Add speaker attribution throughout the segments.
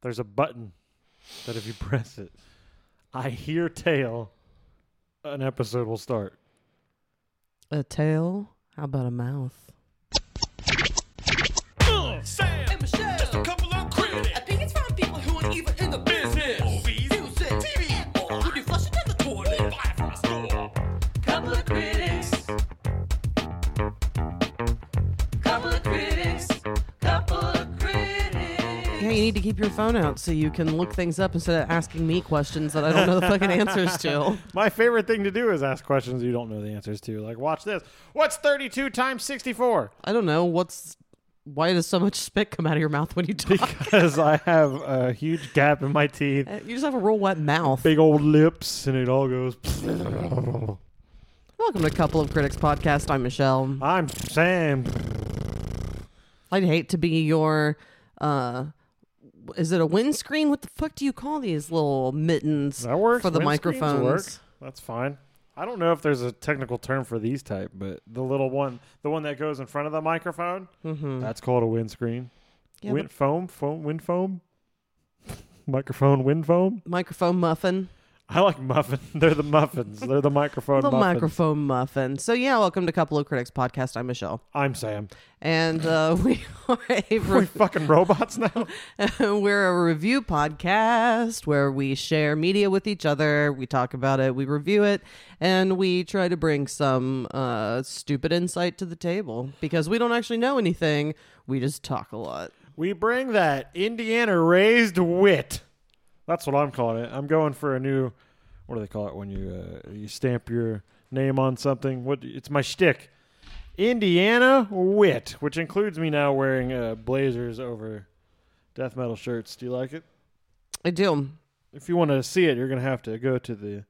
Speaker 1: There's a button that if you press it, I hear tail, an episode will start.
Speaker 2: A tail? How about a mouth?
Speaker 3: Uh, Sam,
Speaker 4: and Michelle.
Speaker 3: a couple of critics.
Speaker 4: Opinions from people who aren't even in the business.
Speaker 3: Movies.
Speaker 4: Music, TV, and more. Would you flush it down the toilet?
Speaker 3: Buy from the store.
Speaker 4: Couple of critics. Couple of critics. Couple of critics.
Speaker 2: Yeah, you need to keep your phone out so you can look things up instead of asking me questions that I don't know the fucking answers to.
Speaker 1: My favorite thing to do is ask questions you don't know the answers to. Like, watch this. What's 32 times 64?
Speaker 2: I don't know what's. Why does so much spit come out of your mouth when you talk?
Speaker 1: Because I have a huge gap in my teeth,
Speaker 2: you just have a real wet mouth.
Speaker 1: big old lips, and it all goes.
Speaker 2: Welcome to Couple of Critics Podcast. I'm Michelle.
Speaker 1: I'm Sam.
Speaker 2: I'd hate to be your. uh is it a windscreen? What the fuck do you call these little mittens
Speaker 1: That works.
Speaker 2: for the
Speaker 1: Windscreens
Speaker 2: microphones?
Speaker 1: work. That's fine. I don't know if there's a technical term for these type, but the little one, the one that goes in front of the microphone, that's called a windscreen.
Speaker 2: Mm-hmm. Yeah,
Speaker 1: wind foam, foam, wind foam, microphone, wind foam.
Speaker 2: but microphone muffin.
Speaker 1: I like muffin. They're the muffins. They're the microphone.
Speaker 2: The
Speaker 1: muffins.
Speaker 2: microphone muffin. So yeah, welcome to Couple of Critics Podcast. I'm Michelle,
Speaker 1: I'm Sam.
Speaker 2: and uh, we are a
Speaker 1: Are we fucking robots now?
Speaker 2: We're a review podcast where we share media with each other. We talk about it, we review it, and we try to bring some uh, stupid insight to the table because we don't actually know anything. We just talk a lot.
Speaker 1: we bring that Indiana raised wit. That's what I'm calling it. I'm going for a new. What do they call it when you uh, you stamp your name on something? What it's my shtick. Indiana wit, which includes me now wearing uh, blazers over death metal shirts. Do you like it?
Speaker 2: I do.
Speaker 1: if you want to see it, you're going to have to go to the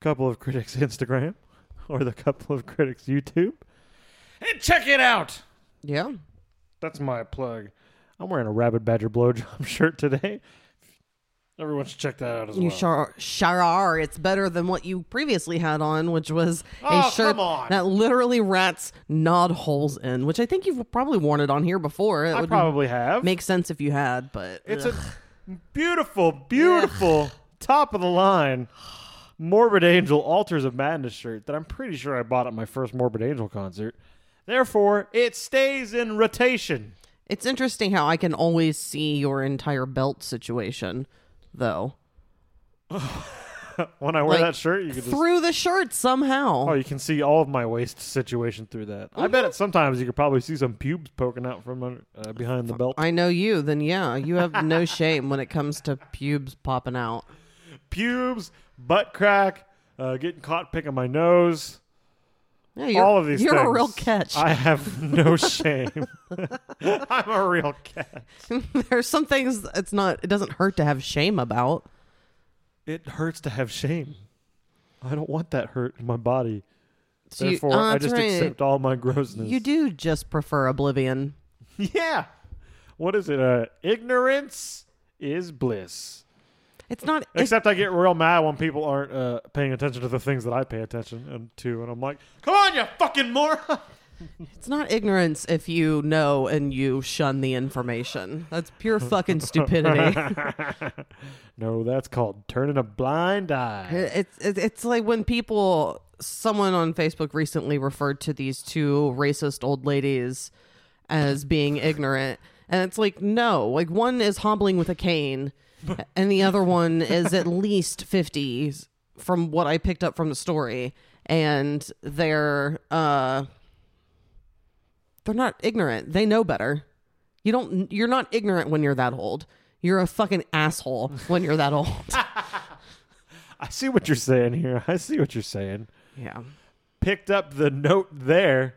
Speaker 1: Couple of Critics Instagram or the Couple of Critics YouTube and check it out.
Speaker 2: Yeah.
Speaker 1: That's my plug. I'm wearing a Rabbit Badger blowjob shirt today. Everyone should check that out as
Speaker 2: You
Speaker 1: well.
Speaker 2: sure, sure are. It's better than what you previously had on, which was
Speaker 1: Oh,
Speaker 2: a shirt
Speaker 1: come on.
Speaker 2: that literally rats gnawed holes in, which I think you've probably worn it on here before. It
Speaker 1: I
Speaker 2: would
Speaker 1: probably have.
Speaker 2: make sense if you had, but
Speaker 1: it's a beautiful, beautiful top of the line Morbid Angel Altars of Madness shirt that I'm pretty sure I bought at my first Morbid Angel concert. Therefore, it stays in rotation.
Speaker 2: It's interesting how I can always see your entire belt situation, though.
Speaker 1: When I wear
Speaker 2: Like,
Speaker 1: that shirt, you can just
Speaker 2: Through the shirt somehow.
Speaker 1: Oh, you can see all of my waist situation through that. I
Speaker 2: Mm-hmm.
Speaker 1: bet it sometimes you could probably see some pubes poking out from under, uh, behind the belt.
Speaker 2: I know you, then yeah, you have no shame when it comes to pubes popping out.
Speaker 1: Pubes, butt crack, uh, getting caught picking my nose.
Speaker 2: Yeah, you're,
Speaker 1: all of these.
Speaker 2: You're a
Speaker 1: things.
Speaker 2: real catch.
Speaker 1: I have no shame. I'm a real catch.
Speaker 2: There's some things it's not it doesn't hurt to have shame about.
Speaker 1: It hurts to have shame. I don't want that hurt in my body.
Speaker 2: So you-
Speaker 1: Therefore,
Speaker 2: oh,
Speaker 1: I
Speaker 2: that's
Speaker 1: just
Speaker 2: right.
Speaker 1: accept all my grossness.
Speaker 2: You do just prefer oblivion.
Speaker 1: Yeah. What is it? Uh, ignorance is bliss.
Speaker 2: It's not it's-
Speaker 1: Except I get real mad when people aren't uh, paying attention to the things that I pay attention and to, and I'm like, "Come on, you fucking moron!"
Speaker 2: It's not ignorance if you know and you shun the information. That's pure fucking stupidity.
Speaker 1: no, that's called turning a blind eye.
Speaker 2: It's it's it's like when people someone on Facebook recently referred to these two racist old ladies as being ignorant. And it's like no, like one is hobbling with a cane and the other one is at least 50 from what I picked up from the story and they're uh they're not ignorant. They know better. You don't you're not ignorant when you're that old. You're a fucking asshole when you're that old.
Speaker 1: I see what you're saying here. I see what you're saying.
Speaker 2: yeah.
Speaker 1: Picked up the note there.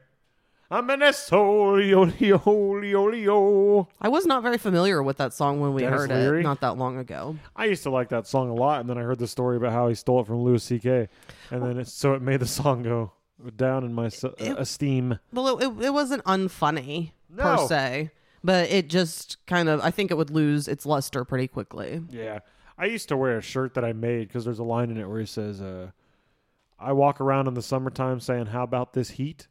Speaker 1: I'm an asshole, yo, yo, yo, yo.
Speaker 2: I was not very familiar with that song when we
Speaker 1: Dennis
Speaker 2: heard
Speaker 1: Leary?
Speaker 2: it not that long ago.
Speaker 1: I used to like that song a lot, and then I heard the story about how he stole it from Louis C.K. And then it, so it made the song go down in my so- uh, esteem.
Speaker 2: Well, it, it, it wasn't unfunny
Speaker 1: No.
Speaker 2: per se, but it just kind of, I think it would lose its luster pretty quickly.
Speaker 1: Yeah. I used to wear a shirt that I made because there's a line in it where he says, uh, I walk around in the summertime saying, How about this heat?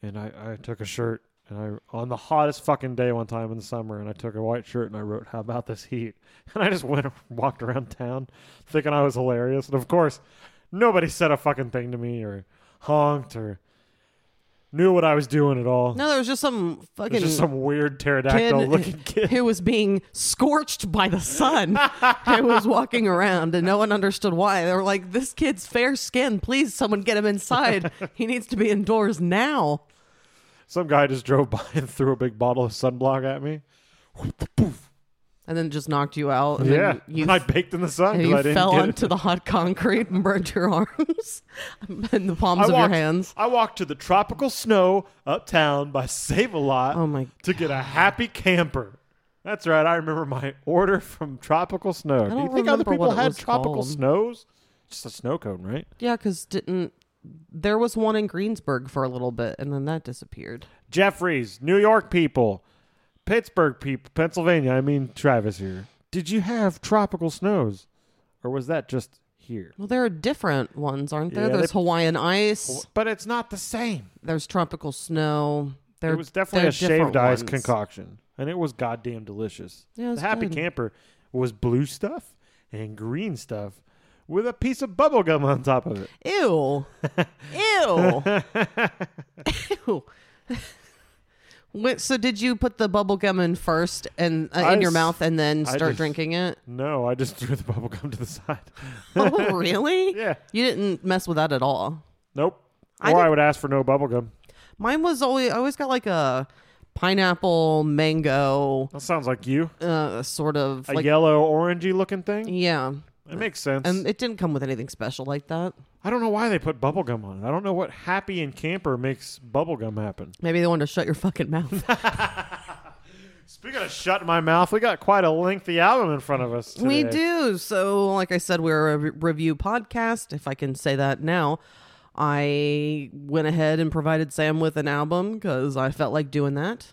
Speaker 1: And I, I took a shirt And I on the hottest fucking day one time in the summer, and I took a white shirt and I wrote, "How about this heat?" And I just went and walked around town, thinking I was hilarious. And of course, nobody said a fucking thing to me or honked or knew what I was doing at all.
Speaker 2: No, there was just some
Speaker 1: it was
Speaker 2: fucking
Speaker 1: just some weird
Speaker 2: kid,
Speaker 1: pterodactyl-looking kid.
Speaker 2: who was being scorched by the sun who was walking around and no one understood why. They were like, This kid's fair skin. Please, someone get him inside. he needs to be indoors now.
Speaker 1: Some guy just drove by and threw a big bottle of sunblock at me.
Speaker 2: And then just knocked you out. And
Speaker 1: yeah,
Speaker 2: then you,
Speaker 1: and I baked in the sun
Speaker 2: and
Speaker 1: because
Speaker 2: you
Speaker 1: I didn't
Speaker 2: fell
Speaker 1: get it.
Speaker 2: onto the hot concrete and burned your arms and the palms
Speaker 1: I walked,
Speaker 2: of your hands.
Speaker 1: I walked to the tropical snow uptown by Save a Lot
Speaker 2: Oh my
Speaker 1: to get a happy camper. That's right. I remember my order from Tropical Snow. Do you
Speaker 2: don't
Speaker 1: think other
Speaker 2: remember
Speaker 1: people
Speaker 2: what it
Speaker 1: had
Speaker 2: was
Speaker 1: tropical
Speaker 2: called.
Speaker 1: snows? Just a snow cone, right?
Speaker 2: Yeah, because didn't. There was one in Greensburg for a little bit and then that disappeared.
Speaker 1: Jeffries, New York people, Pittsburgh people, Pennsylvania. I mean, Travis here. Did you have tropical snows, or was that just here?
Speaker 2: Well, there are different ones, aren't there?
Speaker 1: Yeah,
Speaker 2: There's
Speaker 1: they-
Speaker 2: Hawaiian ice.
Speaker 1: But it's not the same.
Speaker 2: there's tropical snow. There
Speaker 1: it was definitely
Speaker 2: there
Speaker 1: a
Speaker 2: are different
Speaker 1: shaved ice
Speaker 2: ones.
Speaker 1: concoction, and it was goddamn delicious.
Speaker 2: Yeah, it was
Speaker 1: the happy
Speaker 2: good.
Speaker 1: camper was blue stuff and green stuff with a piece of bubble gum on top of it.
Speaker 2: Ew, ew, ew. Wait, so did you put the bubble gum in first and uh,
Speaker 1: I
Speaker 2: in your
Speaker 1: s-
Speaker 2: mouth, and then
Speaker 1: I
Speaker 2: start
Speaker 1: just-
Speaker 2: drinking it?
Speaker 1: No, I just threw the bubble gum to the side.
Speaker 2: Oh, really?
Speaker 1: Yeah.
Speaker 2: You didn't mess with that at all.
Speaker 1: Nope.
Speaker 2: I
Speaker 1: or I
Speaker 2: did-
Speaker 1: would ask for no bubble gum.
Speaker 2: Mine was always. I always got like a pineapple, mango,
Speaker 1: That sounds like you.
Speaker 2: uh, sort of
Speaker 1: A
Speaker 2: like
Speaker 1: yellow, orangey looking thing.
Speaker 2: yeah.
Speaker 1: It makes sense.
Speaker 2: And it didn't come with anything special like that.
Speaker 1: I don't know why they put bubble gum on it. I don't know what happy and camper makes bubble gum happen.
Speaker 2: Maybe they wanted to shut your fucking mouth.
Speaker 1: Speaking of shut my mouth, we got quite a lengthy album in front of us. Today.
Speaker 2: We do. So, like I said, we're a re- review podcast, if I can say that now. I went ahead and provided Sam with an album because I felt like doing that.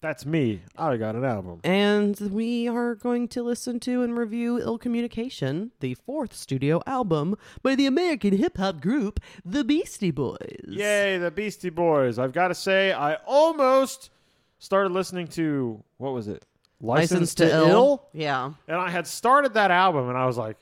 Speaker 1: That's me. I got an album.
Speaker 2: And we are going to listen to and review Ill Communication, the fourth studio album by the American hip hop group, the Beastie Boys.
Speaker 1: Yay, the Beastie Boys. I've got to say, I almost started listening to, what was it? License,
Speaker 2: License to, Ill. Yeah.
Speaker 1: And I had started that album and I was like,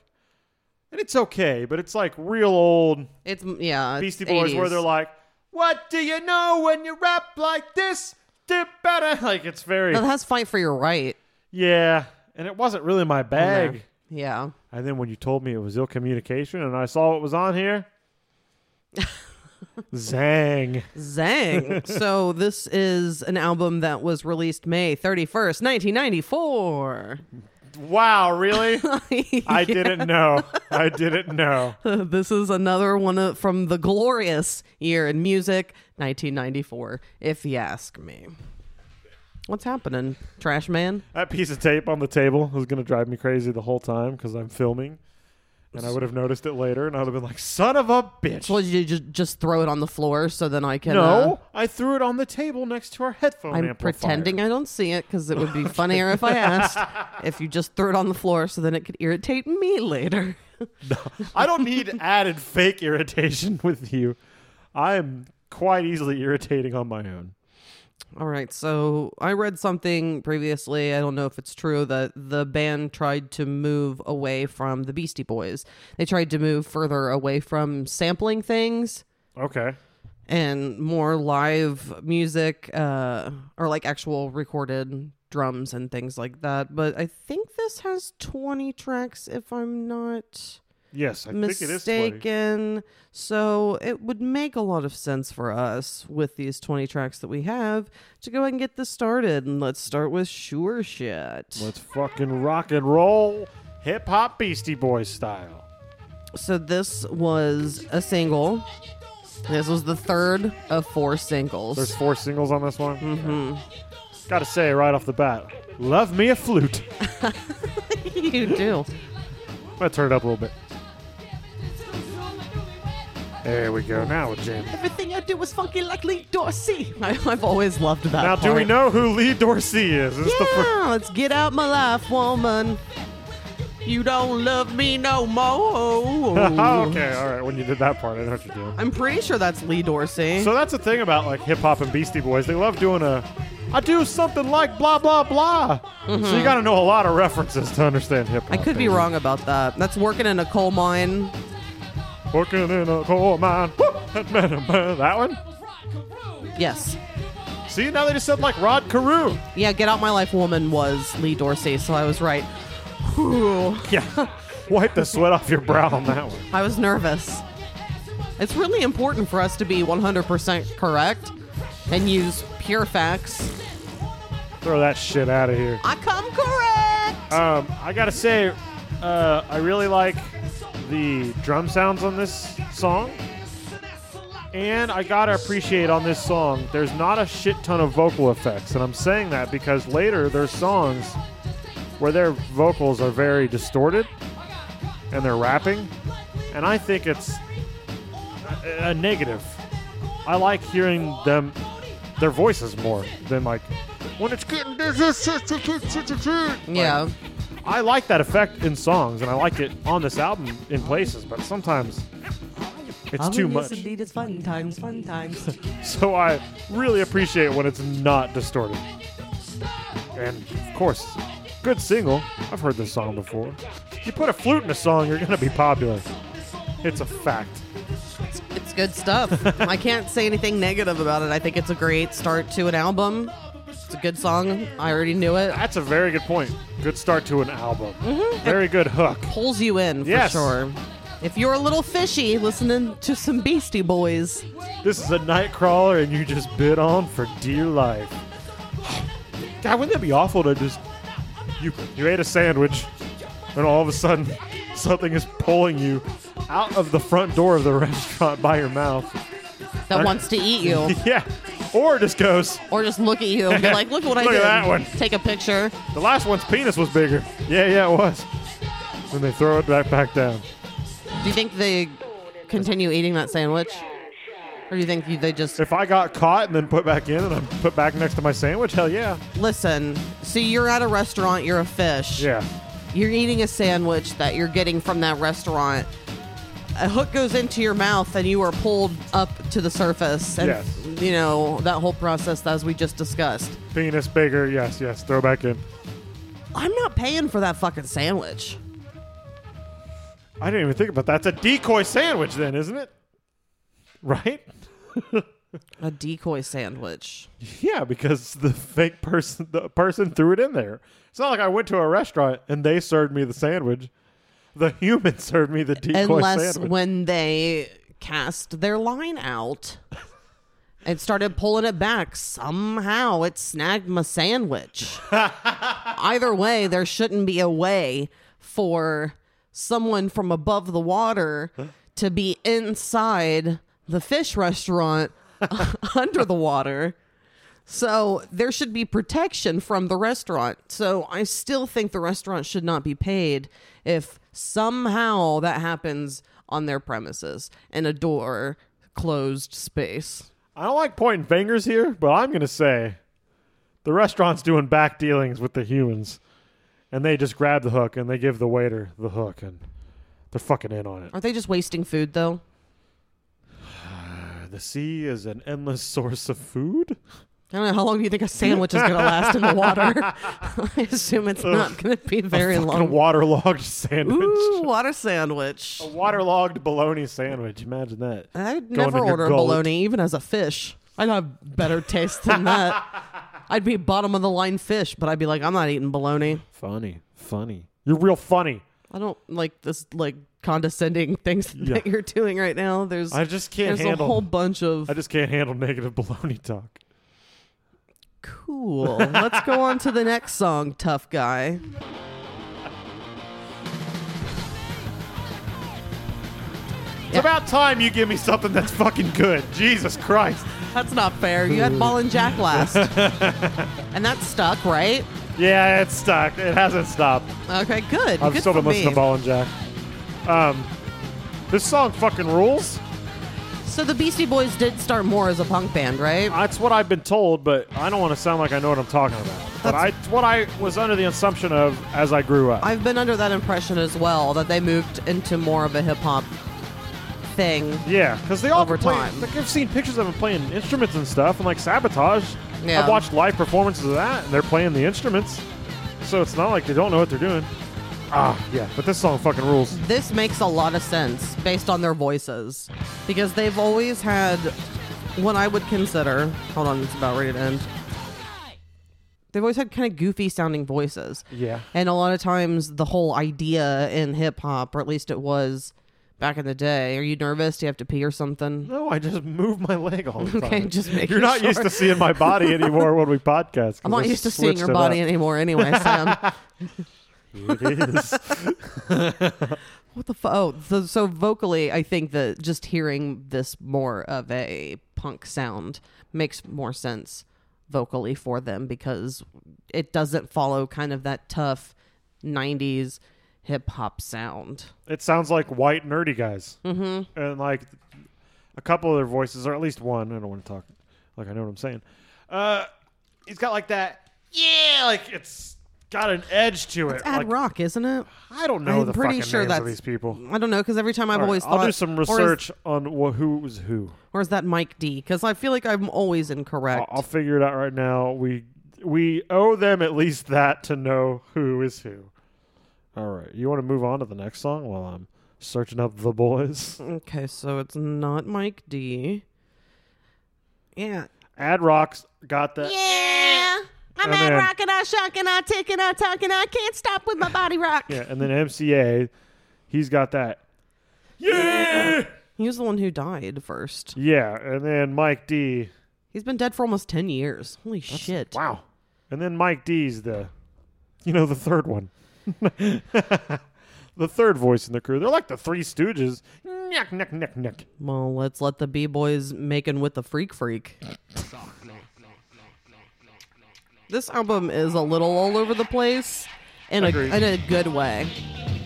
Speaker 1: and it's okay, but it's like real old
Speaker 2: It's, yeah. it's
Speaker 1: Beastie Boys
Speaker 2: 80s.
Speaker 1: where they're like, what do you know when you rap like this? Dip better. Like, it's very,
Speaker 2: No, it has Fight for Your Right.
Speaker 1: yeah. And it wasn't really my
Speaker 2: on
Speaker 1: bag.
Speaker 2: there. Yeah.
Speaker 1: And then when you told me it was ill communication and I saw what was on here, Zang.
Speaker 2: Zang. so this is an album that was released May 31st, 1994.
Speaker 1: Wow, really?
Speaker 2: Oh,
Speaker 1: I didn't know. I didn't know.
Speaker 2: this is another one of, from the glorious year in music, 1994, if you ask me. What's happening, Trash Man?
Speaker 1: That piece of tape on the table was going to drive me crazy the whole time because I'm filming. And I would have noticed it later and I would have been like, son of a bitch.
Speaker 2: Well, you just, just throw it on the floor so then I can.
Speaker 1: no, I threw it on the table next to our headphone
Speaker 2: uh, I'm
Speaker 1: amplifier.
Speaker 2: pretending I don't see it because it would be funnier if I asked if you just threw it on the floor so then it could irritate me later.
Speaker 1: I don't need added fake irritation with you. I am quite easily irritating on my own.
Speaker 2: All right, so I read something previously. I don't know if it's true that the band tried to move away from the Beastie Boys. They tried to move further away from sampling things
Speaker 1: Okay.
Speaker 2: and more live music uh, or like actual recorded drums and things like that. But I think this has 20 tracks, if I'm not
Speaker 1: Yes, I think it is 20.
Speaker 2: mistaken. So it would make a lot of sense for us with these 20 tracks that we have to go ahead and get this started. And let's start with Sure Shit.
Speaker 1: Let's fucking rock and roll hip hop Beastie Boys style.
Speaker 2: So this was a single. This was the third of four singles.
Speaker 1: There's four singles on this one. Mm-hmm. Gotta say right off the bat, love me a flute.
Speaker 2: you do.
Speaker 1: I'm gonna turn it up a little bit. There we go. Now with Jim.
Speaker 2: Everything I do is funky like Lee Dorsey. I, I've always loved that.
Speaker 1: Now, do we
Speaker 2: part.
Speaker 1: know who Lee Dorsey is? This is the
Speaker 2: Yeah, let's get out my life, woman. You don't love me no more.
Speaker 1: Oh, okay, all right. When you did that part, I know what you're doing.
Speaker 2: I'm pretty sure that's Lee Dorsey.
Speaker 1: So that's the thing about like hip hop and Beastie Boys. They love doing a, I do something like blah blah blah. So you got to know a lot of references to understand hip hop.
Speaker 2: Mm-hmm. I could be wrong about that. That's working in a coal mine.
Speaker 1: Working in a coal mine. Whoop! that one.
Speaker 2: Yes.
Speaker 1: See, now they just said like Rod Carew.
Speaker 2: Yeah, Get Out My Life Woman was Lee Dorsey, so I was right. Whew.
Speaker 1: Yeah. Wipe the sweat off your brow on that one.
Speaker 2: I was nervous. It's really important for us to be 100% correct and use pure facts.
Speaker 1: Throw that shit out of here.
Speaker 2: I come correct!
Speaker 1: Um, I gotta say, uh, I really like the drum sounds on this song. And I gotta appreciate on this song, there's not a shit ton of vocal effects. And I'm saying that because later there's songs where their vocals are very distorted and they're rapping. And I think it's a, a negative. I like hearing them, their voices more than like, when it's getting this, this, this, this, this, this, this, this."
Speaker 2: yeah.
Speaker 1: I like that effect in songs, and I like it on this album in places, but sometimes it's too much.
Speaker 2: it's fun times, fun times.
Speaker 1: So I really appreciate when it's not distorted. And of course, good single. I've heard this song before. You put a flute in a song, you're gonna be popular. It's a fact.
Speaker 2: It's good stuff. I can't say anything negative about it. I think it's a great start to an album. It's a good song. I already knew it.
Speaker 1: That's a very good point. Good start to an album. Very good hook.
Speaker 2: Pulls you in for
Speaker 1: Yes.
Speaker 2: sure. If you're a little fishy listening to some Beastie Boys,
Speaker 1: This is a nightcrawler, and you just bid on for dear life. God, wouldn't that be awful to just you you ate a sandwich, and all of a sudden something is pulling you out of the front door of the restaurant by your mouth.
Speaker 2: that wants to eat you,
Speaker 1: Yeah, or it just goes.
Speaker 2: or just look at you and be like, "Look what I
Speaker 1: Look at
Speaker 2: did."
Speaker 1: that one.
Speaker 2: Take a picture.
Speaker 1: The last one's penis was bigger. Yeah, yeah, it was. Then they throw it back back down.
Speaker 2: Do you think they continue eating that sandwich, or do you think you- they just
Speaker 1: If I got caught and then put back in, and I'm put back next to my sandwich, hell yeah,
Speaker 2: listen? So you're at a restaurant. You're a fish.
Speaker 1: yeah.
Speaker 2: you're eating a sandwich that you're getting from that restaurant. A hook goes into your mouth and you are pulled up to the surface. And,
Speaker 1: Yes.
Speaker 2: you know, that whole process as we just discussed.
Speaker 1: Penis bigger. Yes, yes. Throw back in.
Speaker 2: I'm not paying for that fucking sandwich.
Speaker 1: I didn't even think about that. That's a decoy sandwich, then, isn't it? Right?
Speaker 2: A decoy sandwich.
Speaker 1: Yeah, because the fake person, the person threw it in there. It's not like I went to a restaurant and they served me the sandwich. The human served me the decoy
Speaker 2: Unless
Speaker 1: sandwich.
Speaker 2: when they cast their line out and started pulling it back, somehow it snagged my sandwich. Either way, there shouldn't be a way for someone from above the water to be inside the fish restaurant under the water. So there should be protection from the restaurant. So I still think the restaurant should not be paid if somehow that happens on their premises in a door closed space.
Speaker 1: I don't like pointing fingers here, but I'm going to say the restaurant's doing back dealings with the humans. And they just grab the hook and they give the waiter the hook and they're fucking in on it.
Speaker 2: Aren't they just wasting food though?
Speaker 1: The sea is an endless source of food.
Speaker 2: I don't know how long do you think a sandwich is going to last in the water? I assume it's not going to be very
Speaker 1: Fucking
Speaker 2: long.
Speaker 1: waterlogged sandwich.
Speaker 2: Ooh, water sandwich.
Speaker 1: waterlogged bologna sandwich. Imagine that.
Speaker 2: I'd
Speaker 1: Going
Speaker 2: never
Speaker 1: in your
Speaker 2: order a
Speaker 1: gullet.
Speaker 2: bologna, even as a fish. I'd have better taste than that. I'd be bottom of the line fish, but I'd be like, I'm not eating bologna.
Speaker 1: Funny, funny. You're real funny.
Speaker 2: I don't like this like condescending things
Speaker 1: Yeah.
Speaker 2: that you're doing right now. There's
Speaker 1: I just can't
Speaker 2: there's
Speaker 1: handle.
Speaker 2: a whole bunch of
Speaker 1: I just can't handle negative baloney talk.
Speaker 2: cool. Let's go on to the next song, Tough Guy.
Speaker 1: It's about time you give me something that's fucking good. Jesus Christ.
Speaker 2: That's not fair. You had Ball and Jack last. and that stuck, right?
Speaker 1: Yeah, it's stuck. It hasn't stopped.
Speaker 2: Okay, good.
Speaker 1: I've
Speaker 2: good
Speaker 1: still
Speaker 2: for
Speaker 1: been listening
Speaker 2: me.
Speaker 1: to Ball and Jack. Um, this song fucking rules.
Speaker 2: So the Beastie Boys did start more as a punk band, right?
Speaker 1: That's what I've been told, but I don't want to sound like I know what I'm talking about. But I, it's what I was under the assumption of as I grew up.
Speaker 2: I've been under that impression as well that they moved into more of a hip hop thing.
Speaker 1: yeah, because they all
Speaker 2: Over
Speaker 1: play,
Speaker 2: time.
Speaker 1: Like I've seen pictures of them playing instruments and stuff, and like sabotage.
Speaker 2: Yeah.
Speaker 1: I've watched live performances of that, and they're playing the instruments. So it's not like they don't know what they're doing. Ah, yeah. But this song fucking rules.
Speaker 2: This makes a lot of sense based on their voices because they've always had what I would consider. Hold on, it's about ready to end. They've always had kind of goofy sounding voices.
Speaker 1: Yeah.
Speaker 2: And a lot of times, the whole idea in hip hop, or at least it was back in the day, are you nervous? Do you have to pee or something?
Speaker 1: No, I just move my leg all the
Speaker 2: Okay,
Speaker 1: time.
Speaker 2: just making
Speaker 1: You're not used
Speaker 2: sure.
Speaker 1: to seeing my body anymore when we podcast. 'cause
Speaker 2: I'm
Speaker 1: I
Speaker 2: not used to seeing your
Speaker 1: switched it
Speaker 2: body
Speaker 1: up.
Speaker 2: anymore anyway, Sam.
Speaker 1: It is.
Speaker 2: what the fuck? Oh, so, so vocally, I think that just hearing this more of a punk sound makes more sense vocally for them because it doesn't follow kind of that tough 90s hip hop sound.
Speaker 1: it sounds like white nerdy guys, mm-hmm. and like a couple of their voices, or at least one. I don't want to talk like I know what I'm saying. Uh, he's got like that, yeah, like it's got an edge to it.
Speaker 2: Ad
Speaker 1: Like,
Speaker 2: rock, isn't it?
Speaker 1: I don't know
Speaker 2: I'm
Speaker 1: the
Speaker 2: pretty
Speaker 1: fucking
Speaker 2: sure
Speaker 1: names of
Speaker 2: that's-
Speaker 1: these people.
Speaker 2: I don't know because every time I've
Speaker 1: All right,
Speaker 2: always thought
Speaker 1: I'll do some
Speaker 2: or is-
Speaker 1: research on wh- who was who.
Speaker 2: Or is that Mike D? Because I feel like I'm always incorrect.
Speaker 1: I'll, I'll figure it out right now. We we owe them at least that to know who is who. All right, you want to move on to the next song while I'm searching up the boys.
Speaker 2: okay, so it's not Mike D. Yeah.
Speaker 1: Ad Rock's got that.
Speaker 2: Yeah. I'm
Speaker 1: Oh,
Speaker 2: at
Speaker 1: man.
Speaker 2: rock and I shock and I tick and I talk and I can't stop with my body rock.
Speaker 1: Yeah, and then MCA, he's got that. Yeah,
Speaker 2: He was the one who died first.
Speaker 1: yeah, and then Mike D.
Speaker 2: He's been dead for almost 10 years. Holy shit.
Speaker 1: Wow, and then Mike D's the, you know, the third one, the third voice in the crew. They're like the Three Stooges. Nick, nick, nick, nick.
Speaker 2: Well, let's let the B-boys making with the freak freak. This album is a little all over the place in a,
Speaker 1: Agreed.
Speaker 2: in a good way.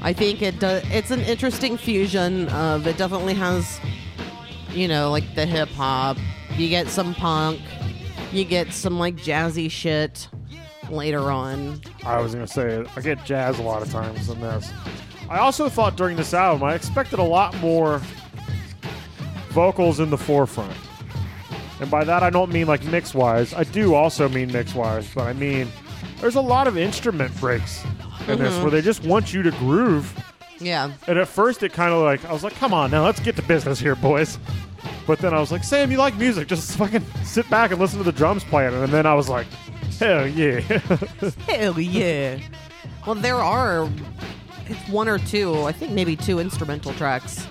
Speaker 2: I think it does it's an interesting fusion of it definitely has you know, like the hip hop. You get some punk, you get some like jazzy shit later on.
Speaker 1: I was gonna say I get jazz a lot of times in this. I also thought during this album I expected a lot more vocals in the forefront. And by that I don't mean like mix wise. I do also mean mix wise, but I mean there's a lot of instrument breaks in this where they just want you to groove.
Speaker 2: Yeah.
Speaker 1: And at first it kind of like I was like, come on now, let's get to business here, boys. But then I was like, Sam, you like music, just fucking sit back and listen to the drums playing. And then I was like, hell yeah.
Speaker 2: Hell yeah. Well, there are it's one or two, I think maybe two instrumental tracks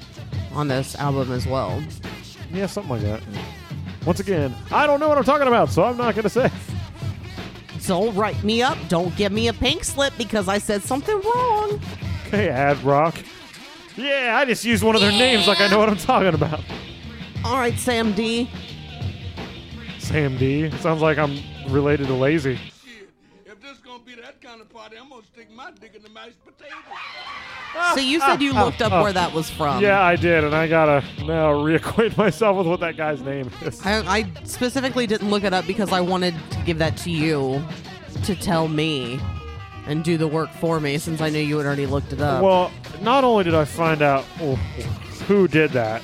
Speaker 2: on this album as well.
Speaker 1: Yeah, something like that. Once again, I don't know what I'm talking about, so I'm not going to say.
Speaker 2: Don't write me up. Don't give me a pink slip because I said something wrong.
Speaker 1: Okay, Ad Rock. Yeah, I just used one of their names like I know what I'm talking about.
Speaker 2: All right, Sam D.
Speaker 1: Sam D. It sounds like I'm related to Lazy.
Speaker 5: Shit, if this gonna be that kind of party, I'm gonna stick my dick in the mashed potatoes.
Speaker 2: So you said you looked up where that was from.
Speaker 1: Yeah, I did, and I gotta now reacquaint myself with what that guy's name is.
Speaker 2: I, I specifically didn't look it up because I wanted to give that to you to tell me and do the work for me since I knew you had already looked it up.
Speaker 1: Well, not only did I find out oh, who did that,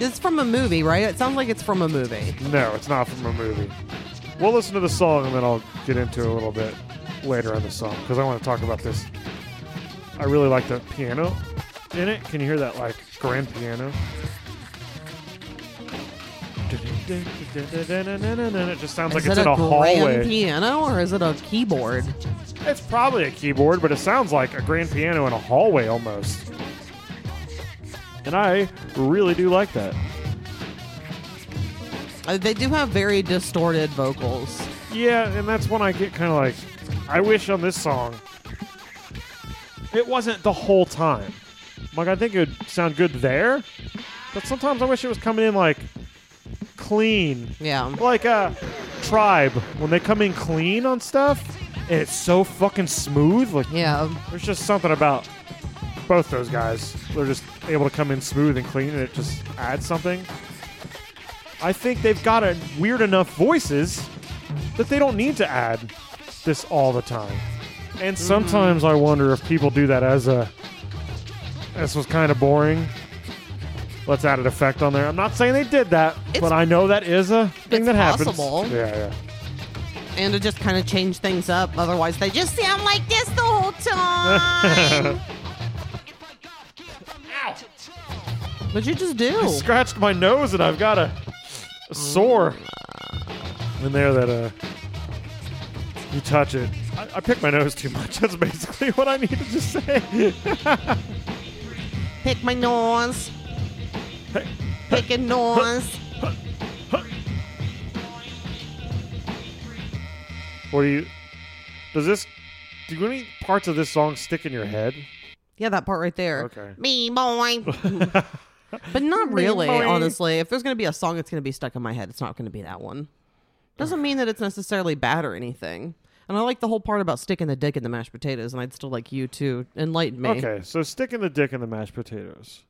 Speaker 2: it's from a movie, right? It sounds like it's from a movie.
Speaker 1: no, it's not from a movie. We'll listen to the song and then I'll get into it a little bit later on the song because I want to talk about this. I really like the piano in it. Can you hear that like grand piano? It just sounds like
Speaker 2: is
Speaker 1: it's
Speaker 2: it
Speaker 1: in
Speaker 2: a,
Speaker 1: a
Speaker 2: grand
Speaker 1: hallway.
Speaker 2: piano or is it a keyboard?
Speaker 1: It's probably a keyboard, but it sounds like a grand piano in a hallway almost. And I really do like that.
Speaker 2: Uh, they do have very distorted vocals.
Speaker 1: Yeah, and that's when I get kind of like, I wish on this song it wasn't the whole time. Like, I think it would sound good there, but sometimes I wish it was coming in like clean.
Speaker 2: Yeah.
Speaker 1: Like a tribe, when they come in clean on stuff, and it's so fucking smooth. Like,
Speaker 2: Yeah.
Speaker 1: there's just something about both those guys. They're just able to come in smooth and clean, and it just adds something. I think they've got a weird enough voices that they don't need to add. this all the time. And sometimes I wonder if people do that as a this was kind of boring. Let's add an effect on there. I'm not saying they did that,
Speaker 2: It's-
Speaker 1: but I know that is a thing
Speaker 2: it's
Speaker 1: that happens.
Speaker 2: possible.
Speaker 1: Yeah, yeah.
Speaker 2: and to just kind of change things up. Otherwise, they just sound like this the whole time. What'd you just do?
Speaker 1: I scratched my nose and I've got a, a sore. In there that uh you touch it. I, I pick my nose too much. That's basically what I needed to say.
Speaker 2: Pick my nose. Pick a nose.
Speaker 1: What do you? Does this? Do any parts of this song stick in your head?
Speaker 2: Yeah, that part right there.
Speaker 1: Okay.
Speaker 2: Me boy. but not
Speaker 1: Me
Speaker 2: really,
Speaker 1: boy.
Speaker 2: honestly. If there's going to be a song that's going to be stuck in my head, it's not going to be that one. Doesn't mean that it's necessarily bad or anything. And I like the whole part about sticking the dick in the mashed potatoes, and I'd still like you to enlighten me.
Speaker 1: Okay, so sticking the dick in the mashed potatoes.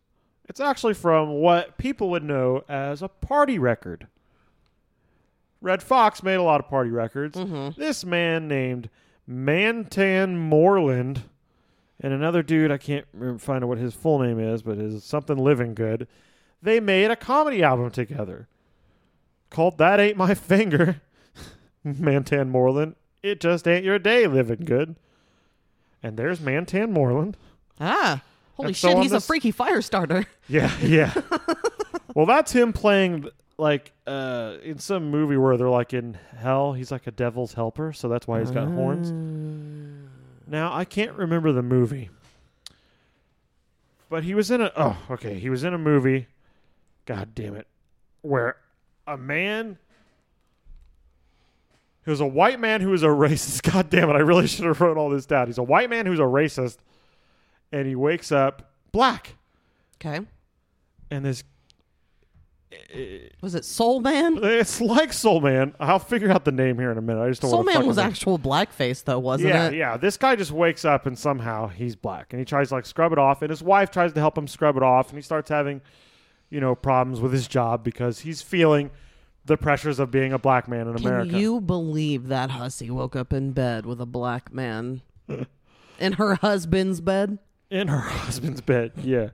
Speaker 1: It's actually from what people would know as a party record. Red Fox made a lot of party records. This man named Mantan Moreland and another dude I can't remember, find out what his full name is, but is something living good. They made a comedy album together called "That Ain't My Finger." Mantan Moreland, it just ain't your day, living good. And there's Mantan Moreland.
Speaker 2: Ah, holy
Speaker 1: And so
Speaker 2: shit,
Speaker 1: on
Speaker 2: he's
Speaker 1: this-
Speaker 2: a freaky fire starter.
Speaker 1: Yeah, yeah. well, that's him playing like uh in some movie where they're like in hell. He's like a devil's helper, so that's why he's got horns. Now I can't remember the movie, but he was in a oh okay he was in a movie. God damn it, where a man. He was a white man who was a racist. God damn it! I really should have wrote all this down. He's a white man who's a racist, and he wakes up black
Speaker 2: Okay.
Speaker 1: and this
Speaker 2: Was it Soul Man?
Speaker 1: it's like Soul Man. I'll figure out the name here in a minute. I just don't
Speaker 2: Soul
Speaker 1: want to
Speaker 2: Man was actual blackface, though, wasn't
Speaker 1: yeah,
Speaker 2: it?
Speaker 1: yeah. This guy just wakes up and somehow he's black, and he tries to like scrub it off, and his wife tries to help him scrub it off, and he starts having, you know, problems with his job because he's feeling the pressures of being a black man in
Speaker 2: Can
Speaker 1: America.
Speaker 2: you believe that hussy woke up in bed with a black man in her husband's bed?
Speaker 1: in her husband's bed, yeah.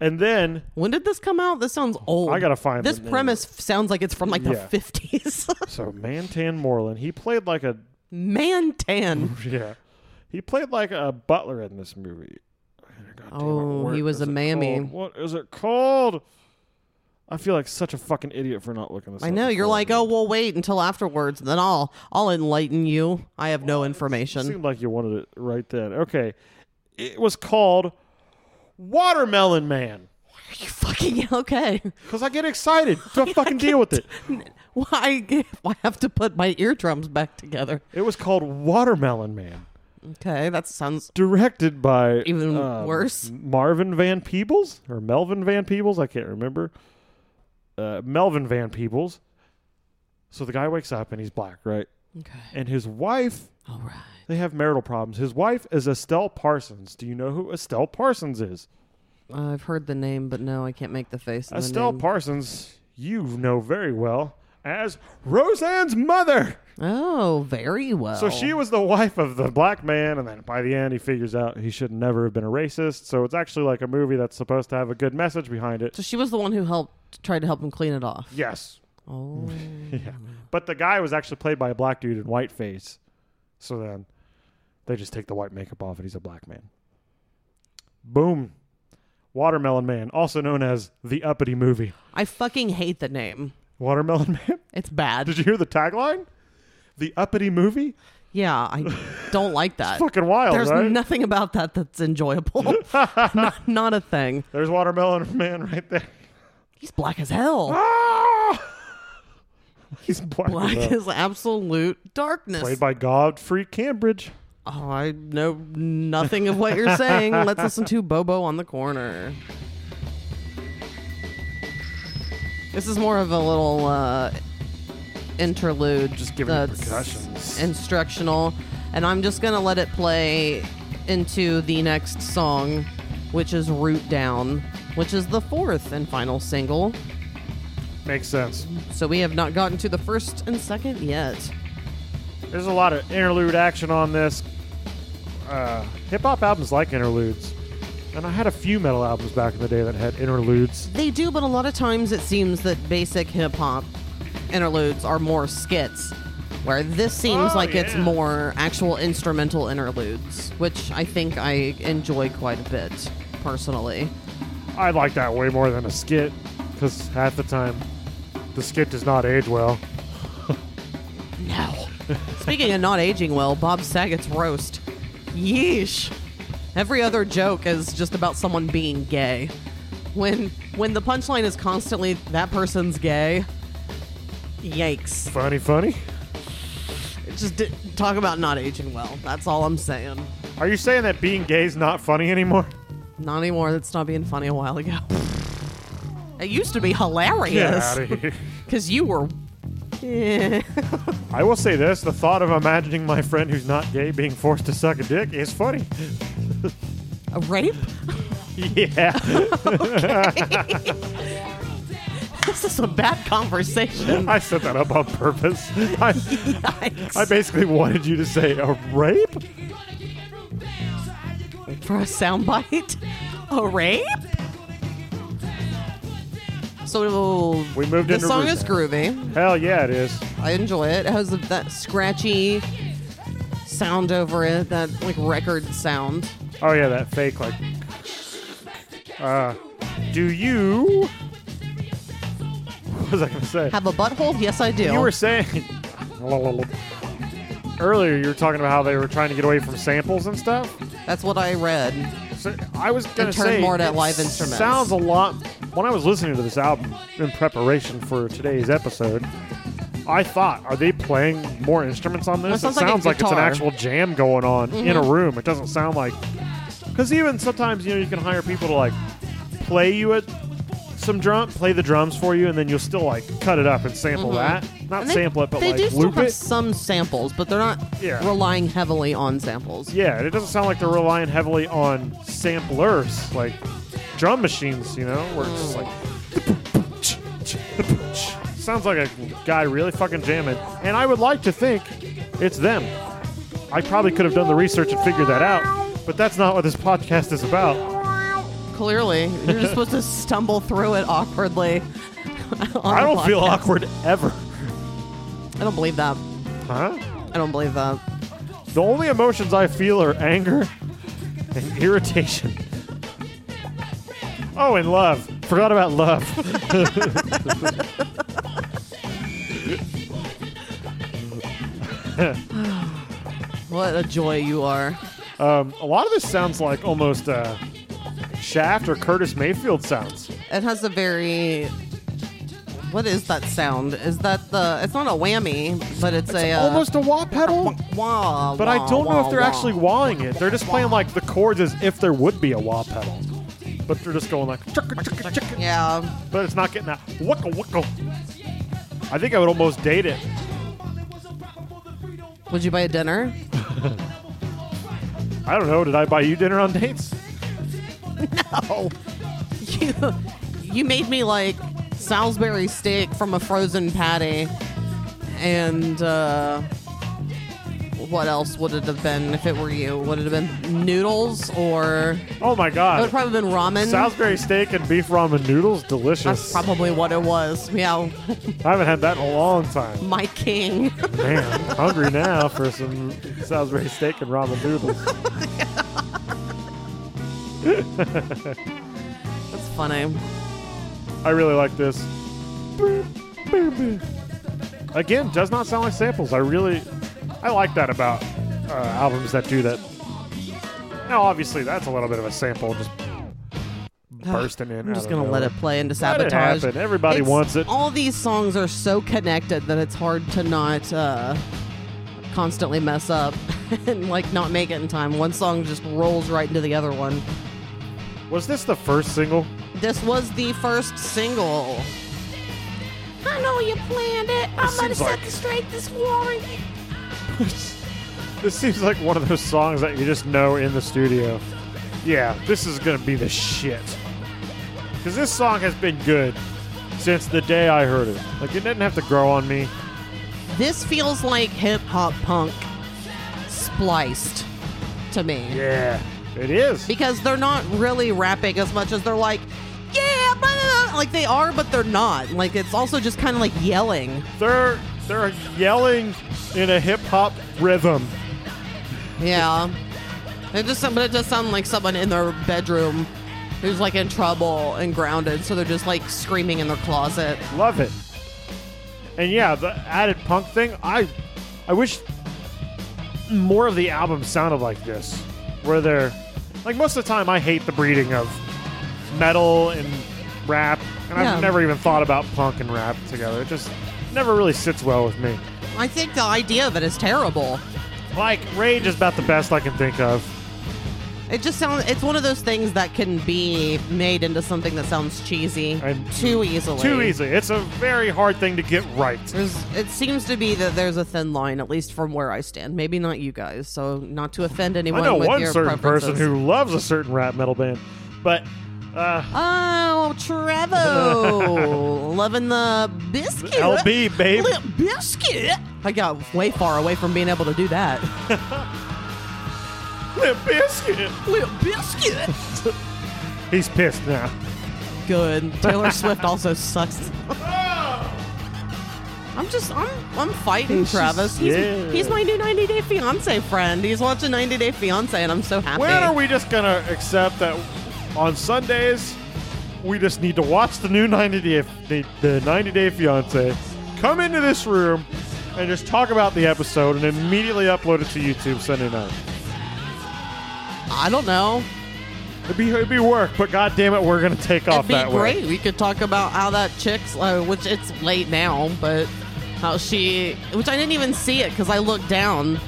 Speaker 1: And then
Speaker 2: When did this come out? This sounds old.
Speaker 1: I gotta find
Speaker 2: this
Speaker 1: the name.
Speaker 2: premise. f- Sounds like it's from like
Speaker 1: Yeah.
Speaker 2: the fifties.
Speaker 1: so Mantan Moreland, he played like a
Speaker 2: man tan.
Speaker 1: yeah, he played like a butler in this movie. God damn it,
Speaker 2: Oh,
Speaker 1: what
Speaker 2: he was
Speaker 1: is
Speaker 2: a
Speaker 1: it
Speaker 2: mammy.
Speaker 1: called? What is it called? I feel like such a fucking idiot for not looking this.
Speaker 2: I
Speaker 1: up
Speaker 2: know. You're
Speaker 1: before.
Speaker 2: like, oh, well, wait until afterwards, then I'll I'll enlighten you. I have no
Speaker 1: It
Speaker 2: information.
Speaker 1: seemed like you wanted it right then. Okay, it was called Watermelon Man
Speaker 2: You fucking okay?
Speaker 1: because I get excited. Don't fucking deal with it.
Speaker 2: Why why have to put my eardrums back together?
Speaker 1: It was called Watermelon Man,
Speaker 2: Okay, that sounds
Speaker 1: directed by
Speaker 2: Even
Speaker 1: um,
Speaker 2: worse.
Speaker 1: Marvin Van Peebles or Melvin Van Peebles. I can't remember. Uh, Melvin Van Peebles. So the guy wakes up and he's black, right?
Speaker 2: okay.
Speaker 1: And his wife
Speaker 2: All right.
Speaker 1: They have marital problems. His wife is Estelle Parsons. Do you know who Estelle Parsons is?
Speaker 2: I've heard the name, but no, I can't make the face. and the
Speaker 1: Estelle
Speaker 2: name.
Speaker 1: Parsons, you know very well as Roseanne's mother.
Speaker 2: Oh, very well.
Speaker 1: So she was the wife of the black man, and then by the end, he figures out he should never have been a racist. So it's actually like a movie that's supposed to have a good message behind it.
Speaker 2: So she was the one who helped tried to help him clean it off.
Speaker 1: Yes.
Speaker 2: Oh.
Speaker 1: Yeah. But the guy was actually played by a black dude in whiteface. So then they just take the white makeup off and he's a black man. Boom. Watermelon Man, also known as the Uppity Movie.
Speaker 2: I fucking hate the name.
Speaker 1: Watermelon Man?
Speaker 2: It's bad.
Speaker 1: Did you hear the tagline? The Uppity Movie?
Speaker 2: yeah, I don't like that.
Speaker 1: Fucking wild,
Speaker 2: There's
Speaker 1: right?
Speaker 2: nothing about that that's enjoyable. not, not a thing.
Speaker 1: There's Watermelon Man right there.
Speaker 2: He's black as hell.
Speaker 1: Ah! He's black.
Speaker 2: Black
Speaker 1: as hell.
Speaker 2: as absolute darkness.
Speaker 1: Played by Godfrey Cambridge.
Speaker 2: oh, I know nothing of what you're saying. Let's listen to Bobo on the corner. This is more of a little uh, interlude.
Speaker 1: Just giving you
Speaker 2: that's-
Speaker 1: percussions.
Speaker 2: instructional and i'm just gonna let it play into the next song which is root down which is the fourth and final single
Speaker 1: Makes sense.
Speaker 2: so we have not gotten to the first and second yet
Speaker 1: There's a lot of interlude action on this. Uh, Hip hop albums like interludes, and I had a few metal albums back in the day that had interludes.
Speaker 2: They do, but a lot of times it seems that basic hip hop interludes are more skits, where this seems
Speaker 1: Oh,
Speaker 2: like it's
Speaker 1: yeah.
Speaker 2: more actual instrumental interludes, which I think I enjoy quite a bit personally.
Speaker 1: I like that way more than a skit, because half the time, the skit does not age well.
Speaker 2: No. Speaking of not aging well, Bob Saget's roast. Yeesh. Every other joke is just about someone being gay. When when the punchline is constantly that person's gay. Yikes.
Speaker 1: Funny, funny.
Speaker 2: Just d- talk about not aging well. That's all I'm saying.
Speaker 1: Are you saying that being gay is not funny anymore?
Speaker 2: Not anymore. That's not being funny a while ago. It used to be hilarious
Speaker 1: Get out of here.
Speaker 2: because you were. Eh.
Speaker 1: I will say this: the thought of imagining my friend who's not gay being forced to suck a dick is funny.
Speaker 2: a rape?
Speaker 1: Yeah.
Speaker 2: This is a bad conversation.
Speaker 1: I set that up on purpose. I,
Speaker 2: Yikes.
Speaker 1: I basically wanted you to say a rape.
Speaker 2: for a soundbite? A rape? So
Speaker 1: We moved
Speaker 2: the
Speaker 1: into
Speaker 2: song
Speaker 1: root
Speaker 2: is
Speaker 1: now.
Speaker 2: groovy.
Speaker 1: Hell yeah, it is.
Speaker 2: I enjoy it. It has that scratchy sound over it, that like record sound.
Speaker 1: Oh yeah, that fake like. Uh, do you? What was I gonna say?
Speaker 2: Have a butthole? Yes, I do.
Speaker 1: You were saying earlier. You were talking about how they were trying to get away from samples and stuff.
Speaker 2: That's what I read.
Speaker 1: So I was gonna
Speaker 2: turn
Speaker 1: say
Speaker 2: more to
Speaker 1: it
Speaker 2: live instruments.
Speaker 1: Sounds a lot. When I was listening to this album in preparation for today's episode, I thought, are they playing more instruments on this?
Speaker 2: That
Speaker 1: it
Speaker 2: sounds like a
Speaker 1: sounds like, it's an
Speaker 2: guitar. Mm-hmm.
Speaker 1: actual jam going on in a room. It doesn't sound like because even sometimes you know you can hire people to like play you a some drum, play the drums for you, and then you'll still like cut it up and sample that. Not
Speaker 2: Mm-hmm. And they,
Speaker 1: sample it, but
Speaker 2: they
Speaker 1: like
Speaker 2: do still
Speaker 1: loop
Speaker 2: have
Speaker 1: it.
Speaker 2: some samples, but they're not
Speaker 1: Yeah.
Speaker 2: relying heavily on samples.
Speaker 1: Yeah, and it doesn't sound like they're relying heavily on samplers like drum machines, you know, where it's just like sounds like a guy really fucking jamming. And I would like to think it's them. I probably could have done the research and figured that out, but that's not what this podcast is about.
Speaker 2: Clearly, you're just supposed to stumble through it awkwardly.
Speaker 1: I don't feel awkward ever.
Speaker 2: I don't believe that.
Speaker 1: Huh?
Speaker 2: I don't believe that.
Speaker 1: The only emotions I feel are anger and irritation. Oh, and love. Forgot about love.
Speaker 2: What a joy you are.
Speaker 1: Um, a lot of this sounds like almost uh, Shaft or Curtis Mayfield sounds.
Speaker 2: It has a very. What is that sound? Is that the. It's not a whammy, but it's, a. uh,
Speaker 1: almost a wah pedal,
Speaker 2: Wah,
Speaker 1: but
Speaker 2: wah,
Speaker 1: I don't know
Speaker 2: wah,
Speaker 1: if they're
Speaker 2: wah.
Speaker 1: actually wahing it. They're just playing like the chords as if there would be a wah pedal, but they're just going like. "Chicka, chicka, chicka,"
Speaker 2: Yeah.
Speaker 1: But it's not getting that wicka wicka. I think I would almost date it.
Speaker 2: Would you buy a dinner?
Speaker 1: I don't know. Did I buy you dinner on dates?
Speaker 2: No. You, you made me like Salisbury steak from a frozen patty, and uh, what else would it have been if it were you? Would it have been noodles or
Speaker 1: Oh my
Speaker 2: it would
Speaker 1: god.
Speaker 2: probably been ramen?
Speaker 1: Salisbury steak and beef ramen noodles,
Speaker 2: That's
Speaker 1: delicious.
Speaker 2: probably what it was. Yeah,
Speaker 1: I haven't had that in a long time.
Speaker 2: my king.
Speaker 1: Man, hungry now for some Salisbury steak and ramen noodles.
Speaker 2: That's funny.
Speaker 1: I really like this. Again, does not sound like samples. I really, I like that about uh, albums that do that. Now, obviously, that's a little bit of a sample, just bursting in.
Speaker 2: I'm just gonna let it play into
Speaker 1: Let it
Speaker 2: sabotage.
Speaker 1: happen. Everybody
Speaker 2: It's-
Speaker 1: wants it.
Speaker 2: All these songs are so connected that it's hard to not uh, constantly mess up and like not make it in time. One song just rolls right into the other one.
Speaker 1: Was this the first single?
Speaker 2: This was the first single. I know you planned it. I'm gonna
Speaker 1: seems
Speaker 2: set
Speaker 1: like-
Speaker 2: the straight this warning.
Speaker 1: This seems like one of those songs that you just know in the studio. Yeah, this is gonna be the shit. Cause this song has been good since the day I heard it. Like it didn't have to grow on me.
Speaker 2: This feels like hip hop punk spliced to me.
Speaker 1: Yeah, it is.
Speaker 2: Because they're not really rapping as much as they're like, yeah, blah, blah, blah." like they are, but they're not. Like it's also just kind of like yelling.
Speaker 1: They're they're yelling in a hip hop rhythm.
Speaker 2: Yeah. It just but it does sound like someone in their bedroom who's like in trouble and grounded, so they're just like screaming in their closet.
Speaker 1: Love it. And yeah, the added punk thing, I I wish more of the album sounded like this. Where they're like most of the time I hate the breeding of metal and rap, and
Speaker 2: Yeah.
Speaker 1: I've never even thought about punk and rap together. It just never really sits well with me.
Speaker 2: I think the idea of it is terrible.
Speaker 1: Like Rage is about the best I can think of.
Speaker 2: It just sounds it's one of those things that can be made into something that sounds cheesy
Speaker 1: And
Speaker 2: too easily.
Speaker 1: Too easily. It's a very hard thing to get right.
Speaker 2: There's, it seems to be that there's a thin line, at least from where I stand. Maybe not you guys, so not to offend anyone.
Speaker 1: I know
Speaker 2: with
Speaker 1: one
Speaker 2: your
Speaker 1: certain person
Speaker 2: preferences.
Speaker 1: who loves a certain rap metal band, but uh,
Speaker 2: Oh, Trevo, loving the biscuit.
Speaker 1: LB, babe.
Speaker 2: Lip biscuit. I got way far away from being able to do that.
Speaker 1: Limp Bizkit.
Speaker 2: Lip biscuit.
Speaker 1: He's pissed now.
Speaker 2: Good. Taylor Swift also sucks. I'm just I'm I'm fighting Travis. He's,
Speaker 1: yeah.
Speaker 2: he's my new 90 Day Fiance friend. He's watching 90 Day Fiance, and I'm so happy.
Speaker 1: When are we just gonna accept that on Sundays we just need to watch the new 90 Day the, the 90 Day Fiance, come into this room and just talk about the episode and immediately upload it to YouTube Sunday night.
Speaker 2: I don't know.
Speaker 1: It'd be it'd be work, but god damn it, we're gonna take off
Speaker 2: It'd be
Speaker 1: that
Speaker 2: great.
Speaker 1: way.
Speaker 2: We could talk about how that chick's, uh, which it's late now, but how she, which I didn't even see it because I looked down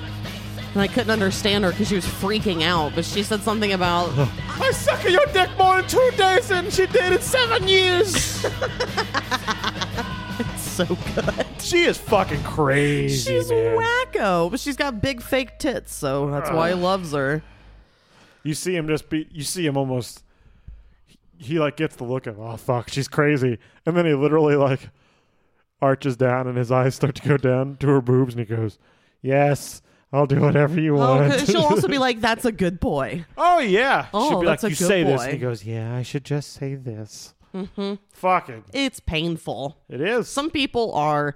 Speaker 2: and I couldn't understand her because she was freaking out. But she said something about
Speaker 1: I suck at your dick more in two days than she did in seven years.
Speaker 2: so good.
Speaker 1: she is fucking crazy,
Speaker 2: She's
Speaker 1: man. Uh.
Speaker 2: wacko, but she's got big fake tits, so that's why he loves her.
Speaker 1: You see him just be. You see him almost. He like gets the look of oh fuck she's crazy, and then he literally like arches down and his eyes start to go down to her boobs, and he goes, "Yes, I'll do whatever you
Speaker 2: Oh,
Speaker 1: want."
Speaker 2: 'cause she'll also be like, "That's a good boy."
Speaker 1: oh yeah,
Speaker 2: Oh,
Speaker 1: she'll be
Speaker 2: that's
Speaker 1: like,
Speaker 2: a
Speaker 1: "You
Speaker 2: good
Speaker 1: say this,"
Speaker 2: boy.
Speaker 1: and he goes, "Yeah, I should just say this." Fucking,
Speaker 2: It's painful.
Speaker 1: it is
Speaker 2: Some people are.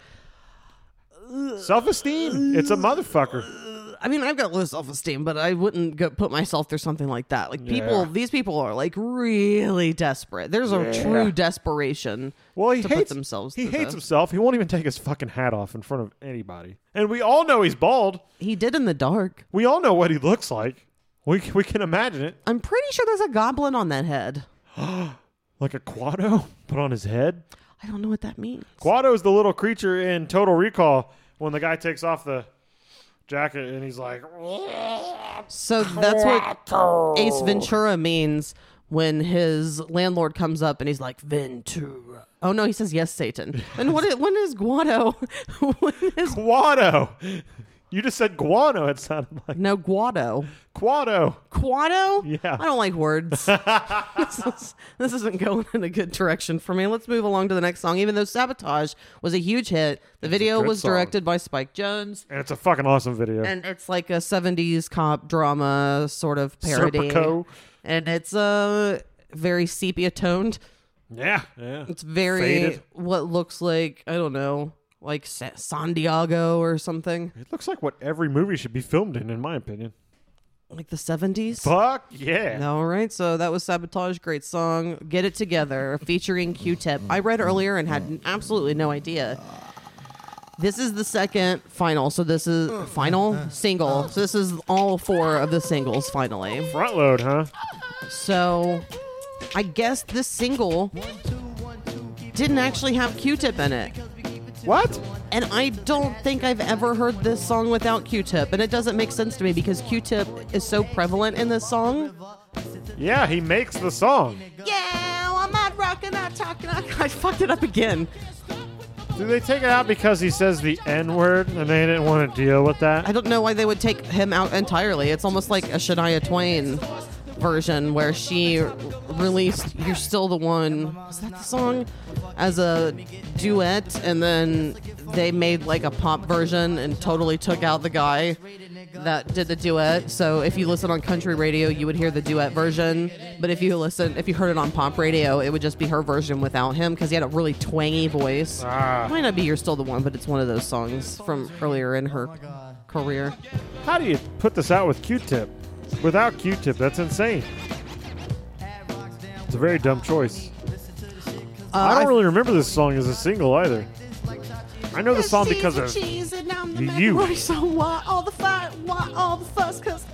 Speaker 1: self-esteem. It's a motherfucker.
Speaker 2: I mean, I've got low self esteem, but I wouldn't go put myself through something like that. Like people,
Speaker 1: Yeah.
Speaker 2: these people are like really desperate. There's a true desperation.
Speaker 1: Well, he
Speaker 2: to put
Speaker 1: hates
Speaker 2: themselves
Speaker 1: He
Speaker 2: through
Speaker 1: hates
Speaker 2: this.
Speaker 1: himself. He won't even take his fucking hat off in front of anybody, and we all know he's bald.
Speaker 2: He did in the dark.
Speaker 1: We all know what he looks like. We we can imagine it.
Speaker 2: I'm pretty sure there's a goblin on that head.
Speaker 1: like a quado put on his head.
Speaker 2: I don't know what that means.
Speaker 1: Quado is the little creature in Total Recall when the guy takes off the jacket and he's like,
Speaker 2: So that's what Ace Ventura means when his landlord comes up and he's like Ventura. Oh no, he says yes, Satan. And what? i- When is Guado? when is
Speaker 1: Guado. You just said guano. It sounded like
Speaker 2: no Guado?
Speaker 1: Quado.
Speaker 2: Quado?
Speaker 1: Yeah.
Speaker 2: I don't like words. this, is, this isn't going in a good direction for me. Let's move along to the next song. Even though Sabotage was a huge hit, the video
Speaker 1: good
Speaker 2: was
Speaker 1: song.
Speaker 2: directed by Spike Jones.
Speaker 1: And it's a fucking awesome video.
Speaker 2: And it's like a 70s cop drama sort of parody.
Speaker 1: Serpico.
Speaker 2: And it's uh, very sepia toned.
Speaker 1: yeah. Yeah.
Speaker 2: It's very
Speaker 1: Faded.
Speaker 2: what looks like, I don't know, like Sa- San Diego or something.
Speaker 1: It looks like what every movie should be filmed in, in my opinion.
Speaker 2: Like the 70s.
Speaker 1: Fuck yeah.
Speaker 2: All right, so that was Sabotage. Great song. Get It Together featuring Q Tip. I read earlier and had absolutely no idea. This is the second final, so this is final single. So this is all four of the singles finally.
Speaker 1: Front load, huh?
Speaker 2: So I guess this single didn't actually have Q Tip in it.
Speaker 1: What?
Speaker 2: And I don't think I've ever heard this song without Q Tip. And it doesn't make sense to me because Q Tip is so prevalent in this song.
Speaker 1: Yeah, he makes the song.
Speaker 2: Yeah, I'm not rocking, not talking. I, I fucked it up again.
Speaker 1: Do they take it out because he says the N word and they didn't want to deal with that?
Speaker 2: I don't know why they would take him out entirely. It's almost like a Shania Twain version where she released "You're Still the One." Is that the song as a duet, and then they made like a pop version and totally took out the guy that did the duet. So if you listen on country radio, you would hear the duet version. But if you listen, if you heard it on pop radio, it would just be her version without him because he had a really twangy voice. Might not be "You're Still the One," but it's one of those songs from earlier in her career.
Speaker 1: How do you put this out with Q-Tip? Without Q-Tip, that's insane. It's a very dumb choice.
Speaker 2: Uh,
Speaker 1: I
Speaker 2: I-
Speaker 1: don't really remember this song as a single either. I know the song because of
Speaker 2: cheese and I'm
Speaker 1: the you. macaroni,
Speaker 2: so why all the fight, why all the fuss? Cause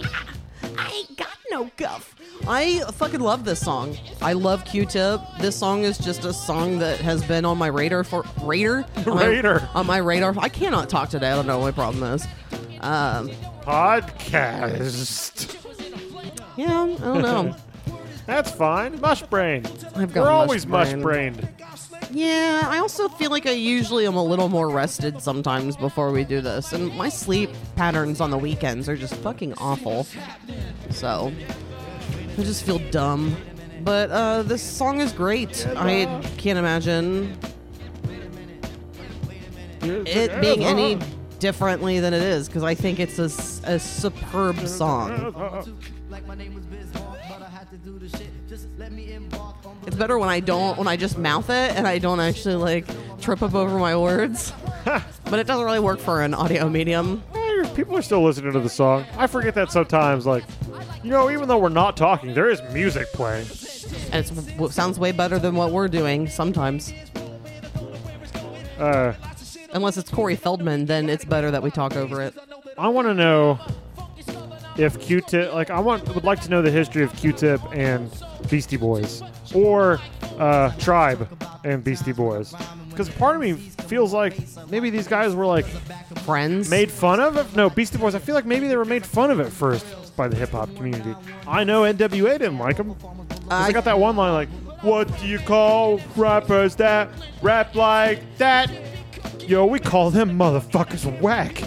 Speaker 2: I, ain't got no guff. I fucking love this song. I love Q-Tip. This song is just a song that has been on my radar for radar On my-
Speaker 1: Radar.
Speaker 2: on my radar. I cannot talk today. I don't know what my problem is. Um,
Speaker 1: podcast.
Speaker 2: yeah, I don't know.
Speaker 1: That's fine. Mush brain.
Speaker 2: I've got
Speaker 1: We're always mush
Speaker 2: mush-brained.
Speaker 1: brained.
Speaker 2: Yeah, I also feel like I usually am a little more rested sometimes before we do this, and my sleep patterns on the weekends are just fucking awful. So I just feel dumb. But uh, this song is great. I can't imagine it being any differently than it is because I think it's a, s- a superb song. It's better when I don't, when I just mouth it and I don't actually like trip up over my words. but it doesn't really work for an audio medium.
Speaker 1: Eh, People are still listening to the song. I forget that sometimes. Like, you know, even though we're not talking, there is music playing.
Speaker 2: And it's, it sounds way better than what we're doing sometimes.
Speaker 1: Uh,
Speaker 2: Unless it's Corey Feldman, then it's better that we talk over it.
Speaker 1: I want to know if Q-Tip, like, I want would like to know the history of Q-Tip and Beastie Boys, or uh, Tribe and Beastie Boys, because part of me feels like maybe these guys were like
Speaker 2: Friends.
Speaker 1: made fun of. it- No, Beastie Boys. I feel like maybe they were made fun of at first by the hip hop community. I know NWA didn't like them. I
Speaker 2: I-
Speaker 1: got that one line like, "What do you call rappers that rap like that?" Yo, we call them motherfuckers whack.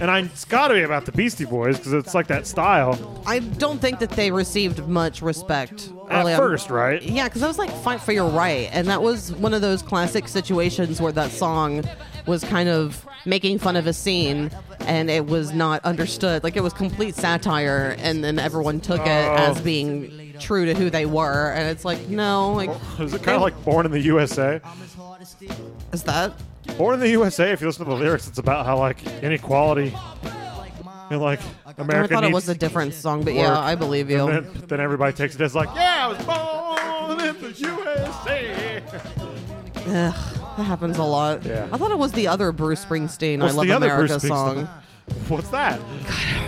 Speaker 1: And I, it's got to be about the Beastie Boys because it's like that style
Speaker 2: I don't think that they received much respect
Speaker 1: at
Speaker 2: early on.
Speaker 1: first, right?
Speaker 2: Yeah, because I was like, fight for your right. And that was one of those classic situations where that song was kind of making fun of a scene and it was not understood. Like, it was complete satire, and then everyone took it
Speaker 1: Oh.
Speaker 2: as being true to who they were. And it's like, no, like,
Speaker 1: Is it kind of like Born in the USA?
Speaker 2: is that?
Speaker 1: Born in the USA, if you listen to the lyrics, it's about how like inequality and like
Speaker 2: I
Speaker 1: America
Speaker 2: thought it
Speaker 1: needs
Speaker 2: was a different song, but yeah,
Speaker 1: work.
Speaker 2: I believe
Speaker 1: And
Speaker 2: you.
Speaker 1: then, then everybody takes it as like, yeah, I was born in the USA.
Speaker 2: That happens a lot.
Speaker 1: Yeah.
Speaker 2: I thought it was the other Bruce Springsteen
Speaker 1: What's
Speaker 2: I Love
Speaker 1: the other
Speaker 2: America
Speaker 1: Bruce Springsteen?
Speaker 2: song.
Speaker 1: What's that?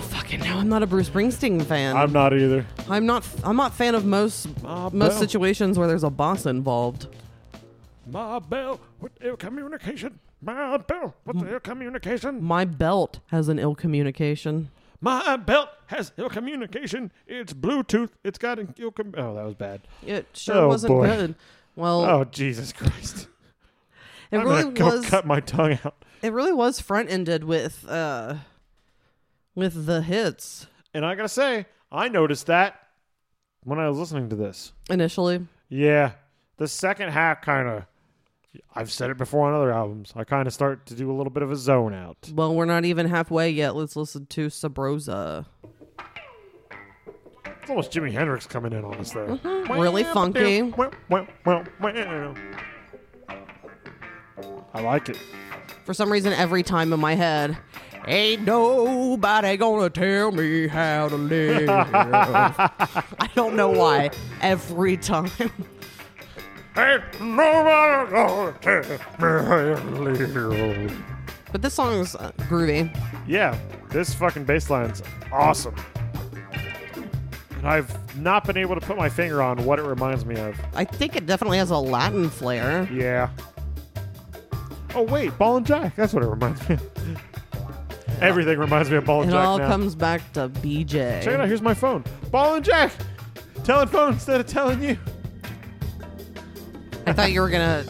Speaker 2: Fucking no, I'm not a Bruce Springsteen fan.
Speaker 1: I'm not either.
Speaker 2: I'm not. I'm not fan of most
Speaker 1: Ah,
Speaker 2: most
Speaker 1: well.
Speaker 2: situations where there's a boss involved.
Speaker 1: My bell with ill communication. My bell with ill communication.
Speaker 2: My belt has an ill communication.
Speaker 1: My belt has ill communication. It's Bluetooth. It's got an ill. Com- oh, that was bad.
Speaker 2: It sure
Speaker 1: Oh,
Speaker 2: wasn't
Speaker 1: boy.
Speaker 2: good. Well,
Speaker 1: Oh, Jesus Christ.
Speaker 2: it
Speaker 1: I'm
Speaker 2: really
Speaker 1: gonna go
Speaker 2: was.
Speaker 1: cut my tongue out.
Speaker 2: It really was front ended with uh, with the hits
Speaker 1: And I gotta say, I noticed that when I was listening to this.
Speaker 2: initially.
Speaker 1: Yeah. The second half kind of I've said it before on other albums. I kind of start to do a little bit of a zone out.
Speaker 2: Well, we're not even halfway yet. Let's listen to Sabrosa.
Speaker 1: It's almost Jimi Hendrix coming in on us there.
Speaker 2: Mm-hmm. Really funky.
Speaker 1: I like it.
Speaker 2: For some reason, every time in my head, ain't nobody gonna tell me how to live. I don't know why. Every time.
Speaker 1: Ain't nobody gonna tell me how to live.
Speaker 2: But this song's uh, groovy.
Speaker 1: Yeah, this fucking bass line's awesome. And I've not been able to put my finger on what it reminds me of.
Speaker 2: I think it definitely has a Latin flair.
Speaker 1: Yeah. Oh wait, Ball and Jack. That's what it reminds me. of. Everything reminds me of Ball and
Speaker 2: It
Speaker 1: Jack
Speaker 2: all
Speaker 1: now.
Speaker 2: comes back to BJ.
Speaker 1: Check it out. Here's my phone. Ball and Jack. Telling phone instead of telling you.
Speaker 2: I thought you were gonna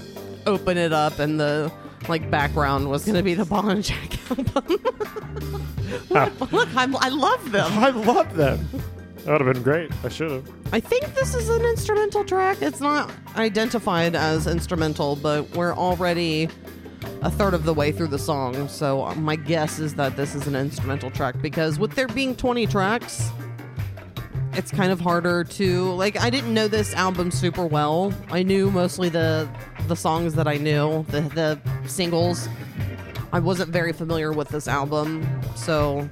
Speaker 2: open it up, and the like background was gonna be the Ball and Jack album. look, look I'm, I love them.
Speaker 1: I love them. That would have been great. I should have.
Speaker 2: I think this is an instrumental track. It's not identified as instrumental, but we're already a third of the way through the song. So uh, my guess is that this is an instrumental track because with there being 20 tracks, it's kind of harder to like I didn't know this album super well. I knew mostly the the songs that I knew, the the singles. I wasn't very familiar with this album, so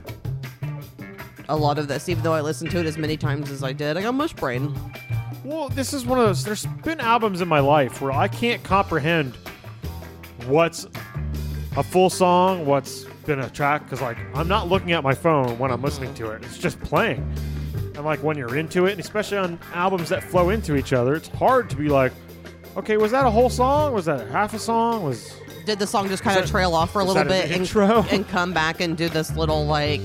Speaker 2: a lot of this, even though I listened to it as many times as I did, I got mush brain.
Speaker 1: Well, this is one of those. There's been albums in my life where I can't comprehend what's a full song, what's been a track, because like I'm not looking at my phone when I'm listening to it. It's just playing. And like when you're into it, and especially on albums that flow into each other, it's hard to be like, okay, was that a whole song? Was that half a song? Was
Speaker 2: Did the song just kind of
Speaker 1: that-
Speaker 2: trail off for a
Speaker 1: is
Speaker 2: little
Speaker 1: that an
Speaker 2: bit and,
Speaker 1: intro?
Speaker 2: and come back and do this little like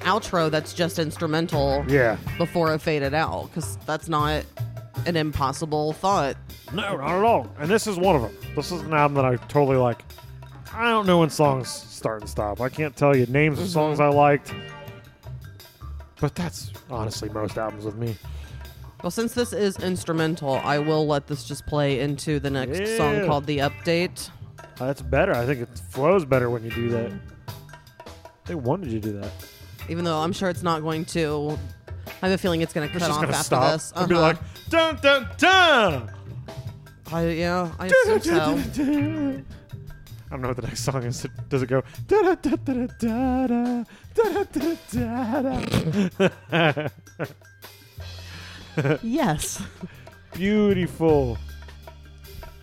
Speaker 2: outro that's just instrumental
Speaker 1: yeah,
Speaker 2: before it faded out? Because that's not an impossible thought.
Speaker 1: no, not at all. And this is one of them. This is an album that I totally like. I don't know when songs start and stop. I can't tell you names of songs I liked. But that's honestly most albums with me.
Speaker 2: Well, since this is instrumental, I will let this just play into the next
Speaker 1: Yeah.
Speaker 2: song called The Update.
Speaker 1: Uh, that's better. I think it flows better when you do that. They wanted you to do that.
Speaker 2: Even though I'm sure it's not going to. I have a feeling it's going to cut
Speaker 1: It's just
Speaker 2: off
Speaker 1: gonna
Speaker 2: after
Speaker 1: stop
Speaker 2: this.
Speaker 1: and be
Speaker 2: Uh-huh.
Speaker 1: like, dun dun dun.
Speaker 2: I, yeah, I
Speaker 1: Dun,
Speaker 2: assume so.
Speaker 1: dun, dun, dun. I don't know what the next song is. Does it go? Da, da, da, da, da, da, da, da, da, da, da.
Speaker 2: Yes.
Speaker 1: Beautiful.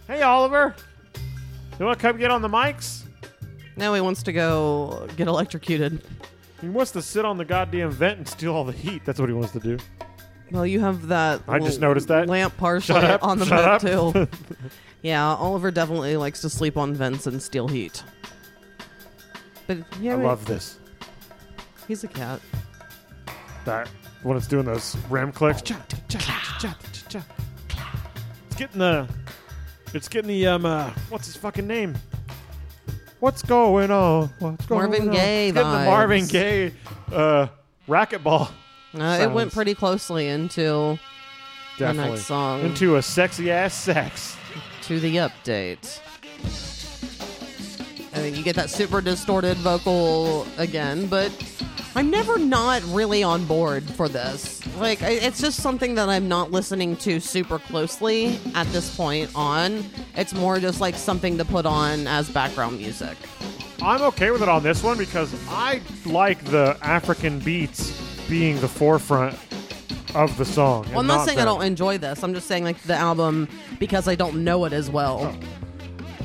Speaker 1: Hey, Oliver. You want to come get on the mics?
Speaker 2: Now he wants to go get electrocuted.
Speaker 1: He wants to sit on the goddamn vent and steal all the heat. That's what he wants to do.
Speaker 2: Well, you have that.
Speaker 1: I just
Speaker 2: l-
Speaker 1: noticed that.
Speaker 2: lamp partially
Speaker 1: Shut up,
Speaker 2: on the
Speaker 1: shut
Speaker 2: vent too. yeah, Oliver definitely likes to sleep on vents and steal heat. But yeah,
Speaker 1: I
Speaker 2: but
Speaker 1: love this.
Speaker 2: he's a cat.
Speaker 1: That when it's doing those ram clicks. Cha, cha, cha, cha, cha, cha, cha. It's getting the. It's getting the um. Uh, what's his fucking name? What's going on? What's going
Speaker 2: Marvin
Speaker 1: on?
Speaker 2: Gaye
Speaker 1: It's getting the Marvin
Speaker 2: vibes.
Speaker 1: Gaye uh, racquetball.
Speaker 2: Uh, it went
Speaker 1: Sounds-
Speaker 2: pretty closely into
Speaker 1: Definitely.
Speaker 2: next song.
Speaker 1: Into a sexy ass sex.
Speaker 2: to the update. And then you get that super distorted vocal again, but I'm never not really on board for this. Like, I- it's just something that I'm not listening to super closely at this point on. It's more just like something to put on as background music.
Speaker 1: I'm okay with it on this one because I like the African beats being the forefront of the song. and
Speaker 2: Well, I'm not, saying I
Speaker 1: them.
Speaker 2: don't enjoy this. I'm just saying, like, the album, because I don't know it as well.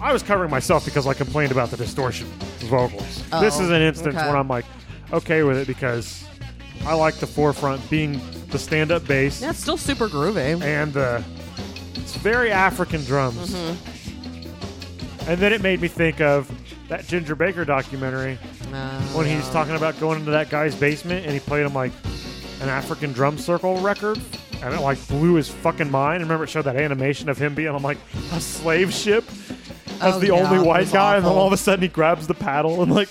Speaker 1: I was covering myself because I complained about the distortion vocals.
Speaker 2: Oh,
Speaker 1: this is an instance
Speaker 2: okay.
Speaker 1: when I'm like okay with it because I like the forefront being the stand-up bass
Speaker 2: Yeah, it's still super groovy.
Speaker 1: and the it's very African drums.
Speaker 2: Mm-hmm.
Speaker 1: And then it made me think of that Ginger Baker documentary
Speaker 2: Uh,
Speaker 1: when he's talking about going into that guy's basement and he played him like an African drum circle record and it like blew his fucking mind. I remember it showed that animation of him being on like a slave ship as
Speaker 2: Oh,
Speaker 1: the
Speaker 2: yeah,
Speaker 1: only
Speaker 2: it
Speaker 1: white
Speaker 2: was
Speaker 1: guy, and then
Speaker 2: awful.
Speaker 1: all of a sudden he grabs the paddle and like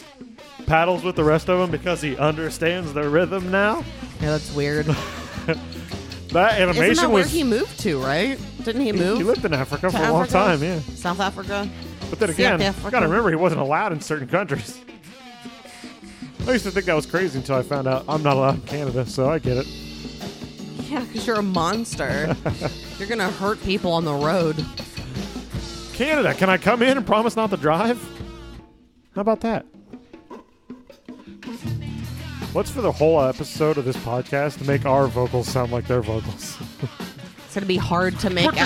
Speaker 1: paddles with the rest of them because he understands the rhythm now.
Speaker 2: yeah, that's weird.
Speaker 1: That animation
Speaker 2: Isn't that where
Speaker 1: was
Speaker 2: he moved to, right? Didn't he move?
Speaker 1: he lived in Africa for
Speaker 2: to
Speaker 1: a long
Speaker 2: Africa?
Speaker 1: time, yeah.
Speaker 2: South Africa.
Speaker 1: But then
Speaker 2: South
Speaker 1: again, I
Speaker 2: Africa.
Speaker 1: gotta remember he wasn't allowed in certain countries. I used to think that was crazy until I found out I'm not allowed in Canada, so I get it.
Speaker 2: Yeah, because you're a monster. you're gonna hurt people on the road.
Speaker 1: Canada, can I come in and promise not to drive? How about that? What's for the whole episode of this podcast to make our vocals sound like their vocals?
Speaker 2: It's gonna be hard to make out. It's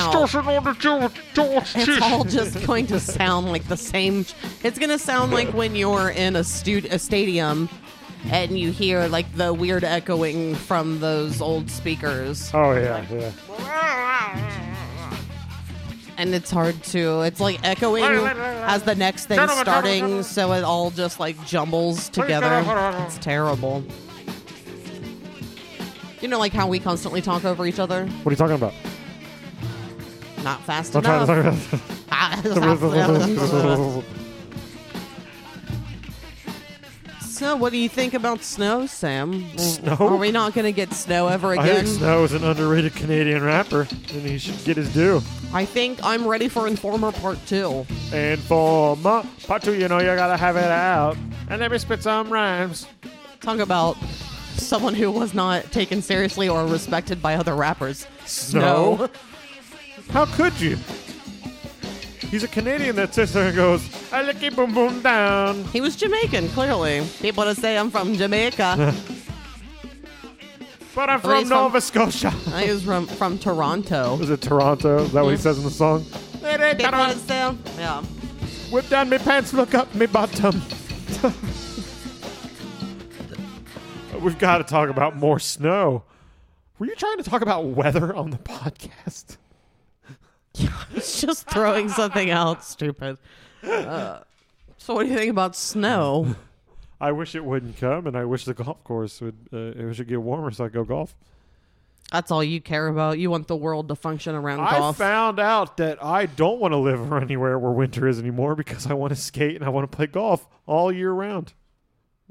Speaker 2: all just going to sound like the same. It's gonna sound like when you're in a stud a stadium, and you hear like the weird echoing from those old speakers.
Speaker 1: Oh yeah, yeah.
Speaker 2: and it's hard to it's like echoing as the next thing's starting so it all just like jumbles together it's terrible you know like how we constantly talk over each other
Speaker 1: What are you talking about?
Speaker 2: not fast
Speaker 1: I'm trying
Speaker 2: enough Ah,
Speaker 1: to talk about.
Speaker 2: So, what do you think about snow, Sam?
Speaker 1: Snow?
Speaker 2: Are we not going to get snow
Speaker 1: I
Speaker 2: ever
Speaker 1: think
Speaker 2: again?
Speaker 1: Snow is an underrated Canadian rapper, and he should get his due.
Speaker 2: I think I'm ready for Informer Part 2.
Speaker 1: And for my part two, you know, you gotta have it out. And let me spit some rhymes.
Speaker 2: Talk about someone who was not taken seriously or respected by other rappers.
Speaker 1: Snow? How could you? He's a Canadian that sits there and goes, I lick it boom boom down.
Speaker 2: He was Jamaican, clearly. People to say I'm from Jamaica.
Speaker 1: But I'm Oh,
Speaker 2: Well,
Speaker 1: from
Speaker 2: he's from-
Speaker 1: Nova Scotia.
Speaker 2: I was from, from Toronto.
Speaker 1: Is it Toronto? Is that what he says in the song?
Speaker 2: People to say I'm- yeah.
Speaker 1: Whip down me pants, look up me bottom. We've got to talk about more snow. Were you trying to talk about weather on the podcast?
Speaker 2: It's just throwing something out, stupid. Uh, so, what do you think about snow?
Speaker 1: I wish it wouldn't come, and I wish the golf course would. Uh, it should get warmer so I could go golf.
Speaker 2: That's all you care about. You want the world to function around golf.
Speaker 1: I found out that I don't want to live anywhere where winter is anymore because I want to skate and I want to play golf all year round.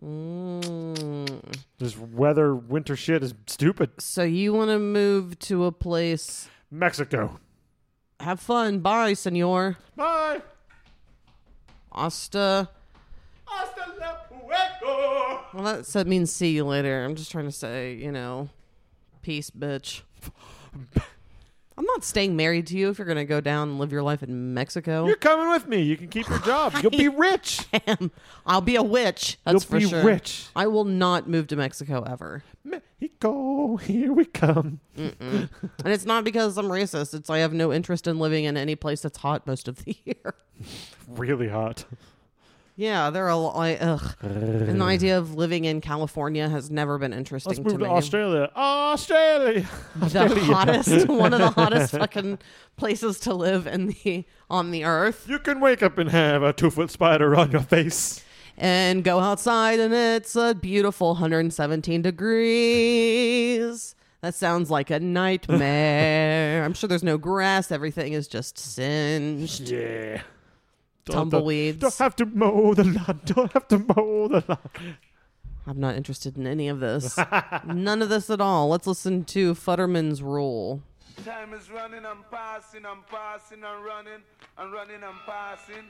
Speaker 2: Mm.
Speaker 1: This weather, winter shit is stupid.
Speaker 2: So you want to move to a place?
Speaker 1: Mexico.
Speaker 2: Have fun, bye, senor.
Speaker 1: Bye.
Speaker 2: Hasta.
Speaker 1: Hasta la fuego.
Speaker 2: Well, that, that means see you later. I'm just trying to say, you know, peace, bitch. I'm not staying married to you if you're gonna go down and live your life in Mexico.
Speaker 1: You're coming with me. You can keep your job. You'll be rich.
Speaker 2: I'll be a witch. That's
Speaker 1: You'll
Speaker 2: for
Speaker 1: be
Speaker 2: sure.
Speaker 1: rich.
Speaker 2: I will not move to Mexico ever.
Speaker 1: Mexico, here we come.
Speaker 2: And it's not because I'm racist. It's I have no interest in living in any place that's hot most of the year.
Speaker 1: Really hot.
Speaker 2: Yeah, there are a lot. I, ugh. and the idea of living in California has never been interesting
Speaker 1: Let's move to
Speaker 2: me.
Speaker 1: Australia. Australia.
Speaker 2: The hottest, one of the hottest fucking places to live in the on the earth,
Speaker 1: You can wake up and have a two foot spider on your face.
Speaker 2: and go outside, and it's a beautiful 117 degrees. That sounds like a nightmare. I'm sure there's no grass. Everything is just singed.
Speaker 1: Yeah.
Speaker 2: Tumbleweeds.
Speaker 1: Don't have to mow the lawn. Don't have to mow the lawn.
Speaker 2: I'm not interested in any of this. None of this at all. Let's listen to Futterman's Rule.
Speaker 6: Time is running, I'm passing, I'm passing, I'm running, I'm running, I'm passing.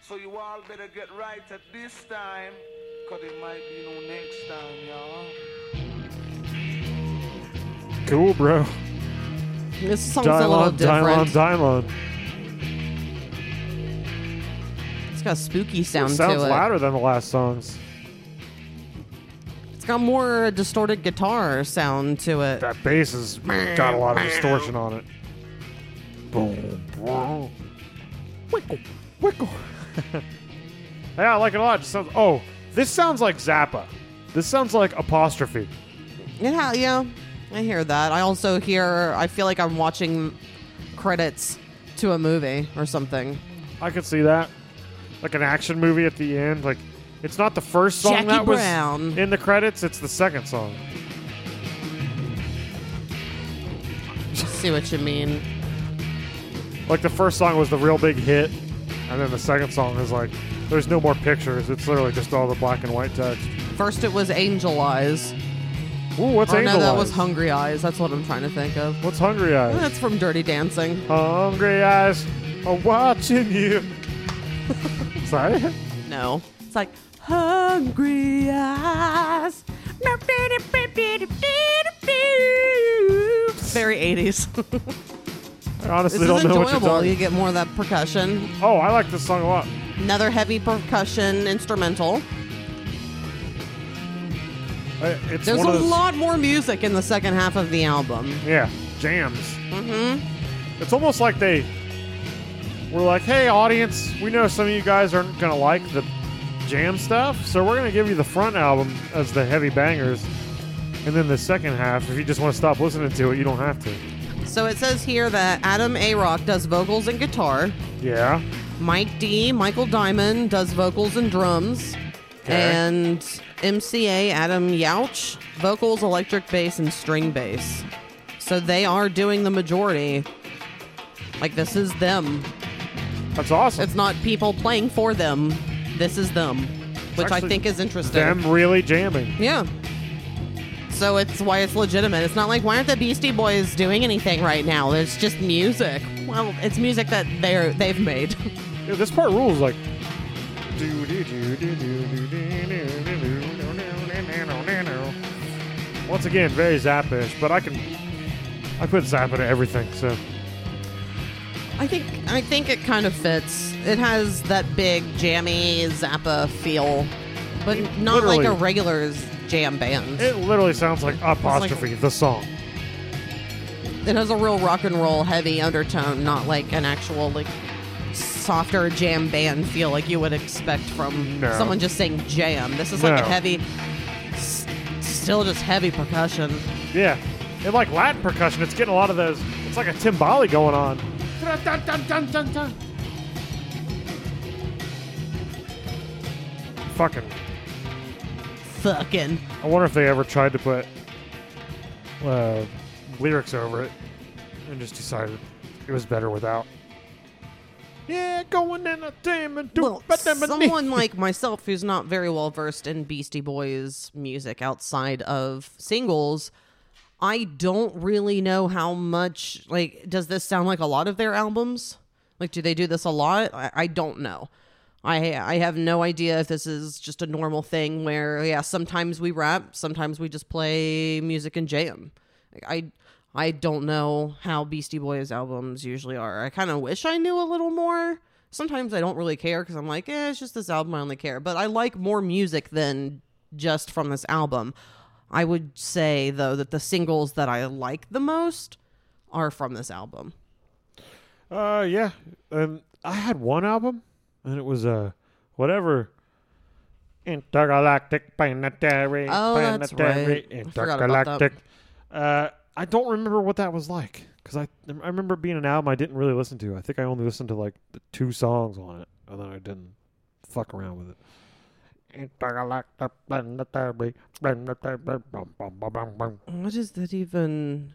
Speaker 6: So you all better get right at this time, cause it might be no next time, y'all.
Speaker 1: Cool, bro.
Speaker 2: This song's a little
Speaker 1: Dylon, Dylon,
Speaker 2: different.
Speaker 1: Dylon.
Speaker 2: It's got a spooky sound to it.
Speaker 1: Sounds louder than the last songs.
Speaker 2: It's got more distorted guitar sound to it.
Speaker 1: That bass has got a lot of distortion on it. Boom, boom. Wickle, wickle. yeah, I like it a lot. It just sounds, oh, this sounds like Zappa. This sounds like Apostrophe.
Speaker 2: Yeah, yeah. I hear that. I also hear I feel like I'm watching credits to a movie or something.
Speaker 1: I could see that. Like an action movie at the end. Like, it's not the first song
Speaker 2: Jackie
Speaker 1: that
Speaker 2: Brown.
Speaker 1: was in the credits, it's the second song.
Speaker 2: See what you mean.
Speaker 1: Like, the first song was the real big hit, and then the second song is like, there's no more pictures. It's literally just all the black and white text.
Speaker 2: First it was Angel Eyes.
Speaker 1: Ooh, what's
Speaker 2: oh
Speaker 1: Angel
Speaker 2: no, that
Speaker 1: Eyes?
Speaker 2: was Hungry Eyes. That's what I'm trying to think of. Oh,
Speaker 1: What's Hungry Eyes?
Speaker 2: That's from Dirty Dancing.
Speaker 1: Hungry eyes are watching you. Sorry?
Speaker 2: No. It's like hungry eyes. Very 80s.
Speaker 1: I
Speaker 2: this
Speaker 1: honestly
Speaker 2: is
Speaker 1: don't know what you're
Speaker 2: enjoyable.
Speaker 1: talking
Speaker 2: You get more of that percussion.
Speaker 1: Oh, I like this song a lot.
Speaker 2: Another heavy percussion instrumental.
Speaker 1: I- It's
Speaker 2: There's
Speaker 1: one
Speaker 2: a
Speaker 1: of those,
Speaker 2: lot more music in the second half of the album.
Speaker 1: Yeah, jams. Mm-hmm. It's almost like they were like, hey, audience, we know some of you guys aren't going to like the jam stuff, so we're going to give you the front album as the heavy bangers. And then the second half, if you just want to stop listening to it, you don't have to.
Speaker 2: So it says here that Adam A. Rock does vocals and guitar.
Speaker 1: Yeah.
Speaker 2: Mike D. Michael Diamond does vocals and drums.
Speaker 1: Okay.
Speaker 2: And MCA Adam Youch, vocals, electric bass, and string bass. So they are doing the majority. Like, this is them.
Speaker 1: That's awesome.
Speaker 2: It's not people playing for them. This is them. which I
Speaker 1: actually
Speaker 2: think is interesting.
Speaker 1: Them really jamming.
Speaker 2: Yeah. So it's why it's legitimate. It's not like why aren't the Beastie Boys doing anything right now? It's just music. Well, it's music that they're they've made.
Speaker 1: Yeah, this part rules like. Once again, very zappish, but I can. I put zap into everything, so.
Speaker 2: I think I think it kind of fits. It has that big jammy Zappa feel, but not like a
Speaker 1: Literally.
Speaker 2: regular s- jam band.
Speaker 1: It
Speaker 2: It,
Speaker 1: literally sounds like apostrophe, the song.
Speaker 2: has a real rock and roll heavy undertone, not like an actual like softer jam band feel like you would expect from
Speaker 1: No.
Speaker 2: someone just saying jam. This is like a
Speaker 1: No.
Speaker 2: heavy, s- still just heavy percussion.
Speaker 1: Yeah. And like Latin percussion, it's getting a lot of those. It's like a timbali going on. Fucking.
Speaker 2: Fucking.
Speaker 1: I wonder if they ever tried to put uh, lyrics over it and just decided it was better without. Yeah, going in a team and do
Speaker 2: Well,
Speaker 1: but then but me.
Speaker 2: someone like myself who's not very well versed in Beastie Boys music outside of singles, I don't really know how much. Like, does this sound like a lot of their albums? Like, do they do this a lot? I, I don't know. I I have no idea if this is just a normal thing where yeah, sometimes we rap, sometimes we just play music and jam. Like, I I don't know how Beastie Boys albums usually are. I kind of wish I knew a little more. Sometimes I don't really care because I'm like, eh, it's just this album. I only care, but I like more music than just from this album. I would say though that the singles that I like the most are from this album.
Speaker 1: Uh, yeah. And I had one album, and it was uh, whatever. Intergalactic planetary.
Speaker 2: Oh, that's
Speaker 1: planetary,
Speaker 2: right. I forgot about
Speaker 1: Intergalactic. Uh, I don't remember what that was like because I I remember it being an album I didn't really listen to. I think I only listened to like the two songs on it, and then I didn't fuck around with it. Intergalactic planetary, planetary, bum, bum, bum, bum, bum.
Speaker 2: What is that even?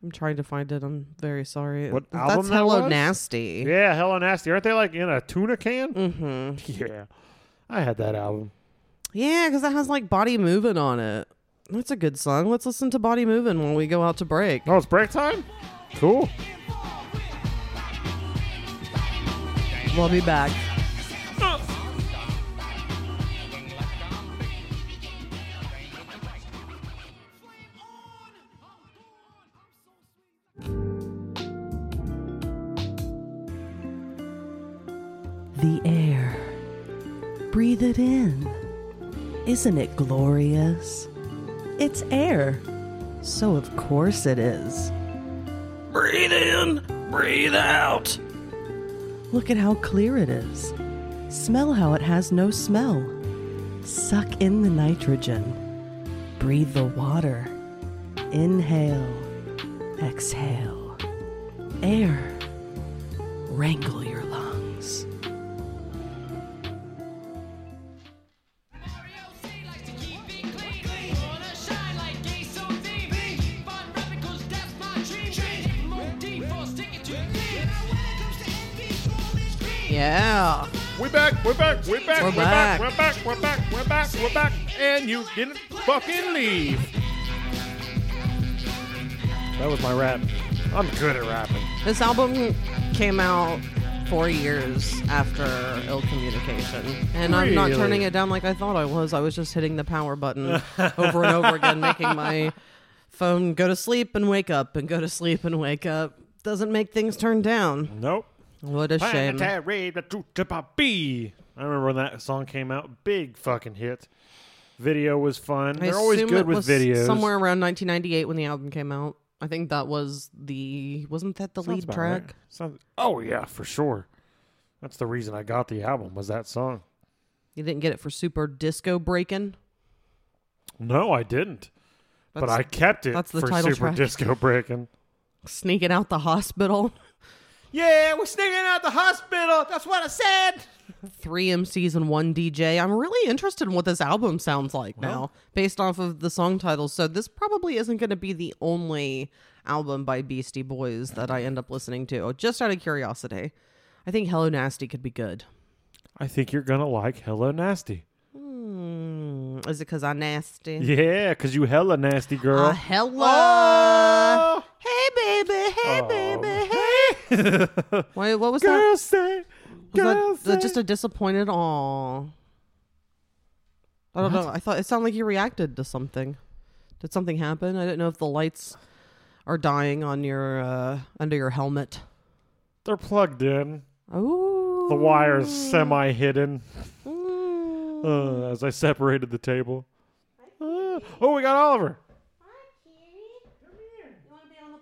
Speaker 2: I'm trying to find it. I'm very sorry.
Speaker 1: What
Speaker 2: That's
Speaker 1: album that
Speaker 2: Hello
Speaker 1: was?
Speaker 2: Nasty.
Speaker 1: Yeah, hella nasty. Aren't they like in a tuna can?
Speaker 2: Mm-hmm.
Speaker 1: Yeah, I had that album.
Speaker 2: Yeah, because that has like Body Moving on it. That's a good song. Let's listen to Body Moving when we go out to break.
Speaker 1: Oh, it's break time? Cool.
Speaker 2: We'll be back. The air. Breathe it in. Isn't it glorious? It's air. So, of course, it is. Breathe in, breathe out. Look at how clear it is. Smell how it has no smell. Suck in the nitrogen. Breathe the water. Inhale. Exhale. Air. Wrangle your lungs. Yeah.
Speaker 1: We're back, we're back, we're back,
Speaker 2: We're
Speaker 1: we're back,
Speaker 2: back.
Speaker 1: we're back, we're back, we're back, we're back, and you didn't fucking leave. That was my rap. I'm good at rapping.
Speaker 2: This album came out four years after Ill Communication. And I'm not
Speaker 1: Really?
Speaker 2: turning it down like I thought I was. I was just hitting the power button over and over again, making my phone go to sleep and wake up and go to sleep and wake up. Doesn't make things turn down.
Speaker 1: Nope.
Speaker 2: What a shame.
Speaker 1: Planetary, the truth to Bobby. I remember when that song came out, big fucking hit. Video was fun.
Speaker 2: I
Speaker 1: They're always
Speaker 2: assume
Speaker 1: good
Speaker 2: it
Speaker 1: with
Speaker 2: was
Speaker 1: videos.
Speaker 2: Somewhere around 1998 when the album came out. I think that was the. Wasn't that the
Speaker 1: Sounds
Speaker 2: lead
Speaker 1: about
Speaker 2: track?
Speaker 1: right. Sounds- oh yeah, for sure. That's the reason I got the album was that song.
Speaker 2: You didn't get it for Super Disco Breakin'?
Speaker 1: No, I didn't. but
Speaker 2: That's-
Speaker 1: I kept it
Speaker 2: that's the
Speaker 1: for
Speaker 2: title
Speaker 1: Super
Speaker 2: track.
Speaker 1: Disco Breaking.
Speaker 2: Sneaking out the hospital.
Speaker 1: Yeah, we're sneaking out the hospital. That's what I said.
Speaker 2: three MCs and one DJ. I'm really interested in what this album sounds like now, based off of the song titles. So this probably isn't going to be the only album by Beastie Boys that I end up listening to. Just out of curiosity, I think Hello Nasty could be good.
Speaker 1: I think you're gonna like hella nasty.
Speaker 2: Hmm, is it because I'm nasty?
Speaker 1: Yeah, cause you hella nasty girl.
Speaker 2: Uh, hello.
Speaker 1: Oh.
Speaker 2: Hey, baby. Hey, baby. Hey. Wait, what was that?
Speaker 1: girl say,
Speaker 2: Was that-
Speaker 1: girl
Speaker 2: that
Speaker 1: say.
Speaker 2: just a disappointed aw. I don't know. I thought it sounded like you reacted to something. Did something happen? I didn't know if the lights are dying on your uh under your helmet.
Speaker 1: They're plugged in.
Speaker 2: Oh.
Speaker 1: The wire's semi hidden. Uh, as I separated the table. Uh, oh, we got Oliver.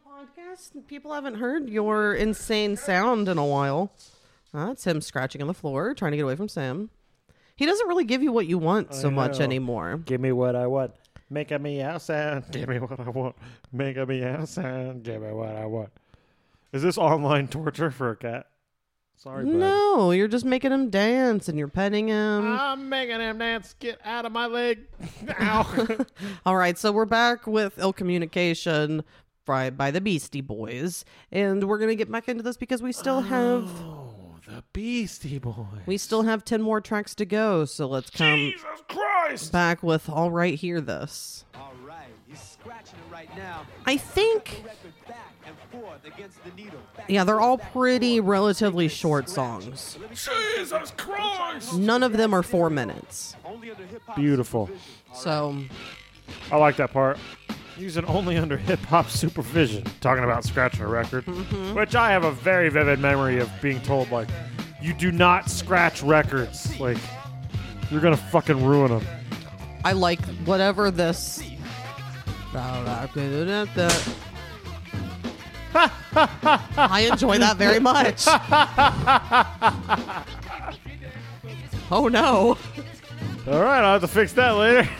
Speaker 2: podcast. People haven't heard your insane sound in a while. Uh, it's him scratching on the floor, trying to get away from Sam. He doesn't really give you what you want so much
Speaker 1: know.
Speaker 2: anymore.
Speaker 1: Give me what I want. Make a meow sound. Give me what I want. Make a meow sound. Give me what I want. Is this online torture for a cat? Sorry, bud.
Speaker 2: No, you're just making him dance and you're petting him.
Speaker 1: I'm making him dance. Get out of my leg. Ow. Oh,
Speaker 2: All right, so we're back with ill communication by, by the Beastie Boys, and we're gonna get back into this because we still have
Speaker 1: oh, the Beastie Boy.
Speaker 2: we still have ten more tracks to go. So let's come
Speaker 1: Jesus Christ.
Speaker 2: back with all right, hear this.
Speaker 7: All right, he's scratching it right now.
Speaker 2: I think
Speaker 7: Record back and forth against the needle. Back
Speaker 2: yeah,
Speaker 7: and
Speaker 2: they're
Speaker 7: forth,
Speaker 2: all
Speaker 7: back and
Speaker 2: pretty
Speaker 7: forth.
Speaker 2: relatively short
Speaker 7: Scratch.
Speaker 2: songs.
Speaker 7: Let me show you
Speaker 3: Jesus
Speaker 1: Oh,
Speaker 3: Christ!
Speaker 2: None of them are four minutes.
Speaker 7: Only under hip-hop
Speaker 1: Beautiful.
Speaker 7: supervision. All
Speaker 2: So
Speaker 1: I like that part. Using only under hip hop supervision. Talking about scratching a record, which I have a very vivid memory of being told, like, you do not scratch records. Like, you're gonna fucking ruin them.
Speaker 2: I like whatever this. I enjoy that very much. oh no.
Speaker 1: All right, I'll have to fix that later.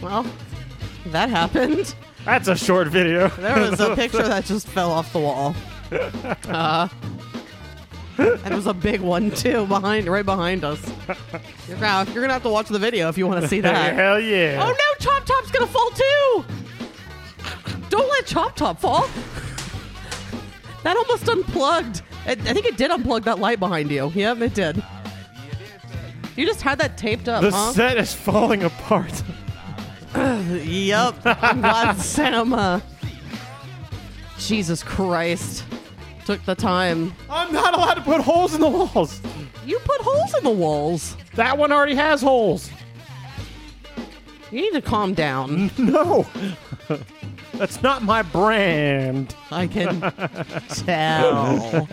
Speaker 2: Well, that happened.
Speaker 1: That's a short video.
Speaker 2: There was a picture that just fell off the wall. Uh, and it was a big one too, behind, right behind us. You're gonna, you're gonna have to watch the video if you want to see that.
Speaker 1: Hell yeah.
Speaker 2: Oh no, Chop Top's gonna fall too! Don't let Chop Top fall! That almost unplugged. I, I think it did unplug that light behind you. Yep, it did. You just had that taped up,
Speaker 1: The
Speaker 2: huh?
Speaker 1: set is falling apart.
Speaker 2: Yep. I'm glad Sam, uh, Jesus Christ, took the time.
Speaker 1: I'm not allowed to put holes in the walls.
Speaker 2: You put holes in the walls.
Speaker 1: That one already has holes.
Speaker 2: You need to calm down.
Speaker 1: No. That's not my brand.
Speaker 2: I can tell.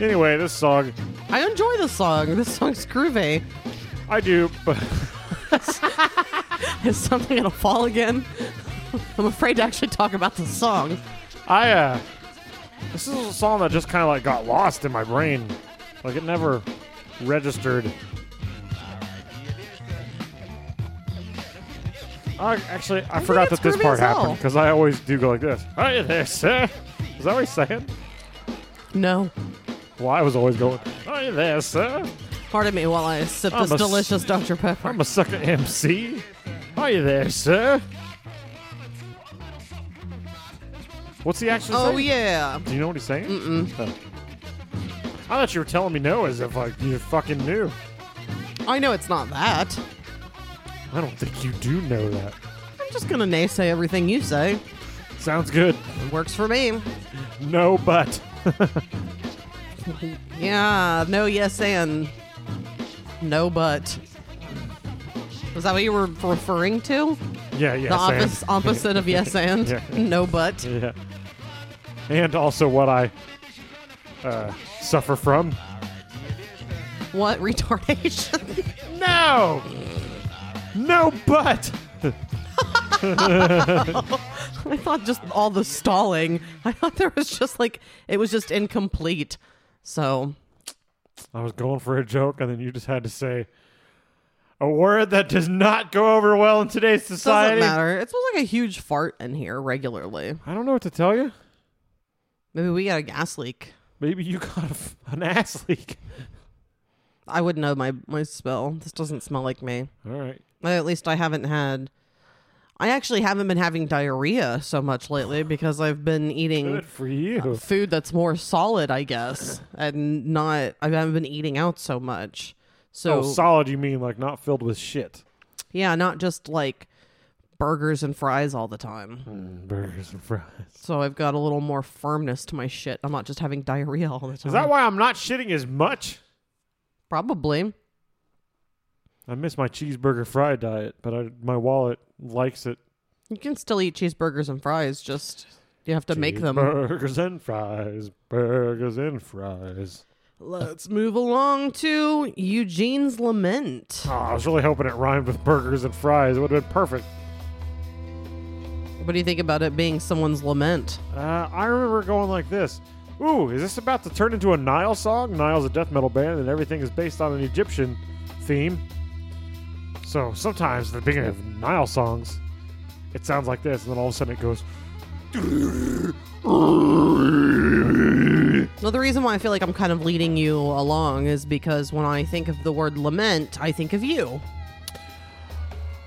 Speaker 1: Anyway, this song,
Speaker 2: I enjoy this song. This song's groovy.
Speaker 1: I do, but.
Speaker 2: Is something gonna fall again? I'm afraid to actually talk about the song.
Speaker 1: I uh this is a song that just kind of like got lost in my brain. Like it never registered. I, actually, I, forgot
Speaker 2: it's
Speaker 1: that this
Speaker 2: groovy
Speaker 1: part
Speaker 2: as hell.
Speaker 1: happened because I always do go like this. Hey there, sir. Is that what he's saying?
Speaker 2: No.
Speaker 1: Well, I was always going, Hey there, sir.
Speaker 2: Pardon me while I sip
Speaker 1: I'm
Speaker 2: this
Speaker 1: a s-
Speaker 2: delicious Dr. Pepper.
Speaker 1: I'm a sucker MC. Hey there, sir. What's he actually saying?
Speaker 2: oh, yeah.
Speaker 1: Do you know what he's saying? Mm-mm. I thought you were telling me no as if like you fucking knew.
Speaker 2: I know it's not that.
Speaker 1: I don't think you do know that.
Speaker 2: I'm just gonna naysay everything you say.
Speaker 1: Sounds good.
Speaker 2: It works for me.
Speaker 1: No, but
Speaker 2: Yeah, no, yes, and no, but. Was that what you were referring to?
Speaker 1: yeah, yeah,
Speaker 2: the
Speaker 1: Sam.
Speaker 2: opposite, opposite of yes and?
Speaker 1: Yeah.
Speaker 2: No, but.
Speaker 1: Yeah, and also what I uh, suffer from.
Speaker 2: What? Retardation?
Speaker 1: No, no, but
Speaker 2: I thought just all the stalling. I thought there was just like it was just incomplete. So
Speaker 1: I was going for a joke, and then you just had to say a word that does not go over well in today's
Speaker 2: doesn't
Speaker 1: society.
Speaker 2: matter. It smells like a huge fart in here regularly.
Speaker 1: I don't know what to tell you.
Speaker 2: Maybe we got a gas leak.
Speaker 1: Maybe you got a f an ass leak.
Speaker 2: I would know my my smell. This doesn't smell like me.
Speaker 1: All right.
Speaker 2: Well, At least I haven't had. I actually haven't been having diarrhea so much lately because I've been eating
Speaker 1: Good for you.
Speaker 2: food that's more solid, I guess, and not I haven't been eating out so much. So
Speaker 1: Oh, solid. You mean like not filled with shit?
Speaker 2: yeah, not just like burgers and fries all the time.
Speaker 1: Burgers and fries.
Speaker 2: So I've got a little more firmness to my shit. I'm not just having diarrhea all the time.
Speaker 1: Is that why I'm not shitting as much?
Speaker 2: Probably.
Speaker 1: I miss my cheeseburger fry diet, but I, my wallet likes it.
Speaker 2: You can still eat cheeseburgers and fries, just you have to make them.
Speaker 1: Burgers and fries. Burgers and fries.
Speaker 2: Let's move along to Eugene's Lament.
Speaker 1: Oh, I was really hoping it rhymed with burgers and fries. It would have been perfect.
Speaker 2: What do you think about it being someone's lament?
Speaker 1: Uh, I remember going like this. Ooh, is this about to turn into a Nile song? Nile's a death metal band, and everything is based on an Egyptian theme. So sometimes at the beginning of Nile songs, it sounds like this, and then all of a sudden it goes.
Speaker 2: Well, the reason why I feel like I'm kind of leading you along is because when I think of the word lament, I think of you.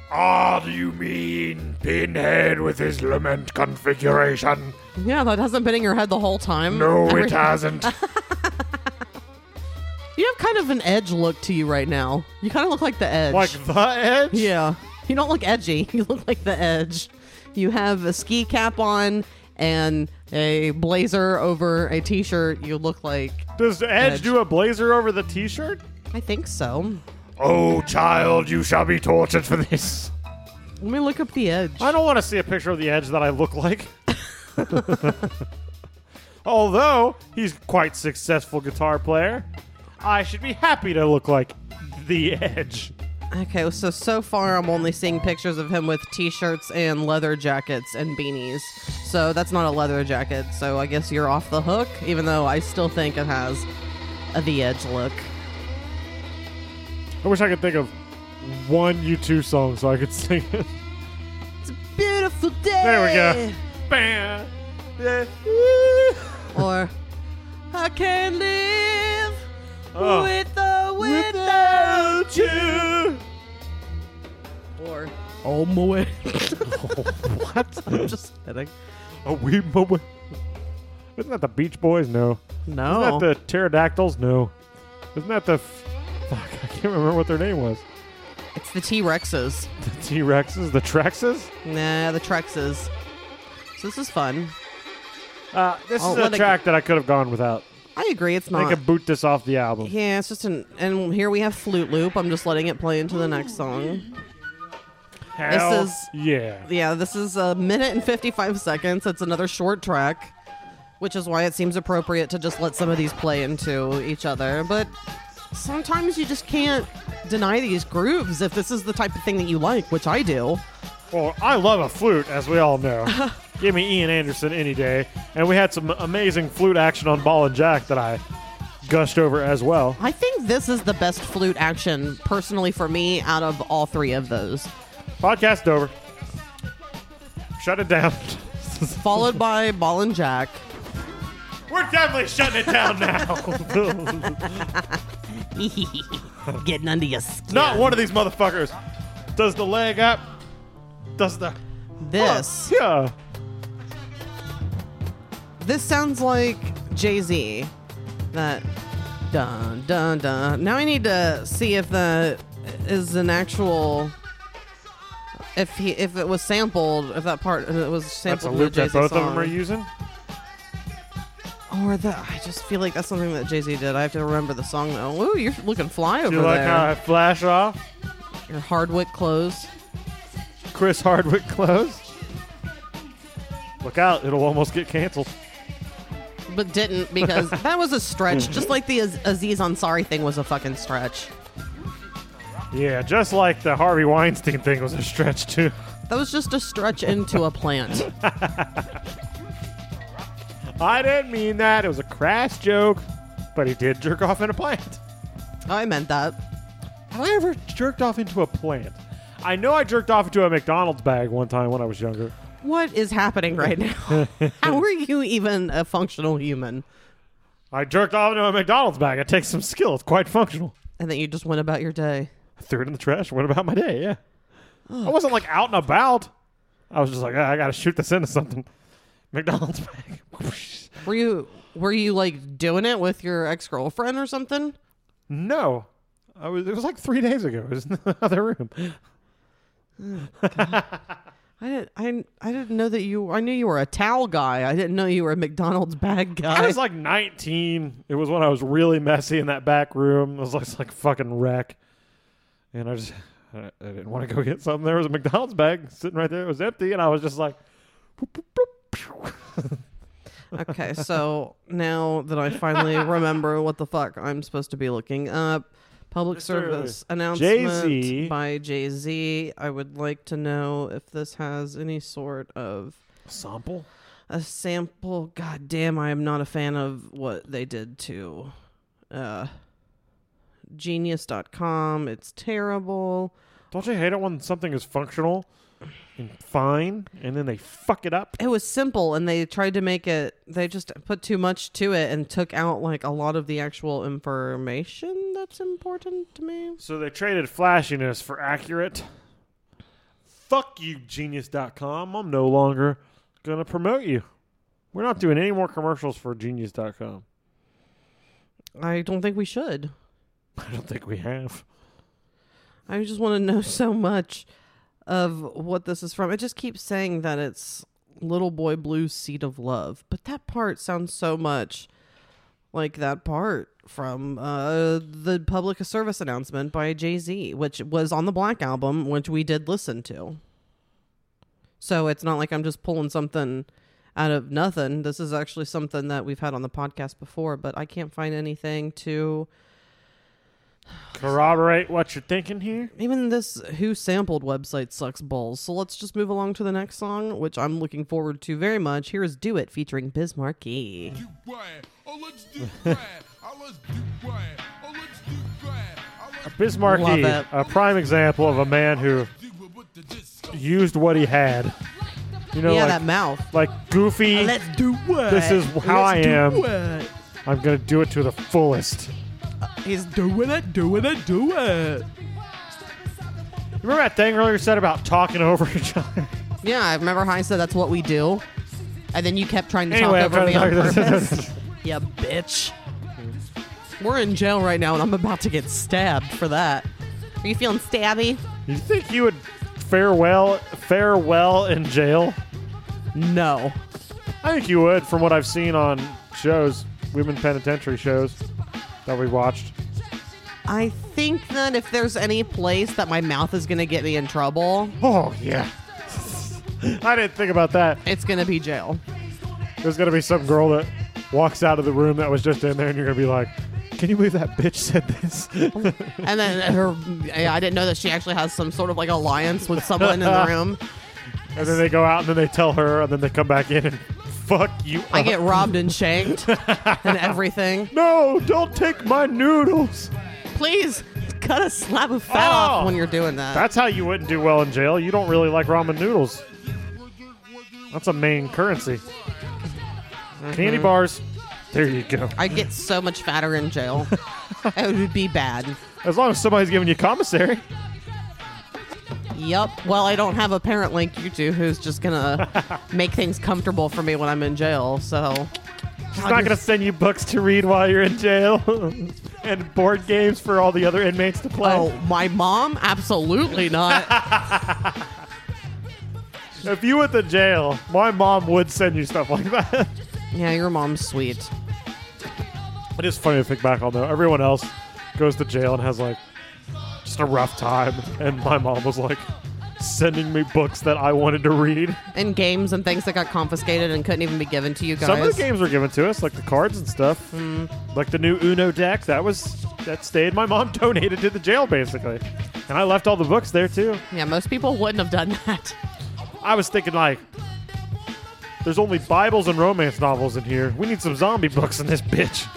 Speaker 1: Ah, do you mean Pinhead with his lament configuration?
Speaker 2: Yeah, that hasn't been in your head the whole time. Every-
Speaker 1: hasn't.
Speaker 2: You have kind of an edge look to you right now. You kind of look like the edge.
Speaker 1: like the edge?
Speaker 2: Yeah. You don't look edgy. You look like the edge. You have a ski cap on and a blazer over a t shirt. You look like,
Speaker 1: Does the edge,
Speaker 2: Edge.
Speaker 1: do a blazer over the t-shirt?
Speaker 2: I think so.
Speaker 1: Oh, child, you shall be tortured for this.
Speaker 2: Let me look up the edge.
Speaker 1: I don't want to see a picture of the edge that I look like. Although he's quite successful guitar player, I should be happy to look like the edge.
Speaker 2: Okay, so so far I'm only seeing pictures of him with t-shirts and leather jackets and beanies. So that's not a leather jacket. So I guess you're off the hook, even though I still think it has a the edge look.
Speaker 1: I wish I could think of one U2 song so I could sing it.
Speaker 2: It's a beautiful day.
Speaker 1: There we go. Bam. Yeah.
Speaker 2: go. Or I can't live
Speaker 1: Oh.
Speaker 2: with the without.
Speaker 1: Without you.
Speaker 2: Or oh my way.
Speaker 1: What?
Speaker 2: I'm just kidding.
Speaker 1: A wee moment. Isn't that the Beach Boys? No. Isn't
Speaker 2: No.
Speaker 1: that the pterodactyls? No. Isn't that the. F- Fuck, I can't remember what their name was.
Speaker 2: it's the T-Rexes.
Speaker 1: The T Rexes? The Trexes?
Speaker 2: Nah, the Trexes. So this is fun.
Speaker 1: Uh, this
Speaker 2: Oh,
Speaker 1: is
Speaker 2: what
Speaker 1: a
Speaker 2: a-
Speaker 1: track that I could have gone without.
Speaker 2: I agree. It's
Speaker 1: I
Speaker 2: not.
Speaker 1: could boot this off the album.
Speaker 2: Yeah, it's just an. And here we have Flute Loop. I'm just letting it play into the next song.
Speaker 1: Hell
Speaker 2: is-
Speaker 1: Yeah.
Speaker 2: Yeah, this is a minute and 55 seconds. It's another short track, which is why it seems appropriate to just let some of these play into each other. But sometimes you just can't deny these grooves if this is the type of thing that you like, which I do.
Speaker 1: Well, I love a flute, as we all know. Give me Ian Anderson any day. And we had some amazing flute action on Ball and Jack that I gushed over as well.
Speaker 2: I think this is the best flute action, personally, for me, out of all three of those.
Speaker 1: Podcast over. Shut it down.
Speaker 2: Followed by Ball and Jack.
Speaker 1: We're definitely shutting it down now.
Speaker 2: Getting under your skin.
Speaker 1: Not one of these motherfuckers does the leg up, does the.
Speaker 2: This.
Speaker 1: Yeah.
Speaker 2: This sounds like Jay Z. That dun dun dun. Now I need to see if that is an actual. If he if it was sampled, if that part it was
Speaker 1: That's a
Speaker 2: sampled.
Speaker 1: loop
Speaker 2: in
Speaker 1: that
Speaker 2: a Jay-Z
Speaker 1: both
Speaker 2: song.
Speaker 1: of them are using.
Speaker 2: Or that I just feel like that's something that Jay Z did. I have to remember the song though. Ooh, you're looking fly over
Speaker 1: Do you like
Speaker 2: there.
Speaker 1: how I flash off?
Speaker 2: Your Hardwick clothes.
Speaker 1: Chris Hardwick close? Look out, it'll almost get canceled.
Speaker 2: but didn't because that was a stretch. Just like the Az- Aziz Ansari thing was a fucking stretch.
Speaker 1: Yeah, just like the Harvey Weinstein thing was a stretch, too.
Speaker 2: That was just a stretch into a plant.
Speaker 1: I didn't mean that. It was a crass joke, but he did jerk off in a plant.
Speaker 2: Oh, I meant that.
Speaker 1: Have I ever jerked off into a plant? I know I jerked off into a McDonald's bag one time when I was younger.
Speaker 2: What is happening right now? How are you even a functional human?
Speaker 1: I jerked off into a McDonald's bag. It takes some skill. It's quite functional.
Speaker 2: And then you just went about your day.
Speaker 1: I threw it in the trash, went about my day, yeah. I wasn't like out and about. I was just like, "Ah, I gotta shoot this into something. McDonald's bag.
Speaker 2: Were you were you like doing it with your ex girlfriend or something?
Speaker 1: no, I was. It was like three days ago. It was in the other room.
Speaker 2: I didn't. I, I didn't know that you. I knew you were a towel guy. I didn't know you were a McDonald's bag
Speaker 1: I
Speaker 2: guy.
Speaker 1: was like 19. It was when I was really messy in that back room. I was like, like a fucking wreck. And I just, I I didn't want to go get something. There was a McDonald's bag sitting right there. It was empty. And I was just like, boop, boop, boop, pew.
Speaker 2: okay, so now that I finally remember what the fuck I'm supposed to be looking up, public
Speaker 1: Mr.
Speaker 2: service announcement
Speaker 1: Jay-Z.
Speaker 2: by Jay Z. I would like to know if this has any sort of
Speaker 1: sample?
Speaker 2: a sample. God damn, I am not a fan of what they did to uh, genius.com. It's terrible.
Speaker 1: Don't you hate it when something is functional and fine and then they fuck it up?
Speaker 2: It was simple and they tried to make it, they just put too much to it and took out like a lot of the actual information that's important to me.
Speaker 1: So they traded flashiness for accurate. Fuck you, genius.com. I'm no longer going to promote you. We're not doing any more commercials for genius.com.
Speaker 2: I don't think we should.
Speaker 1: I don't think we have.
Speaker 2: I just want to know so much of what this is from. It just keeps saying that it's Little Boy Blue Seed of Love, but that part sounds so much like that part from uh, the public service announcement by Jay Z, which was on the Black album, which we did listen to. So it's not like I'm just pulling something out of nothing. This is actually something that we've had on the podcast before, but I can't find anything to.
Speaker 1: Corroborate what you're thinking here.
Speaker 2: Even this Who Sampled website sucks balls. So let's just move along to the next song, which I'm looking forward to very much. Here is Do It featuring Biz Markie.
Speaker 5: do right. Oh, let's do right. Oh, let's do right. Oh, let's do right. Oh, let's
Speaker 1: Bismarck,
Speaker 2: Love
Speaker 1: Eve,
Speaker 2: it.
Speaker 1: a prime example of a man who
Speaker 5: do it with the disco.
Speaker 1: used what he had. You know,
Speaker 2: yeah,
Speaker 1: like,
Speaker 2: that mouth.
Speaker 1: like goofy.
Speaker 2: do what?
Speaker 1: This is how I am. I'm gonna do it to the fullest.
Speaker 2: He's doing it, doing it, do it.
Speaker 1: Remember that thing earlier you said about talking over each other?
Speaker 2: Yeah, I remember how I said that's what we do. And then you kept trying to
Speaker 1: anyway, I'm
Speaker 2: talk over
Speaker 1: trying
Speaker 2: me on
Speaker 1: to talk
Speaker 2: purpose. yeah, bitch. We're in jail right now, and I'm about to get stabbed for that. Are you feeling stabby?
Speaker 1: You think you would farewell farewell in jail?
Speaker 2: No.
Speaker 1: I think you would, from what I've seen on shows, women penitentiary shows that we watched.
Speaker 2: I think that if there's any place that my mouth is going to get me in trouble,
Speaker 1: Oh yeah. I didn't think about that.
Speaker 2: it's going to be jail.
Speaker 1: There's gonna be some girl that walks out of the room that was just in there, and you're gonna be like, "Can you believe that bitch said this?"
Speaker 2: And then her, I didn't know that she actually has some sort of like alliance with someone in the room.
Speaker 1: and then they go out, and then they tell her, and then they come back in and fuck you.
Speaker 2: I
Speaker 1: up.
Speaker 2: get robbed and shanked and everything.
Speaker 1: no, don't take my noodles.
Speaker 2: Please cut a slab of fat off
Speaker 1: Oh.
Speaker 2: when you're doing that.
Speaker 1: That's how you wouldn't do well in jail. You don't really like ramen noodles. That's a main currency. Candy bars. There you go.
Speaker 2: I get so much fatter in jail. it would be bad.
Speaker 1: As long as somebody's giving you commissary.
Speaker 2: Yep. Well, I don't have a parent like you two who's just gonna make things comfortable for me when I'm in jail. So
Speaker 1: She's not going to send you books to read while you're in jail and board games for all the other inmates to play.
Speaker 2: Oh, my mom? Absolutely not.
Speaker 1: If you went to jail, my mom would send you stuff like that.
Speaker 2: yeah, your mom's sweet.
Speaker 1: it is funny to think back on, though. Everyone else goes to jail and has, like, just a rough time. And my mom was, like, sending me books that I wanted to read.
Speaker 2: And games and things that got confiscated and couldn't even be given to you guys. Mm-hmm.
Speaker 1: Some of the games were given to us, like the cards and stuff, like the new Uno deck. That was that stayed. My mom donated to the jail basically, and I left all the books there too.
Speaker 2: Yeah, most people wouldn't have done that.
Speaker 1: I was thinking like, there's only Bibles and romance novels in here. We need some zombie books in this bitch.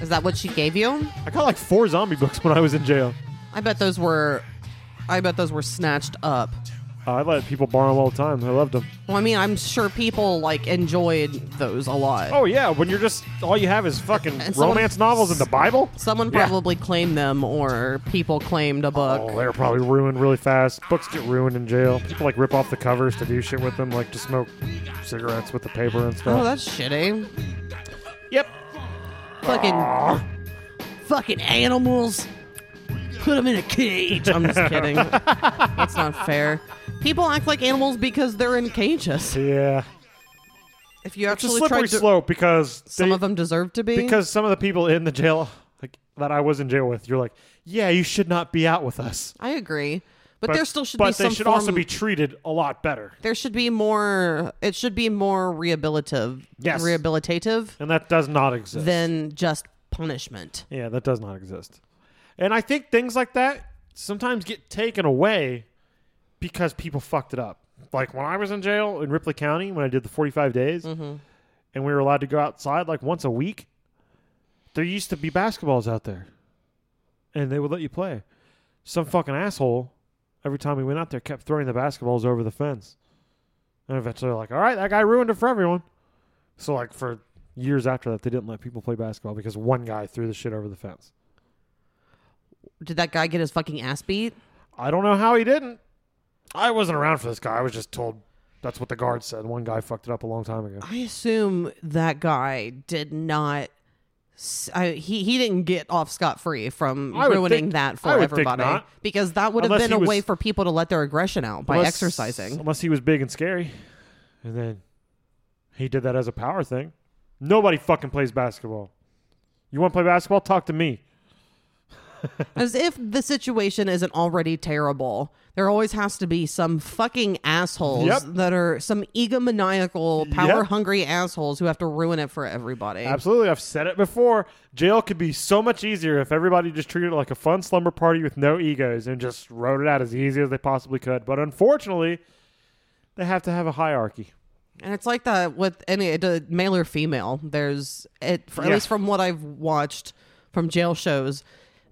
Speaker 2: Is that what she gave you?
Speaker 1: I got like four zombie books when I was in jail.
Speaker 2: I bet those were I bet those were snatched up
Speaker 1: Uh, I let people borrow them all the time. I loved them.
Speaker 2: Well, I mean, I'm sure people like enjoyed those a lot.
Speaker 1: Oh yeah, when you're just all you have is fucking
Speaker 2: And someone-
Speaker 1: romance novels and the Bible.
Speaker 2: Someone
Speaker 1: Yeah.
Speaker 2: probably claimed them, or people claimed a book.
Speaker 1: Oh, they're probably ruined really fast. Books get ruined in jail. People like rip off the covers to do shit with them, like to smoke cigarettes with the paper and
Speaker 2: Oh,
Speaker 1: stuff.
Speaker 2: that's shitty.
Speaker 1: yep.
Speaker 2: Fucking, fucking animals. Put them in a cage. I'm just kidding. that's not fair. People act like animals because they're in cages.
Speaker 1: Yeah.
Speaker 2: If you
Speaker 1: It's a
Speaker 2: actually
Speaker 1: slippery
Speaker 2: tried to,
Speaker 1: slope because
Speaker 2: some
Speaker 1: they-
Speaker 2: of them deserve to be.
Speaker 1: because some of the people in the jail like that I was in jail with, you're like, yeah, you should not be out with us.
Speaker 2: I agree, but, there still should
Speaker 1: but
Speaker 2: be some.
Speaker 1: they should
Speaker 2: form-
Speaker 1: also be treated a lot better.
Speaker 2: There should be more. It should be more rehabilitative.
Speaker 1: Yes.
Speaker 2: Rehabilitative
Speaker 1: And that does not exist.
Speaker 2: than just punishment.
Speaker 1: Yeah, that does not exist. And I think things like that sometimes get taken away because people fucked it up. Like when I was in jail in Ripley County when I did the 45 days and we were allowed to go outside like once a week, there used to be basketballs out there and they would let you play. Some fucking asshole, every time we went out there, kept throwing the basketballs over the fence. And eventually, like, all right, that guy ruined it for everyone. So, like, for years after that, they didn't let people play basketball because one guy threw the shit over the fence.
Speaker 2: Did that guy get his fucking ass beat?
Speaker 1: I don't know how he didn't. I wasn't around for this guy. I was just told that's what the guard said. One guy fucked it up a long time ago.
Speaker 2: I assume that guy did not. s- I, he he didn't get off scot free from
Speaker 1: I would
Speaker 2: ruining
Speaker 1: think-
Speaker 2: that
Speaker 1: I
Speaker 2: for
Speaker 1: would think
Speaker 2: everybody
Speaker 1: not.
Speaker 2: because that would have
Speaker 1: Unless he
Speaker 2: been a
Speaker 1: was-
Speaker 2: way for people to let their aggression out by
Speaker 1: Unless-
Speaker 2: exercising.
Speaker 1: Unless he was big and scary. And then he did that as a power thing. Nobody fucking plays basketball. You want to play basketball? Talk to me.
Speaker 2: As if the situation isn't already terrible. There always has to be some fucking assholes
Speaker 1: Yep.
Speaker 2: that are some egomaniacal, power
Speaker 1: Yep.
Speaker 2: hungry assholes who have to ruin it for everybody.
Speaker 1: Absolutely. I've said it before. Jail could be so much easier if everybody just treated it like a fun slumber party with no egos and just wrote it out as easy as they possibly could. But unfortunately, they have to have a hierarchy.
Speaker 2: And it's like that with any uh, male or female. There's it for, at
Speaker 1: Yeah.
Speaker 2: least from what I've watched from jail shows.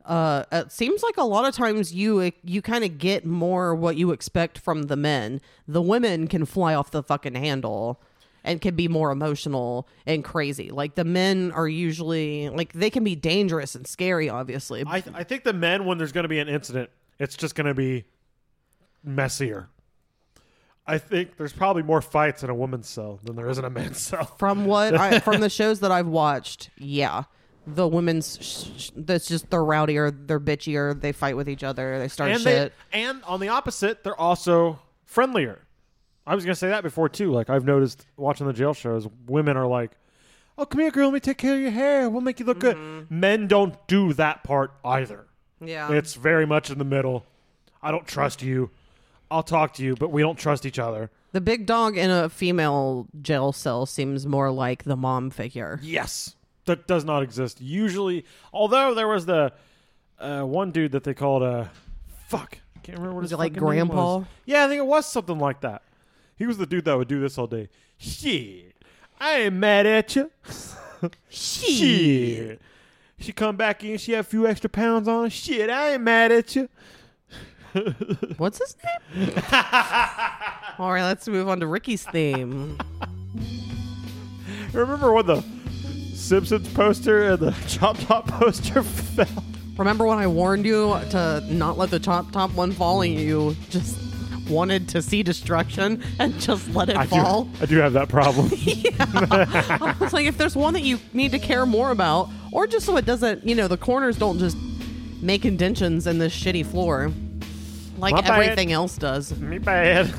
Speaker 2: Uh, it seems like a lot of times you you kind of get more what you expect from the men. The women can fly off the fucking handle and can be more emotional and crazy. Like the men are usually like they can be dangerous and scary, obviously.
Speaker 1: I, th- I think the men, when there's going to be an incident, it's just going to be messier. I think there's probably more fights in a woman's cell than there is in a man's cell.
Speaker 2: from what I, from the shows that I've watched, yeah, the women's sh- sh- that's just they're rowdier, they're bitchier, they fight with each other, they start
Speaker 1: And, they,
Speaker 2: shit.
Speaker 1: and on the opposite, they're also friendlier. I was going to say that before, too. Like, I've noticed watching the jail shows, women are like, oh, come here, girl, let me take care of your hair. We'll make you look good. Men don't do that part either.
Speaker 2: yeah,
Speaker 1: It's very much in the middle. I don't trust you. I'll talk to you, but we don't trust each other.
Speaker 2: the big dog in a female jail cell seems more like the mom figure.
Speaker 1: Yes. That does not exist. Usually, although there was the uh, one dude that they called uh, fuck. Can't remember what
Speaker 2: Was
Speaker 1: his
Speaker 2: it like
Speaker 1: fucking name
Speaker 2: Grandpa?
Speaker 1: was. Yeah, I think it was something like that. He was the dude that would do this all day. Shit, I ain't mad at you. Shit, she come back in. She had a few extra pounds on. Shit, I ain't mad at you.
Speaker 2: What's his name? All right, let's move on to Ricky's theme.
Speaker 1: Remember when the Simpsons poster and the Chop Top poster fell?
Speaker 2: Remember when I warned you to not let the top top one fall, and you just wanted to see destruction and just let it fall?
Speaker 1: I do have that problem.
Speaker 2: It's like if there's one that you need to care more about, or just so it doesn't, you know, the corners don't just make indentions in this shitty floor, like
Speaker 1: My bad.
Speaker 2: everything else does.
Speaker 1: Me bad.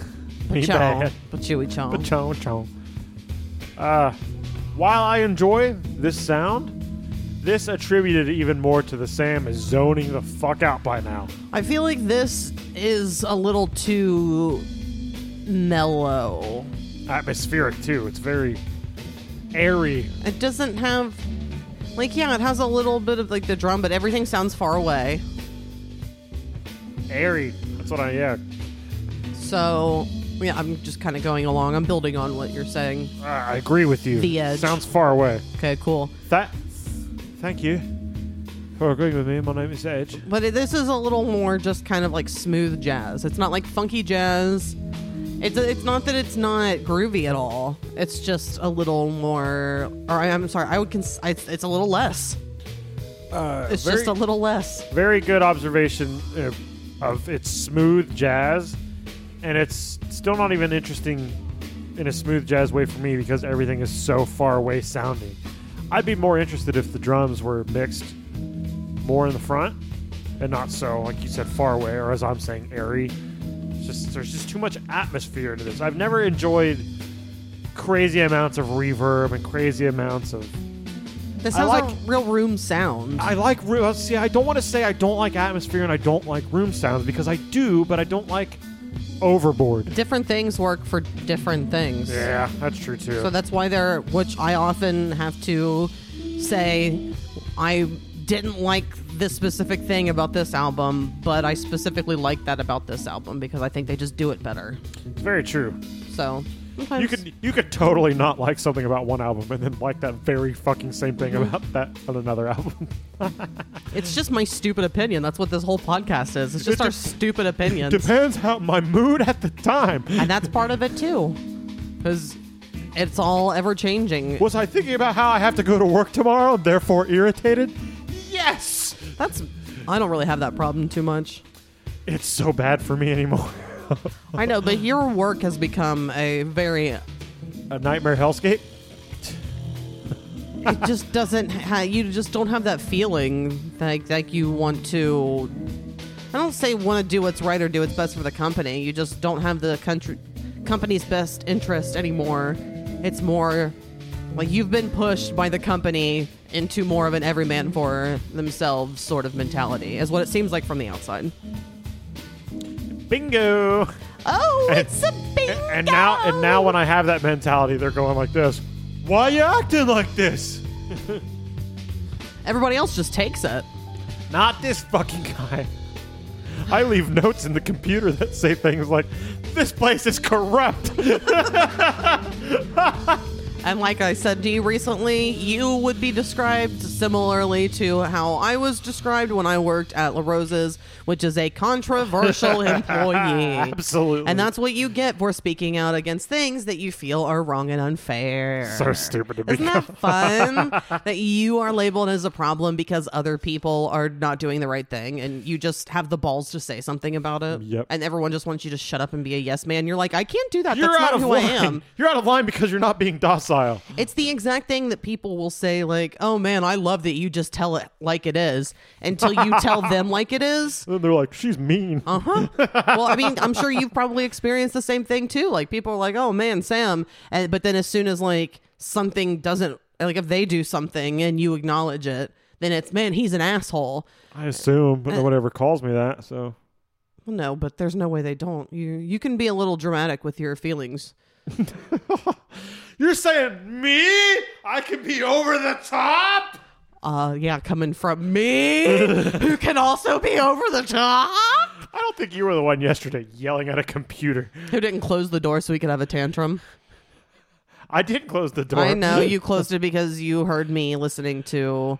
Speaker 1: Me
Speaker 2: Chow,
Speaker 1: bad.
Speaker 2: chewy chow.
Speaker 1: Chong chong. Uh, while I enjoy this sound, this attributed even more to the Sam is zoning the fuck out by now.
Speaker 2: I feel like this is a little too mellow.
Speaker 1: Atmospheric too. It's very airy.
Speaker 2: It doesn't have, like, yeah, it has a little bit of like the drum, but everything sounds far away.
Speaker 1: Airy. That's what I yeah.
Speaker 2: So yeah, I'm just kind of going along. I'm building on what you're saying.
Speaker 1: Uh, I agree with you.
Speaker 2: The edge.
Speaker 1: Sounds far away.
Speaker 2: Okay, cool.
Speaker 1: That. Thank you. for agreeing with me. My name is Edge.
Speaker 2: But it, this is a little more just kind of like smooth jazz. It's not like funky jazz. It's it's not that it's not groovy at all. It's just a little more. Or I, I'm sorry, I would cons- it's, it's a little less. it's
Speaker 1: Uh, very-
Speaker 2: just a little less.
Speaker 1: Very good observation of, of it's smooth jazz, and it's still not even interesting in a smooth jazz way for me because everything is so far away sounding. I'd be more interested if the drums were mixed more in the front and not so, like you said, far away, or as I'm saying, airy. It's just there's just too much atmosphere to this. I've never enjoyed crazy amounts of reverb and crazy amounts of
Speaker 2: This
Speaker 1: I
Speaker 2: has
Speaker 1: like-
Speaker 2: a real room sound.
Speaker 1: I like room. See, I don't want to say I don't like atmosphere and I don't like room sounds because I do, but I don't like overboard.
Speaker 2: different things work for different things.
Speaker 1: Yeah, that's true too.
Speaker 2: So that's why they're, which I often have to say, I didn't like this specific thing about this album, but I specifically like that about this album because I think they just do it better.
Speaker 1: it's very true.
Speaker 2: So sometimes
Speaker 1: You could you could totally not like something about one album and then like that very fucking same thing about that on another album.
Speaker 2: it's just my stupid opinion. That's what this whole podcast is. It's just our stupid opinions,
Speaker 1: Depends how my mood at the time.
Speaker 2: and that's part of it too, because it's all ever changing.
Speaker 1: Was I thinking about how I have to go to work tomorrow, and therefore irritated? Yes.
Speaker 2: That's I don't really have that problem too much.
Speaker 1: It's so bad for me anymore.
Speaker 2: I know, but your work has become a very
Speaker 1: A nightmare hellscape.
Speaker 2: it just doesn't ha- you just don't have that feeling like like you want to i don't say want to do what's right or do what's best for the company you just don't have the country company's best interest anymore it's more like you've been pushed by the company into more of an everyman for themselves sort of mentality is what it seems like from the outside
Speaker 1: Bingo.
Speaker 2: oh
Speaker 1: And-
Speaker 2: it's a bingo!
Speaker 1: and now and now when I have that mentality, they're going like this. Why you acting like this?
Speaker 2: everybody else just takes it
Speaker 1: Not this fucking guy. I leave notes in the computer that say things like, "This place is corrupt."
Speaker 2: And like I said to you recently, you would be described similarly to how I was described when I worked at La Rose's, which is a controversial employee.
Speaker 1: Absolutely.
Speaker 2: And that's what you get for speaking out against things that you feel are wrong and unfair.
Speaker 1: so stupid to
Speaker 2: Isn't
Speaker 1: be.
Speaker 2: that fun that you are labeled as a problem because other people are not doing the right thing and you just have the balls to say something about it?
Speaker 1: Yep.
Speaker 2: And everyone just wants you to shut up and be a yes man. You're like, I can't do that.
Speaker 1: You're
Speaker 2: That's
Speaker 1: out
Speaker 2: not
Speaker 1: of
Speaker 2: who
Speaker 1: line.
Speaker 2: I am.
Speaker 1: You're out of line because you're not being docile.
Speaker 2: It's the exact thing that people will say, like, oh man, I love that you just tell it like it is until you tell them like it is.
Speaker 1: And they're like, "She's mean."
Speaker 2: Uh huh. Well, I mean, I'm sure you've probably experienced the same thing too. Like, people are like, oh man, Sam. And, but then as soon as like something doesn't, like if they do something and you acknowledge it, then it's, man, he's an asshole.
Speaker 1: I assume,
Speaker 2: uh,
Speaker 1: but no one ever calls me that. So
Speaker 2: Well, no, but there's no way they don't. You you can be a little dramatic with your feelings.
Speaker 1: you're saying me? I can be over the top.
Speaker 2: Uh, yeah, coming from me, who can also be over the top.
Speaker 1: I don't think you were the one yesterday yelling at a computer.
Speaker 2: Who didn't close the door so he could have a tantrum?
Speaker 1: I did close the door.
Speaker 2: I know you closed it because you heard me listening to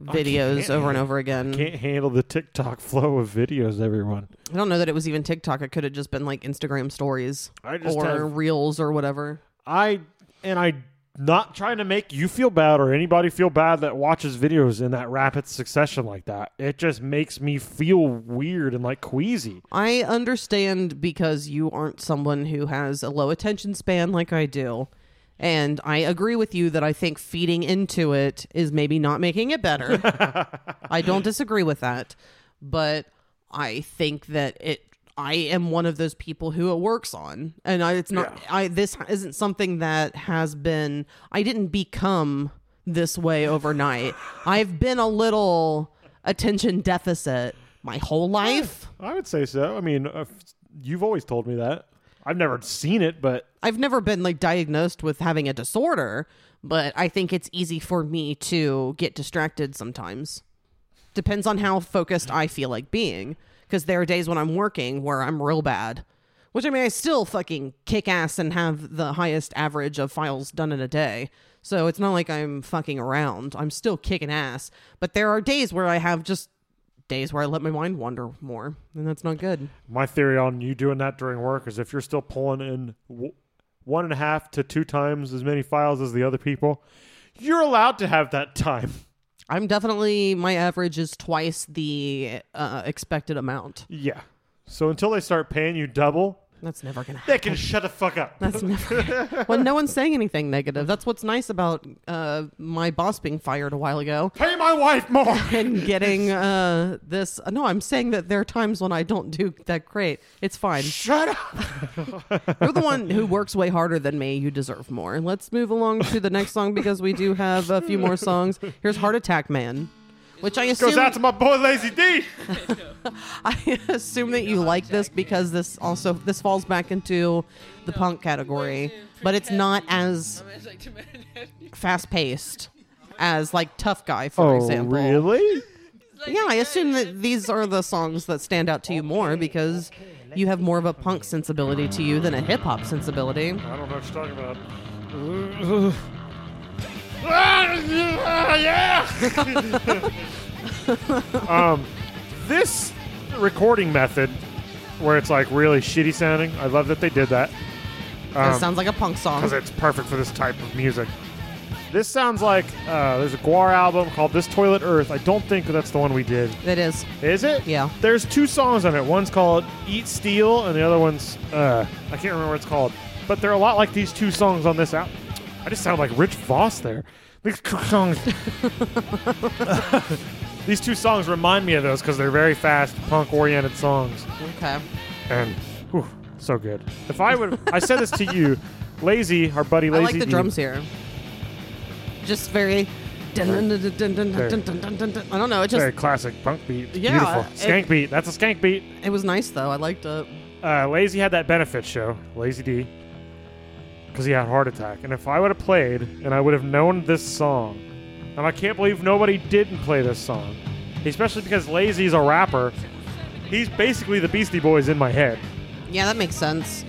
Speaker 2: videos over and over again. I,
Speaker 1: can't handle the TikTok flow of videos, everyone.
Speaker 2: don't know that it was even TikTok. It could have just been like Instagram stories
Speaker 1: I just
Speaker 2: or
Speaker 1: have-
Speaker 2: reels or whatever.
Speaker 1: I and I not trying to make you feel bad or anybody feel bad that watches videos in that rapid succession like that. It just makes me feel weird and like queasy.
Speaker 2: I understand because you aren't someone who has a low attention span like I do. And I agree with you that I think feeding into it is maybe not making it better. I don't disagree with that. But I think that it I am one of those people who it works on. And I, it's not I this isn't something that has been I didn't become this way overnight. I've been a little attention deficit my whole life.
Speaker 1: I would say so. I mean, uh, f- you've always told me that. I've never seen it, but
Speaker 2: I've never been like diagnosed with having a disorder, but I think it's easy for me to get distracted sometimes. Depends on how focused I feel like being. Because there are days when I'm working where I'm real bad, which I mean, I still fucking kick ass and have the highest average of files done in a day. So it's not like I'm fucking around. I'm still kicking ass. But there are days where I have just days where I let my mind wander more, and that's not good.
Speaker 1: My theory on you doing that during work is if you're still pulling in w- one and a half to two times as many files as the other people, you're allowed to have that time.
Speaker 2: I'm definitely my average is twice the uh, expected amount.
Speaker 1: Yeah. So until they start paying you double,
Speaker 2: That's never gonna happen.
Speaker 1: they can shut the fuck up.
Speaker 2: That's never. well, no one's saying anything negative. That's what's nice about uh, my boss being fired a while ago
Speaker 1: Pay my wife more.
Speaker 2: and getting uh, this. No, I'm saying that there are times when I don't do that great. It's fine.
Speaker 1: Shut up.
Speaker 2: You're the one who works way harder than me. You deserve more. Let's move along to the next song because we do have a few more songs. Here's Heart Attack Man, which I assume
Speaker 1: Goes out to my boy Lazy D.
Speaker 2: I assume that you like this because this also this falls back into the punk category, but it's not as fast paced as like Tough Guy, for example.
Speaker 1: Oh, really?
Speaker 2: Yeah, I assume that these are the songs that stand out to you more because you have more of a punk sensibility to you than a hip hop sensibility.
Speaker 1: I don't know what you're talking about. yeah. um, this recording method, where it's like really shitty sounding, I love that they did that
Speaker 2: That sounds like a punk song.
Speaker 1: because it's perfect for this type of music. This sounds like uh, there's a Guar album called "This Toilet Earth." I don't think that's the one we did.
Speaker 2: It is.
Speaker 1: Is it?
Speaker 2: Yeah.
Speaker 1: There's two songs on it. One's called "Eat Steel" and the other one's uh, I can't remember what it's called. But they're a lot like these two songs on this album. I just sound like Rich Voss there. These two songs. these two songs remind me of those because they're very fast punk-oriented songs,
Speaker 2: Okay.
Speaker 1: and whew, so good. If I would, I said this to you, Lazy, our buddy
Speaker 2: I
Speaker 1: Lazy.
Speaker 2: like the
Speaker 1: D.
Speaker 2: drums here. Just very. I don't know. It just
Speaker 1: Very classic punk beat. It's
Speaker 2: Yeah,
Speaker 1: Beautiful.
Speaker 2: it-
Speaker 1: Skank beat. That's a skank beat.
Speaker 2: It was nice though. I liked it.
Speaker 1: uh, Lazy had that benefit show, Lazy D, because he had a heart attack. And if I would have played, and I would have known this song, and I can't believe nobody didn't play this song, especially because Lazy's a rapper. He's basically the Beastie Boys in my head.
Speaker 2: Yeah, that makes sense.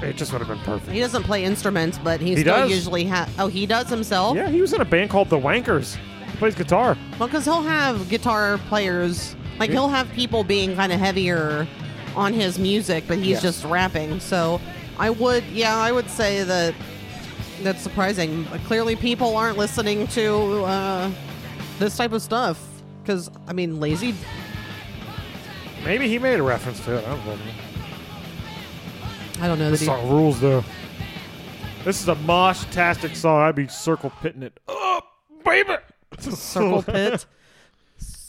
Speaker 1: It just would have been perfect.
Speaker 2: He doesn't play instruments, but he,
Speaker 1: He
Speaker 2: still
Speaker 1: does.
Speaker 2: usually has. Oh, he does himself.
Speaker 1: Yeah, he was in a band called The Wankers. He plays guitar.
Speaker 2: Well, because he'll have guitar players. Like he'll have people being kind of heavier on his music, but he's just rapping. So I would, yeah, I would say that that's surprising. But Clearly, people aren't listening to uh, this type of stuff. Because I mean, lazy.
Speaker 1: Maybe he made a reference to it. I don't know.
Speaker 2: I don't know that
Speaker 1: This
Speaker 2: he.
Speaker 1: song rules, though. This is a mosh-tastic song. I'd be circle pitting it. Oh, baby!
Speaker 2: Circle pit.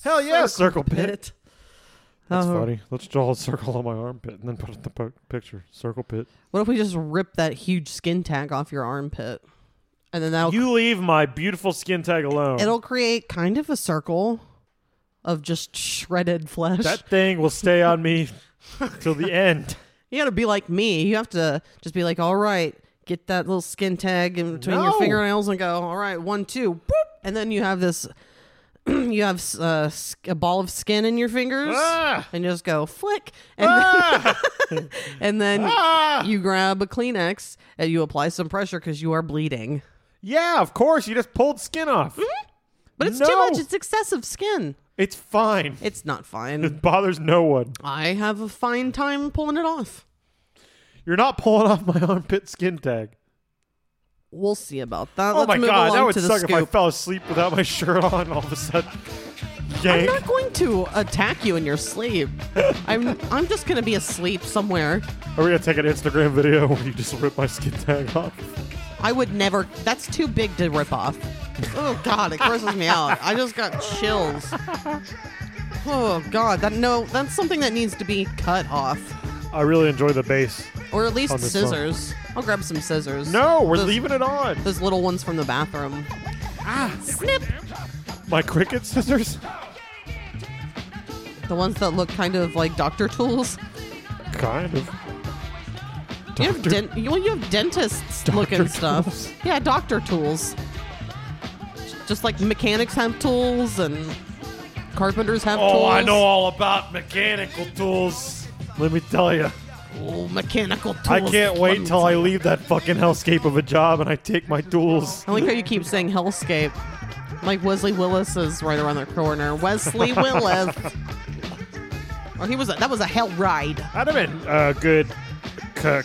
Speaker 1: Hell yeah, circle, pit. That's
Speaker 2: Oh.
Speaker 1: funny. Let's draw a circle on my armpit and then put it in the po- picture. Circle pit.
Speaker 2: What if we just rip that huge skin tag off your armpit, and then that'll
Speaker 1: You leave my beautiful skin tag alone.
Speaker 2: it'll create kind of a circle of just shredded flesh.
Speaker 1: that thing will stay on me till the end.
Speaker 2: you got to be like me. You have to just be like, all right, get that little skin tag in between
Speaker 1: No.
Speaker 2: your fingernails and go, all right, one, two, boop, and then you have this. You have uh, s- a ball of skin in your fingers,
Speaker 1: Ah!
Speaker 2: and you just go flick, and then, and then
Speaker 1: Ah!
Speaker 2: you grab a Kleenex and you apply some pressure because you are bleeding.
Speaker 1: Yeah, of course. You just pulled skin off.
Speaker 2: But it's too
Speaker 1: No.
Speaker 2: much. It's excessive skin.
Speaker 1: It's fine.
Speaker 2: It's not fine.
Speaker 1: It bothers no one.
Speaker 2: I have a fine time pulling it off.
Speaker 1: You're not pulling off my armpit skin tag.
Speaker 2: We'll see about that.
Speaker 1: oh
Speaker 2: Let's
Speaker 1: my
Speaker 2: move
Speaker 1: god, that
Speaker 2: along
Speaker 1: would
Speaker 2: to the
Speaker 1: suck if I
Speaker 2: scoop.
Speaker 1: fell asleep without my shirt on all of a sudden.
Speaker 2: I'm
Speaker 1: Yank.
Speaker 2: not going to attack you in your sleep. I'm I'm just gonna be asleep somewhere.
Speaker 1: Are we gonna take an Instagram video where you just rip my skin tag off?
Speaker 2: I would never. That's too big to rip off. Oh God, it grosses me out. I just got chills. Oh God, that no, that's something that needs to be cut off,
Speaker 1: I really enjoy the bass.
Speaker 2: or at least
Speaker 1: On this phone.
Speaker 2: scissors. I'll grab some scissors.
Speaker 1: No, we're
Speaker 2: Those-
Speaker 1: leaving Ah. it on.
Speaker 2: Those little ones from the bathroom. Snip.
Speaker 1: My cricket scissors.
Speaker 2: The ones that look kind of like doctor tools.
Speaker 1: Kind of.
Speaker 2: You have, den- you, well, you have dentists looking
Speaker 1: tools.
Speaker 2: stuff. Yeah, doctor tools. Just like mechanics have tools and
Speaker 1: Oh,
Speaker 2: carpenters have tools.
Speaker 1: all about mechanical tools. Let me tell you.
Speaker 2: Oh, mechanical tools.
Speaker 1: I can't wait till I leave that fucking hellscape of a job and I take my tools.
Speaker 2: I like how you keep saying hellscape. Like Wesley Willis is right around the corner. Wesley Willis. Oh, he was a, that was a hell ride.
Speaker 1: That'd have been a uh, good co-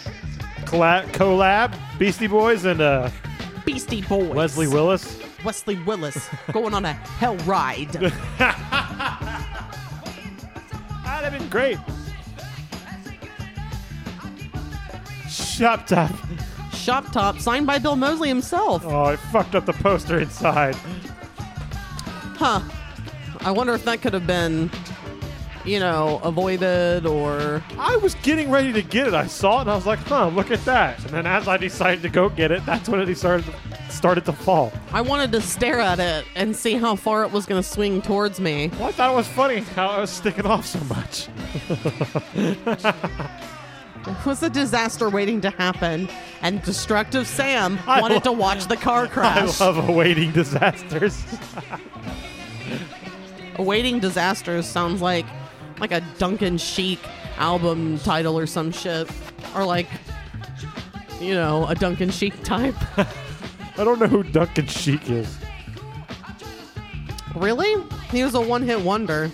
Speaker 1: colla- collab. Beastie Boys and uh,
Speaker 2: Beastie Boys.
Speaker 1: Leslie Willis.
Speaker 2: Wesley Willis going on a hell ride.
Speaker 1: Ah, That'd have been great. Shop top.
Speaker 2: Shop top signed by Bill Mosley himself.
Speaker 1: Oh, I fucked up the poster inside.
Speaker 2: Huh. I wonder if that could have been, you know, avoided or
Speaker 1: I was getting ready to get it. I saw it and I was like, huh, look at that. And then as I decided to go get it, that's when it started started to fall.
Speaker 2: I wanted to stare at it and see how far it was going to swing towards me.
Speaker 1: Well, I thought it was funny how I was sticking off so much.
Speaker 2: It was a disaster waiting to happen, and destructive Sam
Speaker 1: I
Speaker 2: wanted
Speaker 1: lo-
Speaker 2: to watch the car
Speaker 1: I
Speaker 2: crash.
Speaker 1: love awaiting disasters.
Speaker 2: Awaiting disasters sounds like like a Duncan Sheik album title or some shit, or like you know a Duncan Sheik type.
Speaker 1: I don't know who Duncan Sheik is.
Speaker 2: Really? He was a one-hit wonder.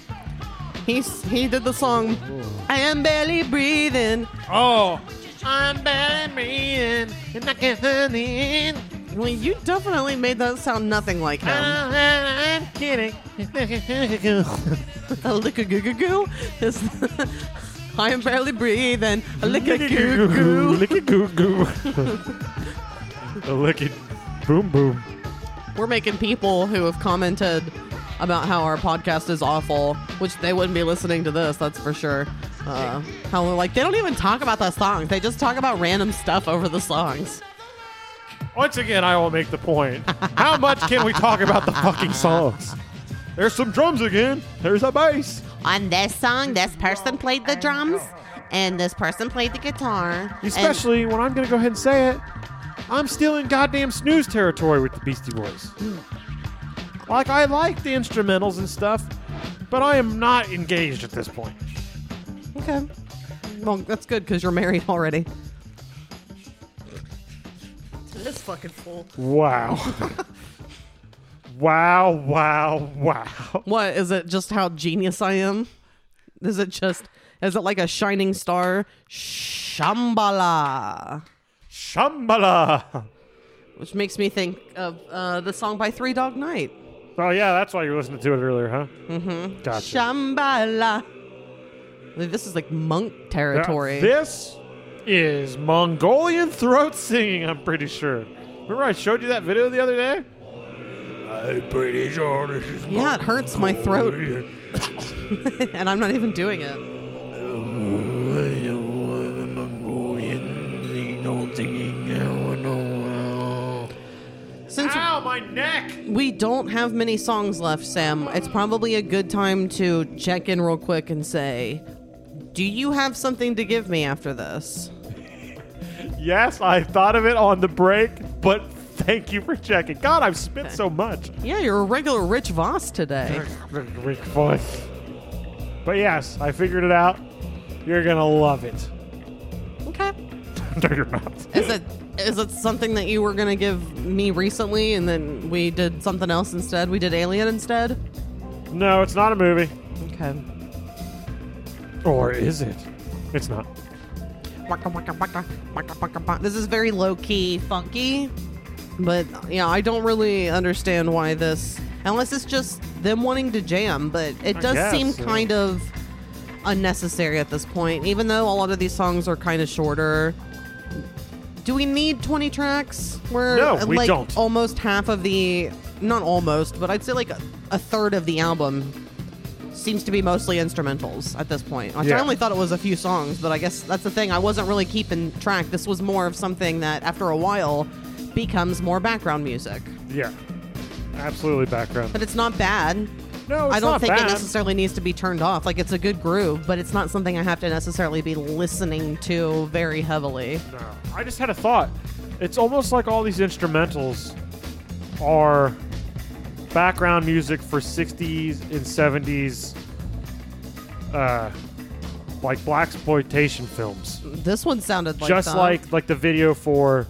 Speaker 2: He s- he did the song "I Am Barely Breathing."
Speaker 1: Oh,
Speaker 2: I'm barely breathing, and I can't breathe. Well, you definitely made that sound nothing like him.
Speaker 1: I'm kidding.
Speaker 2: A lick a goo goo goo is. I am barely breathing. A lick a goo goo.
Speaker 1: Licky goo goo. A licky boom boom.
Speaker 2: We're making people who have commented about how our podcast is awful, which they wouldn't be listening to this, that's for sure. Uh, how they're like, they don't even talk about the songs. They just talk about random stuff over the songs.
Speaker 1: Once again, I will make the point. How much can we talk about the fucking songs? There's some drums again. There's a bass.
Speaker 2: On this song, this person played the drums, and this person played the guitar.
Speaker 1: Especially when I'm going to go ahead and say it. I'm still in goddamn snooze territory with the Beastie Boys. Like, I like the instrumentals and stuff, but I am not engaged at this point.
Speaker 2: Okay. Well, that's good because you're married already. This fucking fool.
Speaker 1: Wow. wow, wow, wow.
Speaker 2: What is it? Just how genius I am? Is it just? Is it like a shining star? Shambhala,
Speaker 1: Shambhala.
Speaker 2: which makes me think of uh, the song by Three Dog Night.
Speaker 1: Oh, yeah, that's why you were listening to it earlier, huh? Mm-hmm. Gotcha.
Speaker 2: Shambhala. This is like monk
Speaker 1: Now,
Speaker 2: territory.
Speaker 1: This is Mongolian throat singing, I'm pretty sure. Remember I showed you that video the other day?
Speaker 2: yeah, it hurts my throat, and I'm not even doing it. Since
Speaker 1: Ow, my neck!
Speaker 2: we don't have many songs left, Sam, it's probably a good time to check in real quick and say, Do you have something to give me after this?
Speaker 1: Yes, I thought of it on the break, but thank you for checking. God, I've spit so much.
Speaker 2: Yeah, you're a regular Rich Voss today.
Speaker 1: Great voice. But yes, I figured it out. You're gonna love it.
Speaker 2: Okay.
Speaker 1: no, you're not.
Speaker 2: Is it is it something that you were gonna give me recently and then we did something else instead? We did Alien instead?
Speaker 1: No, it's not a movie.
Speaker 2: Okay.
Speaker 1: Or is it? It's not.
Speaker 2: Waka, waka, waka, waka, waka, waka. This is very low key, funky. But yeah, I don't really understand why this, unless it's just them wanting to jam. But it
Speaker 1: I
Speaker 2: does
Speaker 1: guess,
Speaker 2: seem
Speaker 1: yeah.
Speaker 2: kind of unnecessary at this point, even though a lot of these songs are kind of shorter. Do we need 20 tracks? We're
Speaker 1: No,
Speaker 2: uh,
Speaker 1: we
Speaker 2: like
Speaker 1: don't.
Speaker 2: almost half of the, not almost, but I'd say like a, a third of the album seems to be mostly instrumentals at this point. Which I
Speaker 1: Yeah.
Speaker 2: only thought it was a few songs, but I guess that's the thing. I wasn't really keeping track. This was more of something that, after a while, becomes more background music.
Speaker 1: Yeah. Absolutely background.
Speaker 2: But it's not bad.
Speaker 1: No, it's
Speaker 2: I don't
Speaker 1: not
Speaker 2: think
Speaker 1: bad.
Speaker 2: it necessarily needs to be turned off. Like it's a good groove, but it's not something I have to necessarily be listening to very heavily.
Speaker 1: No, I just had a thought. It's almost like all these instrumentals are background music for 60s and 70s uh, like black exploitation films,
Speaker 2: This one sounded like
Speaker 1: just
Speaker 2: that.
Speaker 1: like like the video for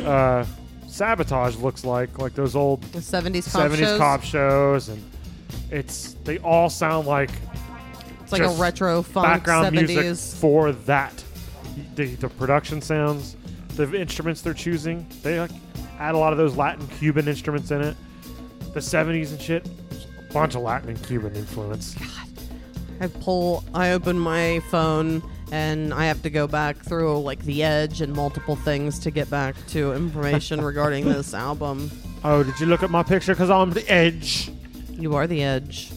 Speaker 1: uh, Sabotage looks like, like those old
Speaker 2: the 70s cop
Speaker 1: seventies
Speaker 2: shows.
Speaker 1: cop shows, and it's they all sound like
Speaker 2: it's like a
Speaker 1: just
Speaker 2: retro funk
Speaker 1: background
Speaker 2: 70s.
Speaker 1: music for that. The, the production sounds, the instruments they're choosing, they like add a lot of those Latin Cuban instruments in it. The '70s and shit, a bunch of Latin and Cuban influence.
Speaker 2: I pull, I open my phone, and I have to go back through like the edge and multiple things to get back to information regarding this album.
Speaker 1: Oh, did you look at my picture? Cause I'm the edge.
Speaker 2: You are the edge.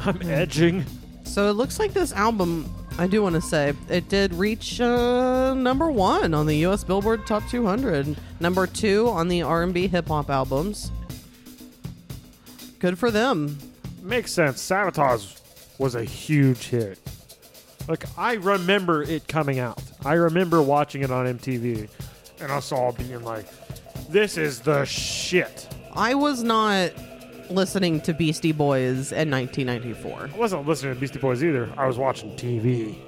Speaker 1: I'm edging.
Speaker 2: So it looks like this album, I do want to say, it did reach uh, number one on the U.S. Billboard Top 200, number two on the R&B Hip Hop albums. Good for them.
Speaker 1: Makes sense. Sabotage was a huge hit. Like I remember it coming out. I remember watching it on MTV, and us all being like, "This is the shit."
Speaker 2: I was not listening to Beastie Boys in 1994.
Speaker 1: I wasn't listening to Beastie Boys either. I was watching TV.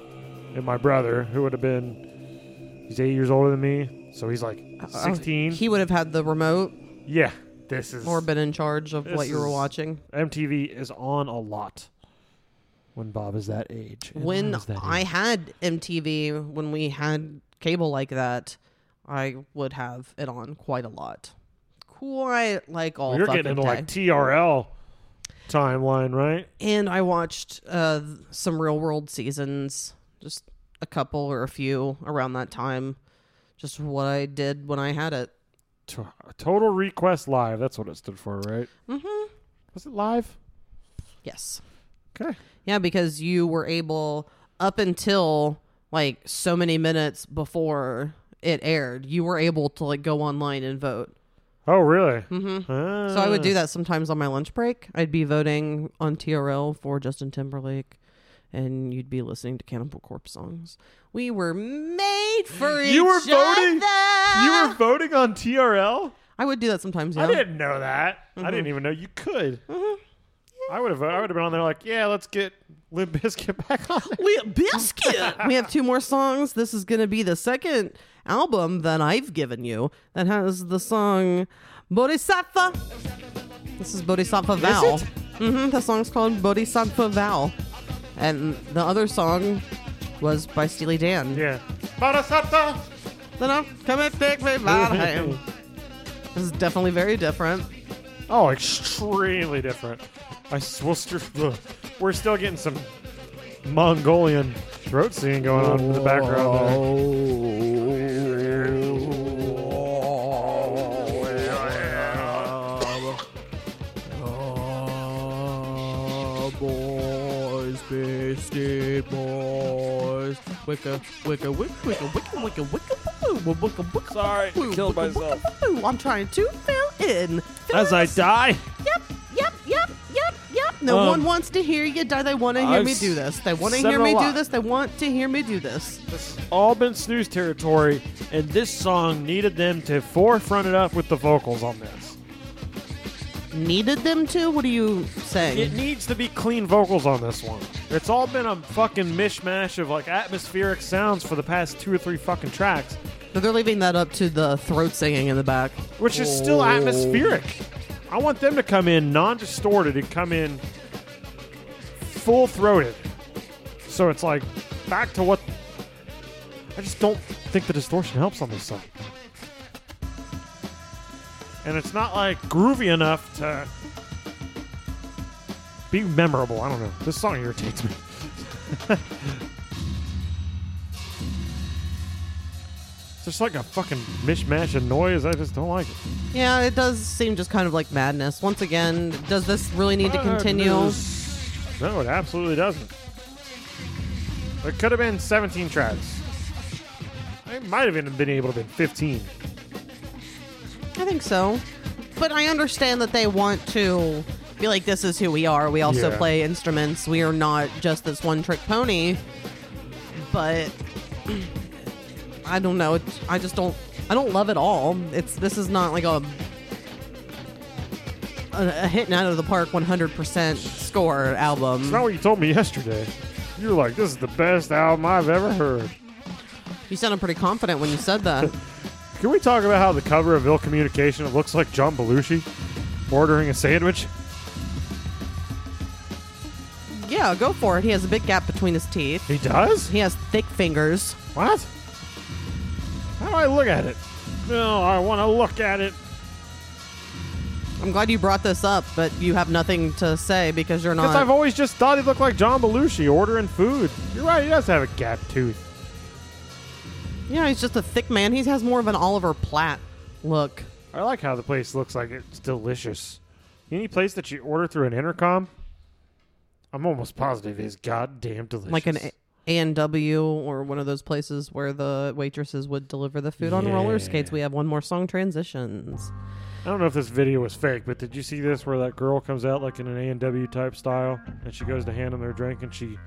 Speaker 1: And my brother, who would have been, he's eight years older than me. So he's like
Speaker 2: Oh,
Speaker 1: 16.
Speaker 2: he would have had the remote
Speaker 1: yeah, this is.
Speaker 2: or been in charge of
Speaker 1: This
Speaker 2: what you were
Speaker 1: is-
Speaker 2: watching.
Speaker 1: MTV is on a lot when Bob is that age. And
Speaker 2: When
Speaker 1: was that
Speaker 2: I
Speaker 1: age.
Speaker 2: had MTV, when we had cable like that, I would have it on quite a lot. Quite like all
Speaker 1: we were
Speaker 2: fucking
Speaker 1: getting into
Speaker 2: day.
Speaker 1: like TRL timeline, right?
Speaker 2: and I watched uh, th- some Real World seasons, just a couple or a few around that time. Just what I did when I had it.
Speaker 1: T- Total Request Live. That's what it stood for, right? Mm hmm.
Speaker 2: Mm-hmm.
Speaker 1: Was it live?
Speaker 2: Yes.
Speaker 1: Okay.
Speaker 2: Yeah, because you were able up until like so many minutes before it aired, you were able to like go online and vote.
Speaker 1: Oh, really?
Speaker 2: Mm-hmm.
Speaker 1: Mm hmm.
Speaker 2: So I would do that sometimes on my lunch break. I'd be voting on TRL for Justin Timberlake and you'd be listening to Cannibal Corpse songs. We were made for each
Speaker 1: You were voting?
Speaker 2: other.
Speaker 1: You were voting on TRL?
Speaker 2: I would do that sometimes, yeah.
Speaker 1: I didn't know that. I didn't even know you could. I would have. I would have been on there like, yeah, let's get Limp Bizkit back on. there."
Speaker 2: We biscuit. we have two more songs. This is going to be the second album that I've given you that has the song Bodhisattva. This is Bodhisattva Vow. hmm The song's called Bodhisattva Vow, and the other song was by Steely Dan.
Speaker 1: yeah. Barasata.
Speaker 2: Then I'm coming take me by the hand. This is definitely very different.
Speaker 1: Oh, extremely different. I s- we'll st- ugh. we're still getting some Mongolian throat singing going on in the background.
Speaker 2: Oh.
Speaker 1: There.
Speaker 2: boys, beastie boys, wicka, wicka, wicka, wicka, wicka, wicka, wicka, wicka, wicka, wicka.
Speaker 8: Sorry, killed myself.
Speaker 2: I'm trying to fill in. Fill
Speaker 1: As I
Speaker 2: in.
Speaker 1: die,
Speaker 2: Yep, yep, yep, yep, yep. No
Speaker 1: Um,
Speaker 2: one wants to hear you die. They want to hear
Speaker 1: I've
Speaker 2: me do this. They want to
Speaker 1: said
Speaker 2: hear
Speaker 1: it a
Speaker 2: me do
Speaker 1: lot.
Speaker 2: this. They want to hear me do this.
Speaker 1: this has all been snooze territory, and this song needed them to forefront it up with the vocals on this.
Speaker 2: Needed them to? What are you
Speaker 1: It
Speaker 2: saying?
Speaker 1: needs to be clean vocals on this one. It's all been a fucking mishmash of like atmospheric sounds for the past two or three fucking tracks,
Speaker 2: But they're leaving that up to the throat singing in the back.
Speaker 1: which is still atmospheric. I want them to come in non distorted and come in full throated. So it's like back to what. I just don't think the distortion helps on this song. And it's not like groovy enough to be memorable. I don't know. This song irritates me. It's just like a fucking mishmash of noise. I just don't like it.
Speaker 2: Yeah, it does seem just kind of like madness. Once again, does this really need to continue?
Speaker 1: No, it absolutely doesn't. There could have been 17 tracks. I might have even been able to have been 15.
Speaker 2: I think so. But I understand that they want to be like, this is who we are. We also
Speaker 1: Yeah.
Speaker 2: play instruments. We are not just this one trick pony. But I don't know. It- I just don't. I don't love it all. It's this is not like a a, a hitting out of the park 100% score album.
Speaker 1: It's not what you told me yesterday. You're like, this is the best album I've ever heard.
Speaker 2: You sounded pretty confident when you said that.
Speaker 1: Can we talk about how the cover of Ill Communication looks like John Belushi ordering a sandwich?
Speaker 2: yeah, go for it. He has a big gap between his teeth.
Speaker 1: He does?
Speaker 2: He has thick fingers.
Speaker 1: What? How do I look at it? No, I want to look at it.
Speaker 2: I'm glad you brought this up, but you have nothing to say because you're
Speaker 1: Because
Speaker 2: not.
Speaker 1: I've always just thought he looked like John Belushi ordering food. You're right, he does have a gap tooth.
Speaker 2: yeah, he's just a thick man. He has more of an Oliver Platt look.
Speaker 1: I like how the place looks like it's delicious. Any place that you order through an intercom, I'm almost positive is goddamn delicious.
Speaker 2: like an A and W or one of those places where the waitresses would deliver the food on
Speaker 1: Yeah.
Speaker 2: roller skates. We have one more song transitions.
Speaker 1: I don't know if this video was fake, but did you see this where that girl comes out like in an A and W type style, and she goes to hand them their drink, and she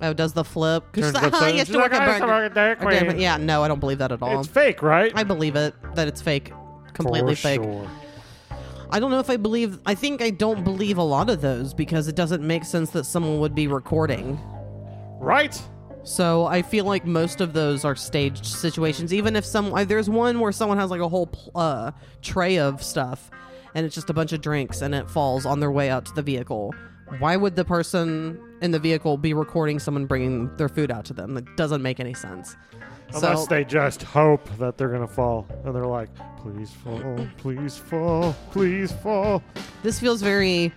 Speaker 2: Oh, does the flip? 'Cause
Speaker 1: Turns
Speaker 2: she's like,
Speaker 1: upside
Speaker 2: "Ah,
Speaker 1: down.
Speaker 2: yes,
Speaker 1: She's
Speaker 2: to work
Speaker 1: like,
Speaker 2: at
Speaker 1: "I used to
Speaker 2: Burger-
Speaker 1: work at Dairy
Speaker 2: or Dairy
Speaker 1: Queen."
Speaker 2: Queen." Yeah, no, I don't believe that at all.
Speaker 1: it's fake, right?
Speaker 2: I believe it that it's fake, Um, completely
Speaker 1: For
Speaker 2: fake.
Speaker 1: Sure.
Speaker 2: I don't know if I believe. I think I don't believe a lot of those because it doesn't make sense that someone would be recording.
Speaker 1: Right?
Speaker 2: So I feel like most of those are staged situations. Even if some, uh, there's one where someone has like a whole pl- uh, tray of stuff, and it's just a bunch of drinks, and it falls on their way out to the vehicle. Why would the person in the vehicle be recording someone bringing their food out to them? That doesn't make any sense.
Speaker 1: Unless
Speaker 2: so
Speaker 1: they just hope that they're gonna fall, and they're like, "Please fall, please fall, please fall."
Speaker 2: this feels very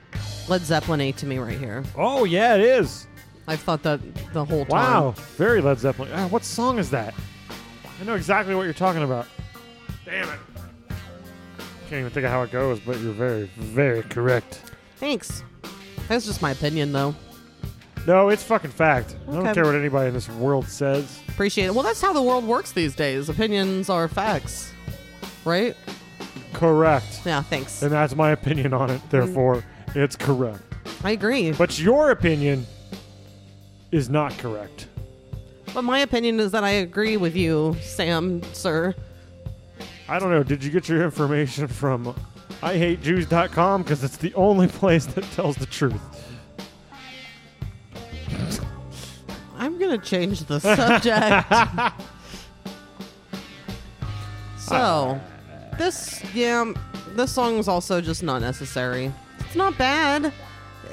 Speaker 2: Led Zeppelin-y to me right here.
Speaker 1: Oh yeah, it is.
Speaker 2: I've thought that the whole time.
Speaker 1: Wow, very Led Zeppelin. Ah, what song is that? I know exactly what you're talking about. Damn it! Can't even think of how it goes, but you're very, very correct.
Speaker 2: Thanks. That's just my opinion, though.
Speaker 1: No, it's fucking fact. I
Speaker 2: Okay.
Speaker 1: don't care what anybody in this world says.
Speaker 2: Appreciate it. Well, that's how the world works these days. Opinions are facts, right?
Speaker 1: Correct.
Speaker 2: Yeah, thanks.
Speaker 1: And that's my opinion on it. Therefore, it's correct.
Speaker 2: I agree. But,
Speaker 1: But your opinion is not correct.
Speaker 2: my opinion is that I agree with you, Sam, sir.
Speaker 1: I don't know. Did you get your information from IHateJews.com? Because it's the only place that tells the truth.
Speaker 2: I'm going to change the subject. so, this, yeah, this song's also just not necessary. It's not bad.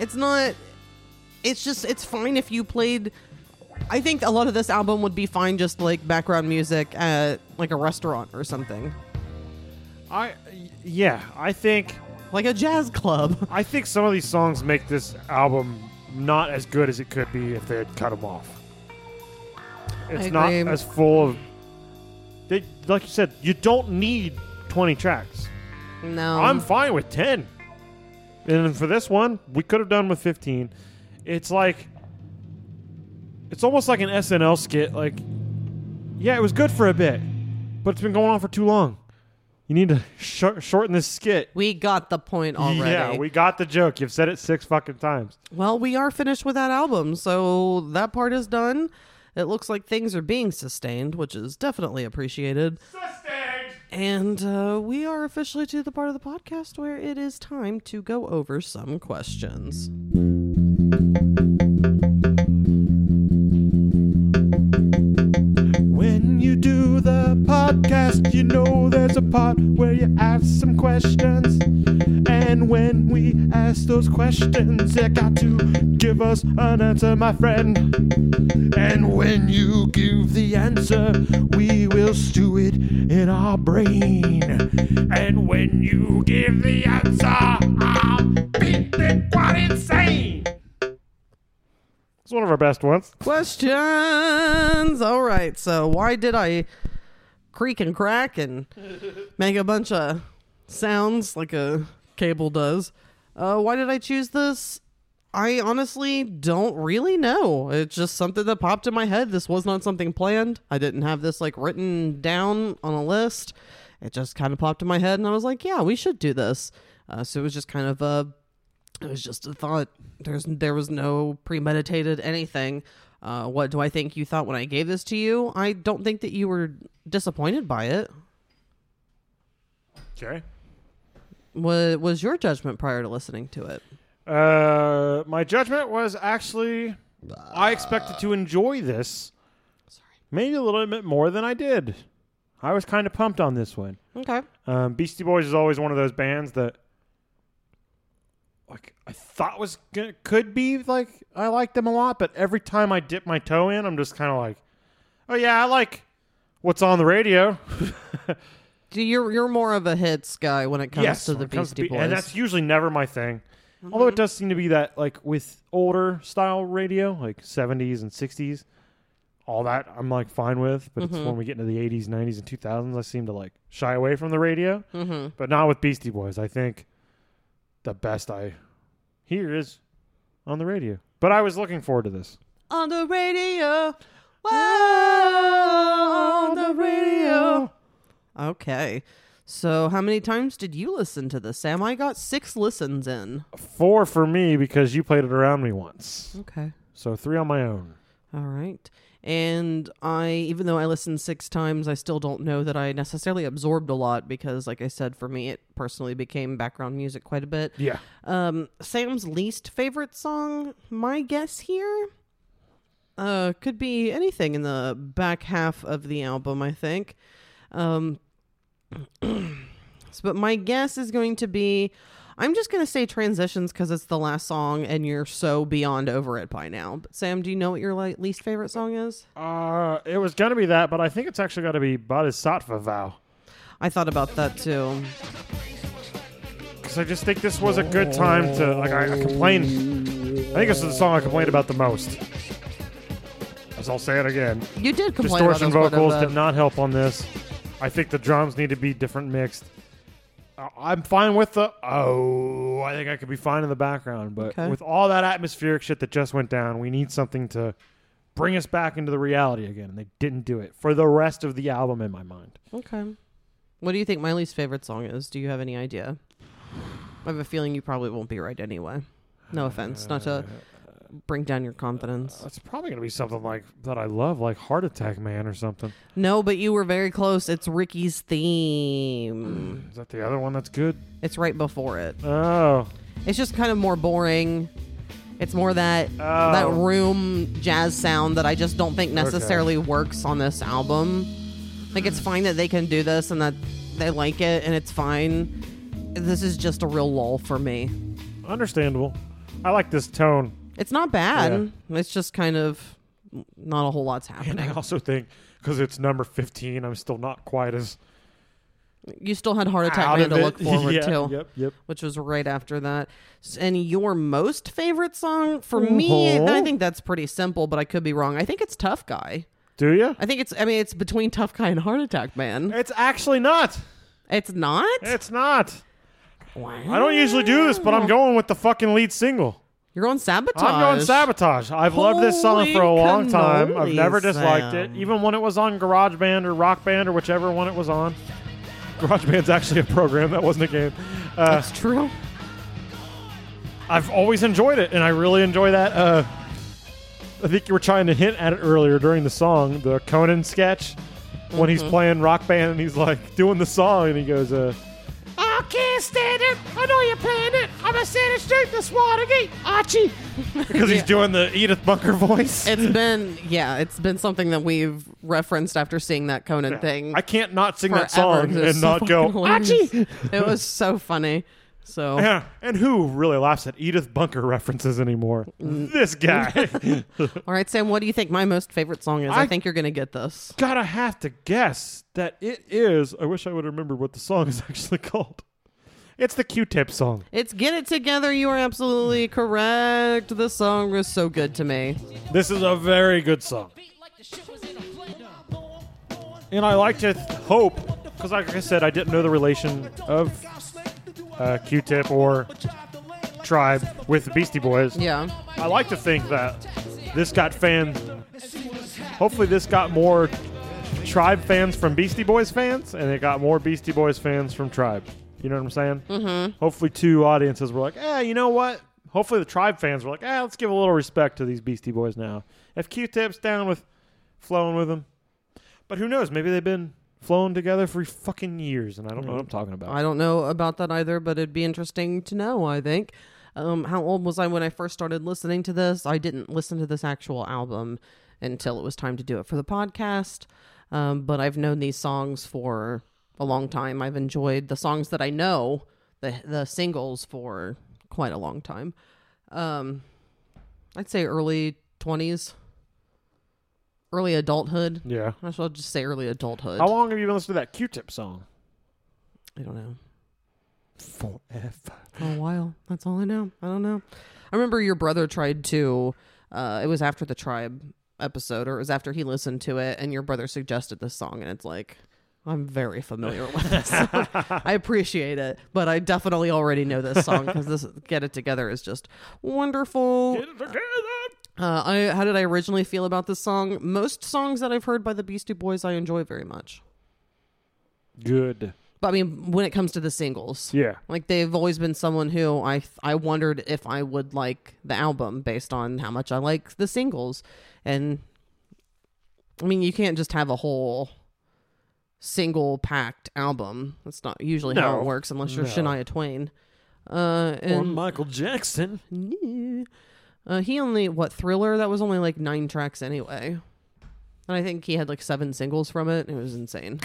Speaker 2: It's not, it's just, it's fine if you played. I think a lot of this album would be fine just like background music at like a restaurant or something,
Speaker 1: I, yeah, I think
Speaker 2: like a jazz club.
Speaker 1: I think some of these songs make this album not as good as it could be if they had cut them off. It's not
Speaker 2: agree.
Speaker 1: as full of. They, like you said, you don't need 20 tracks.
Speaker 2: No.
Speaker 1: I'm fine with 10. And for this one, we could have done with 15. It's like it's almost like an SNL skit like yeah, it was good for a bit, but it's been going on for too long. You need to shor- shorten this skit.
Speaker 2: we got the point already.
Speaker 1: Yeah, we got the joke. You've said it 6 fucking times.
Speaker 2: Well, we are finished with that album, so that part is done. It looks like things are being sustained, which is definitely appreciated. And uh, we are officially to the part of the podcast where it is time to go over some questions.
Speaker 1: When you do the podcast, you know there's a part where you ask some questions. And when we ask those questions, you got to give us an answer, my friend. And when you give the answer, we will stew it in our brain. And when you give the answer, I'll beat the quite insane. It's one of our best ones.
Speaker 2: Questions! All right, so why did I creak and crack and make a bunch of sounds like a cable does? Uh, why did I choose this? I honestly don't really know. It's just something that popped in my head. This was not something planned. I didn't have this like written down on a list. It just kind of popped in my head, and I was like, "Yeah, we should do this." Uh, so it was just kind of a, it was just a thought. There's there was no premeditated anything. Uh, what do I think you thought when I gave this to you? I don't think that you were disappointed by it.
Speaker 1: Okay.
Speaker 2: What was your judgment prior to listening to it?
Speaker 1: Uh, my judgment was actually I expected to enjoy this maybe a little bit more than I did. I was kind of pumped on this one.
Speaker 2: Okay.
Speaker 1: Um, Beastie Boys is always one of those bands that, like, I thought was gonna, could be like I like them a lot, but every time I dip my toe in, I'm just kind of like, oh yeah, I like what's on the radio.
Speaker 2: Do you're you're more of a hits guy when it comes
Speaker 1: yes,
Speaker 2: to the
Speaker 1: when it comes
Speaker 2: Beastie
Speaker 1: Be-
Speaker 2: Boys.
Speaker 1: and that's usually never my thing. Although it does seem to be that, like, with older style radio, like 70s and 60s, all that I'm like fine with. But it's when we get into the 80s, 90s, and 2000s, I seem to like shy away from the radio. Mm-hmm. But not with Beastie Boys. I think the best I hear is on the radio. But I was looking forward to this.
Speaker 2: on the radio. Wow, on the radio. Okay. So how many times did you listen to this, Sam? I got six listens in.
Speaker 1: Four for me because you played it around me once.
Speaker 2: Okay.
Speaker 1: So three on my own.
Speaker 2: All right. And I, even though I listened six times, I still don't know that I necessarily absorbed a lot because, like I said, for me, it personally became background music quite a bit.
Speaker 1: Yeah.
Speaker 2: Um, Sam's least favorite song, my guess here, uh, could be anything in the back half of the album, I think. Um, so- but my guess is going to be I'm just going to say transitions because it's the last song and you're so beyond over it by now. But Sam, do you know what your like, least favorite song is?
Speaker 1: Uh, it was gonna be that, but I think it's actually got to be Bodhisattva Vow
Speaker 2: I thought about that too.
Speaker 1: because I just think this was a good time to like. I, I complained. I think this is the song I complained about the most. As I'll say it again,
Speaker 2: You did complain
Speaker 1: distortion
Speaker 2: about this one
Speaker 1: vocals
Speaker 2: of, uh,
Speaker 1: did not help on this. I think the drums need to be different mixed. I- I'm fine with the oh, I think I could be fine in the background, but
Speaker 2: Okay.
Speaker 1: with all that atmospheric shit that just went down, we need something to bring us back into the reality again, and they didn't do it for the rest of the album in my mind.
Speaker 2: Okay. What do you think my least favorite song is? Do you have any idea? I have a feeling you probably won't be right anyway. No offense, not to bring down your confidence.
Speaker 1: It's probably gonna be something like that I love, like Heart Attack Man or something.
Speaker 2: No, but you were very close. It's Ricky's theme.
Speaker 1: Is that the other one that's good?
Speaker 2: It's right before it.
Speaker 1: Oh,
Speaker 2: It's just kind of more boring. It's more that
Speaker 1: Oh.
Speaker 2: that room jazz sound that I just don't think necessarily works on this album. Like it's fine that they can do this and that they like it and it's fine. This is just a real lull for me.
Speaker 1: understandable. I like this tone,
Speaker 2: It's not bad. It's just kind of not a whole lot's
Speaker 1: and I
Speaker 2: happening.
Speaker 1: also think because it's number fifteen, I'm still not quite as
Speaker 2: You still had Heart Attack
Speaker 1: out
Speaker 2: Man
Speaker 1: of
Speaker 2: to
Speaker 1: it.
Speaker 2: look forward
Speaker 1: yeah,
Speaker 2: to,
Speaker 1: Yep, yep.
Speaker 2: which was right after that. S- And your most favorite song for me,
Speaker 1: Uh-huh.
Speaker 2: I think that's pretty simple, but I could be wrong. I think it's Tough Guy.
Speaker 1: Do you?
Speaker 2: I think it's. I mean, it's between Tough Guy and Heart Attack Man.
Speaker 1: It's actually not.
Speaker 2: It's not.
Speaker 1: It's not.
Speaker 2: Wow.
Speaker 1: I don't usually do this, but I'm going with the fucking lead single.
Speaker 2: You're on sabotage.
Speaker 1: I'm going sabotage. I've loved this song
Speaker 2: Holy
Speaker 1: for a long time. I've
Speaker 2: cannolis,
Speaker 1: never disliked it,
Speaker 2: Sam.
Speaker 1: even when it was on GarageBand or Rock Band or whichever one it was on. GarageBand's actually a program that wasn't a game. Uh,
Speaker 2: That's true.
Speaker 1: I've always enjoyed it, and I really enjoy that. Uh, I think you were trying to hint at it earlier during the song, the Conan sketch, when he's playing Rock Band and he's like doing the song, and he goes, uh, "I can't stand it. I know you're playing it. I'm gonna send it straight to Swatergate, Archie." Because he's doing the Edith Bunker voice.
Speaker 2: It's been yeah. It's been something that we've referenced after seeing that Conan thing.
Speaker 1: I can't not sing that
Speaker 2: forever,
Speaker 1: song
Speaker 2: 'cause it's
Speaker 1: and
Speaker 2: so
Speaker 1: not go,
Speaker 2: fucking hilarious.
Speaker 1: Archie!
Speaker 2: it was so funny. So
Speaker 1: Yeah, and who really laughs at Edith Bunker references anymore? This guy.
Speaker 2: all right, Sam. What do you think my most favorite song is? I,
Speaker 1: I-
Speaker 2: think you're gonna get this.
Speaker 1: Gotta have to guess that it is. I wish I would remember what the song is actually called. It's the Q-Tip song.
Speaker 2: It's "Get It Together." You are absolutely correct. The song was so good to me.
Speaker 1: This is a very good song, and I like to th- hope because, like I said, I didn't know the relation of uh, Q-Tip or Tribe with the Beastie Boys.
Speaker 2: Yeah.
Speaker 1: I like to think that this got fans. Hopefully, this got more Tribe fans from Beastie Boys fans, and it got more Beastie Boys fans from Tribe. You know what I'm saying? Mm-hmm. Hopefully, two audiences were like, "Eh, you know what?" Hopefully, the Tribe fans were like, "Eh, let's give a little respect to these Beastie Boys now." If Q-Tip's down with flowing with them, but who knows? Maybe they've been flowing together for fucking years, and I don't know what I'm talking about.
Speaker 2: I don't know about that either, but it'd be interesting to know, I think. um, how old was I when I first started listening to this? I didn't listen to this actual album until it was time to do it for the podcast. Um, but I've known these songs for a long time. I've enjoyed the songs that I know, the the singles for quite a long time. Um, I'd say early twenties, early adulthood.
Speaker 1: Yeah.
Speaker 2: I should just say early adulthood.
Speaker 1: How long have you been listening to that Q-Tip song?
Speaker 2: I don't know.
Speaker 1: Forever.
Speaker 2: for a while. That's all I know. I don't know. I remember your brother tried to. Uh, it was after the tribe episode, or it was after he listened to it, and your brother suggested this song, and it's like. I'm very familiar with this. song. I appreciate it, but I definitely already know this song because this "Get It Together" is just wonderful. Uh, I how did I originally feel about this song? Most songs that I've heard by the Beastie Boys, I enjoy very much.
Speaker 1: Good.
Speaker 2: But I mean, when it comes to the singles,
Speaker 1: Yeah.
Speaker 2: like they've always been someone who I I wondered if I would like the album based on how much I like the singles, and I mean you can't just have a whole single packed album. That's not usually how
Speaker 1: No.
Speaker 2: it works unless you're
Speaker 1: No.
Speaker 2: Shania Twain. Uh,
Speaker 1: Or
Speaker 2: and
Speaker 1: Michael Jackson.
Speaker 2: uh, he only what Thriller that was only like nine tracks anyway, and I think he had like seven singles from it. It was insane,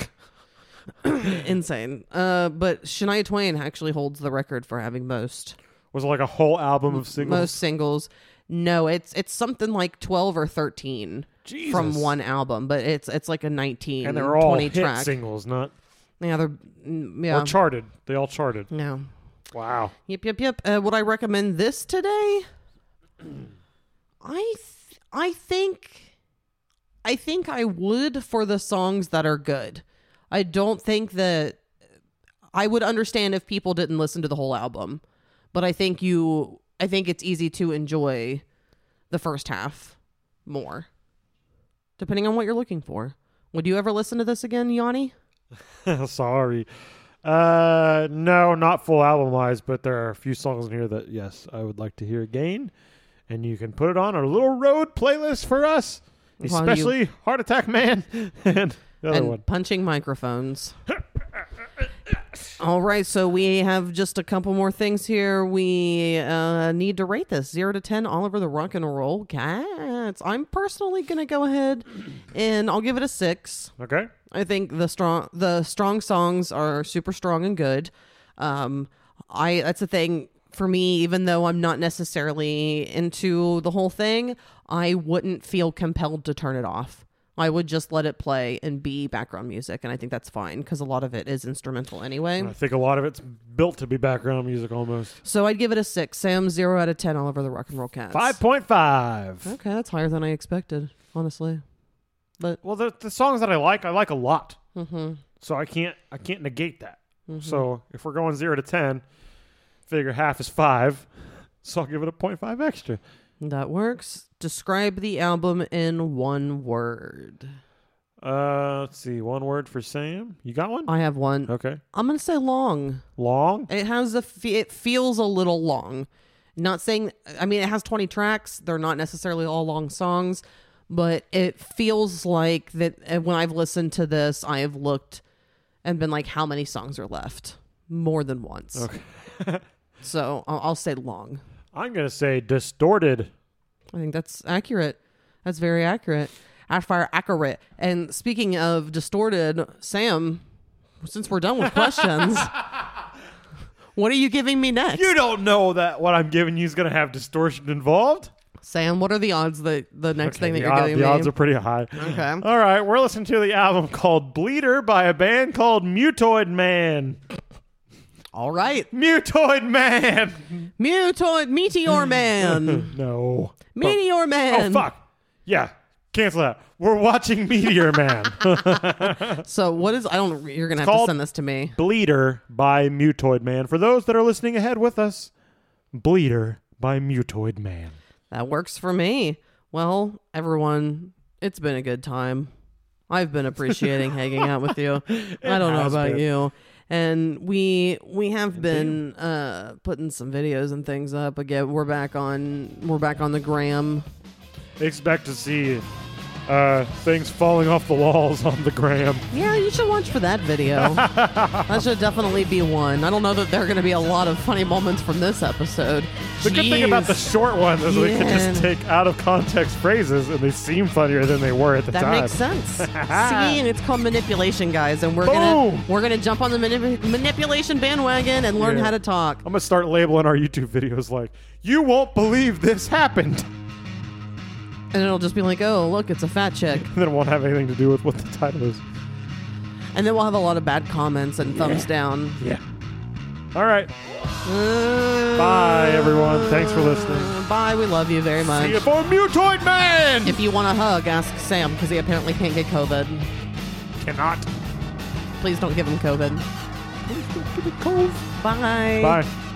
Speaker 2: insane. Uh, but Shania Twain actually holds the record for having most
Speaker 1: Was it like a whole album of singles?
Speaker 2: most singles. No, it's it's something like twelve or thirteen from
Speaker 1: Jesus.
Speaker 2: one album, but it's it's like a 19,
Speaker 1: and they're all
Speaker 2: 20
Speaker 1: hit
Speaker 2: track.
Speaker 1: singles, not
Speaker 2: Yeah, they're mm,
Speaker 1: or
Speaker 2: yeah.
Speaker 1: charted. They all charted.
Speaker 2: yeah.
Speaker 1: Wow.
Speaker 2: Yep, yep, yep. Uh, would I recommend this today? I th- I think I think I would for the songs that are good. I don't think that I would understand if people didn't listen to the whole album. But I think you I think it's easy to enjoy the first half more depending on what you're looking for. Would you ever listen to this again, Yanni?
Speaker 1: Sorry. Uh, no, not full album wise, but there are a few songs in here that yes, I would like to hear again, and you can put it on our little road playlist for us,
Speaker 2: you-
Speaker 1: especially Heart Attack Man and the other
Speaker 2: and
Speaker 1: one.
Speaker 2: punching microphones. All right, so we have just a couple more things here. We uh, need to rate this zero to ten. Oliver the Rock and Roll Cats. I'm personally gonna go ahead and I'll give it a six.
Speaker 1: Okay.
Speaker 2: I think the strong the strong songs are super strong and good. Um, I that's the thing for me. Even though I'm not necessarily into the whole thing, I wouldn't feel compelled to turn it off. I would just let it play and be background music, and I think that's fine because a lot of it is instrumental anyway.
Speaker 1: I think a lot of it's built to be background music almost.
Speaker 2: So I'd give it a six. Sam zero out of ten. Oliver the Rock and Roll Cats.
Speaker 1: 5.5.
Speaker 2: Okay, that's higher than I expected, honestly. But
Speaker 1: Well, the, the songs that I like, I like a lot. Mm-hmm. So I can't I can't negate that.
Speaker 2: Mm-hmm.
Speaker 1: So if we're going zero to ten, figure half is five. So I'll give it a point five extra.
Speaker 2: that works. Describe the album in one word.
Speaker 1: Uh, let's see. One word for Sam. You got one?
Speaker 2: I have one.
Speaker 1: Okay.
Speaker 2: I'm gonna say long.
Speaker 1: Long.
Speaker 2: It has a fe- it feels a little long. Not saying I mean it has 20 tracks. They're not necessarily all long songs, but it feels like that uh, when I've listened to this, I have looked and been like, how many songs are left? More than once. Okay. so I'll, I'll say long.
Speaker 1: I'm gonna say distorted.
Speaker 2: I think that's accurate. That's very accurate. Ashfire accurate. And speaking of distorted, Sam, since we're done with questions, what are you giving me next?
Speaker 1: You don't know that what I'm giving you is gonna have distortion involved.
Speaker 2: Sam, what are the odds that the next thing that
Speaker 1: the
Speaker 2: you're
Speaker 1: odd-
Speaker 2: giving
Speaker 1: the
Speaker 2: me?
Speaker 1: odds are pretty high.
Speaker 2: Okay.
Speaker 1: All right, we're listening to the album called Bleeder by a band called Mutoid Man.
Speaker 2: All right.
Speaker 1: Mutoid Man.
Speaker 2: Mutoid Meteor Man.
Speaker 1: No.
Speaker 2: Meteor
Speaker 1: Oh
Speaker 2: Man.
Speaker 1: fuck. Yeah. Cancel that. We're watching Meteor Man.
Speaker 2: So what is I don't you're gonna have to
Speaker 1: called-
Speaker 2: send this to me.
Speaker 1: Bleeder by Mutoid Man. For those that are listening ahead with us, Bleeder by Mutoid Man.
Speaker 2: That works for me. Well, everyone, it's been a good time. I've been appreciating hanging out with you. I don't know
Speaker 1: has
Speaker 2: about
Speaker 1: been.
Speaker 2: you. And we we have been uh, putting some videos and things up again. We're back on we're back on the gram.
Speaker 1: Expect to see uh, things falling off the walls on the gram.
Speaker 2: Yeah, you should watch for that video. that should definitely be one. I don't know that there are going to be a lot of funny moments from this episode.
Speaker 1: The good thing about the
Speaker 2: Jeez.
Speaker 1: short one is we can just
Speaker 2: Yeah.
Speaker 1: take out of context phrases and they seem funnier than they were at the
Speaker 2: that
Speaker 1: time.
Speaker 2: makes sense. See, and it's called manipulation, guys, and we're gonna
Speaker 1: Boom.
Speaker 2: we're gonna jump on the manip- manipulation bandwagon and learn
Speaker 1: Yeah.
Speaker 2: how to talk.
Speaker 1: I'm gonna start labeling our YouTube videos like "You won't believe this happened,"
Speaker 2: And it'll just be like, oh, look, it's a fat chick.
Speaker 1: and then it won't have anything to do with what the title is.
Speaker 2: And then we'll have a lot of bad comments and thumbs down.
Speaker 1: Yeah. All right. Bye, everyone. Thanks for listening.
Speaker 2: Uh, Bye. We love you very much.
Speaker 1: See you for Mutoid Man.
Speaker 2: If you want a hug, ask Sam because he apparently can't get COVID.
Speaker 1: Cannot.
Speaker 2: Please don't give him COVID. Bye.
Speaker 1: Bye.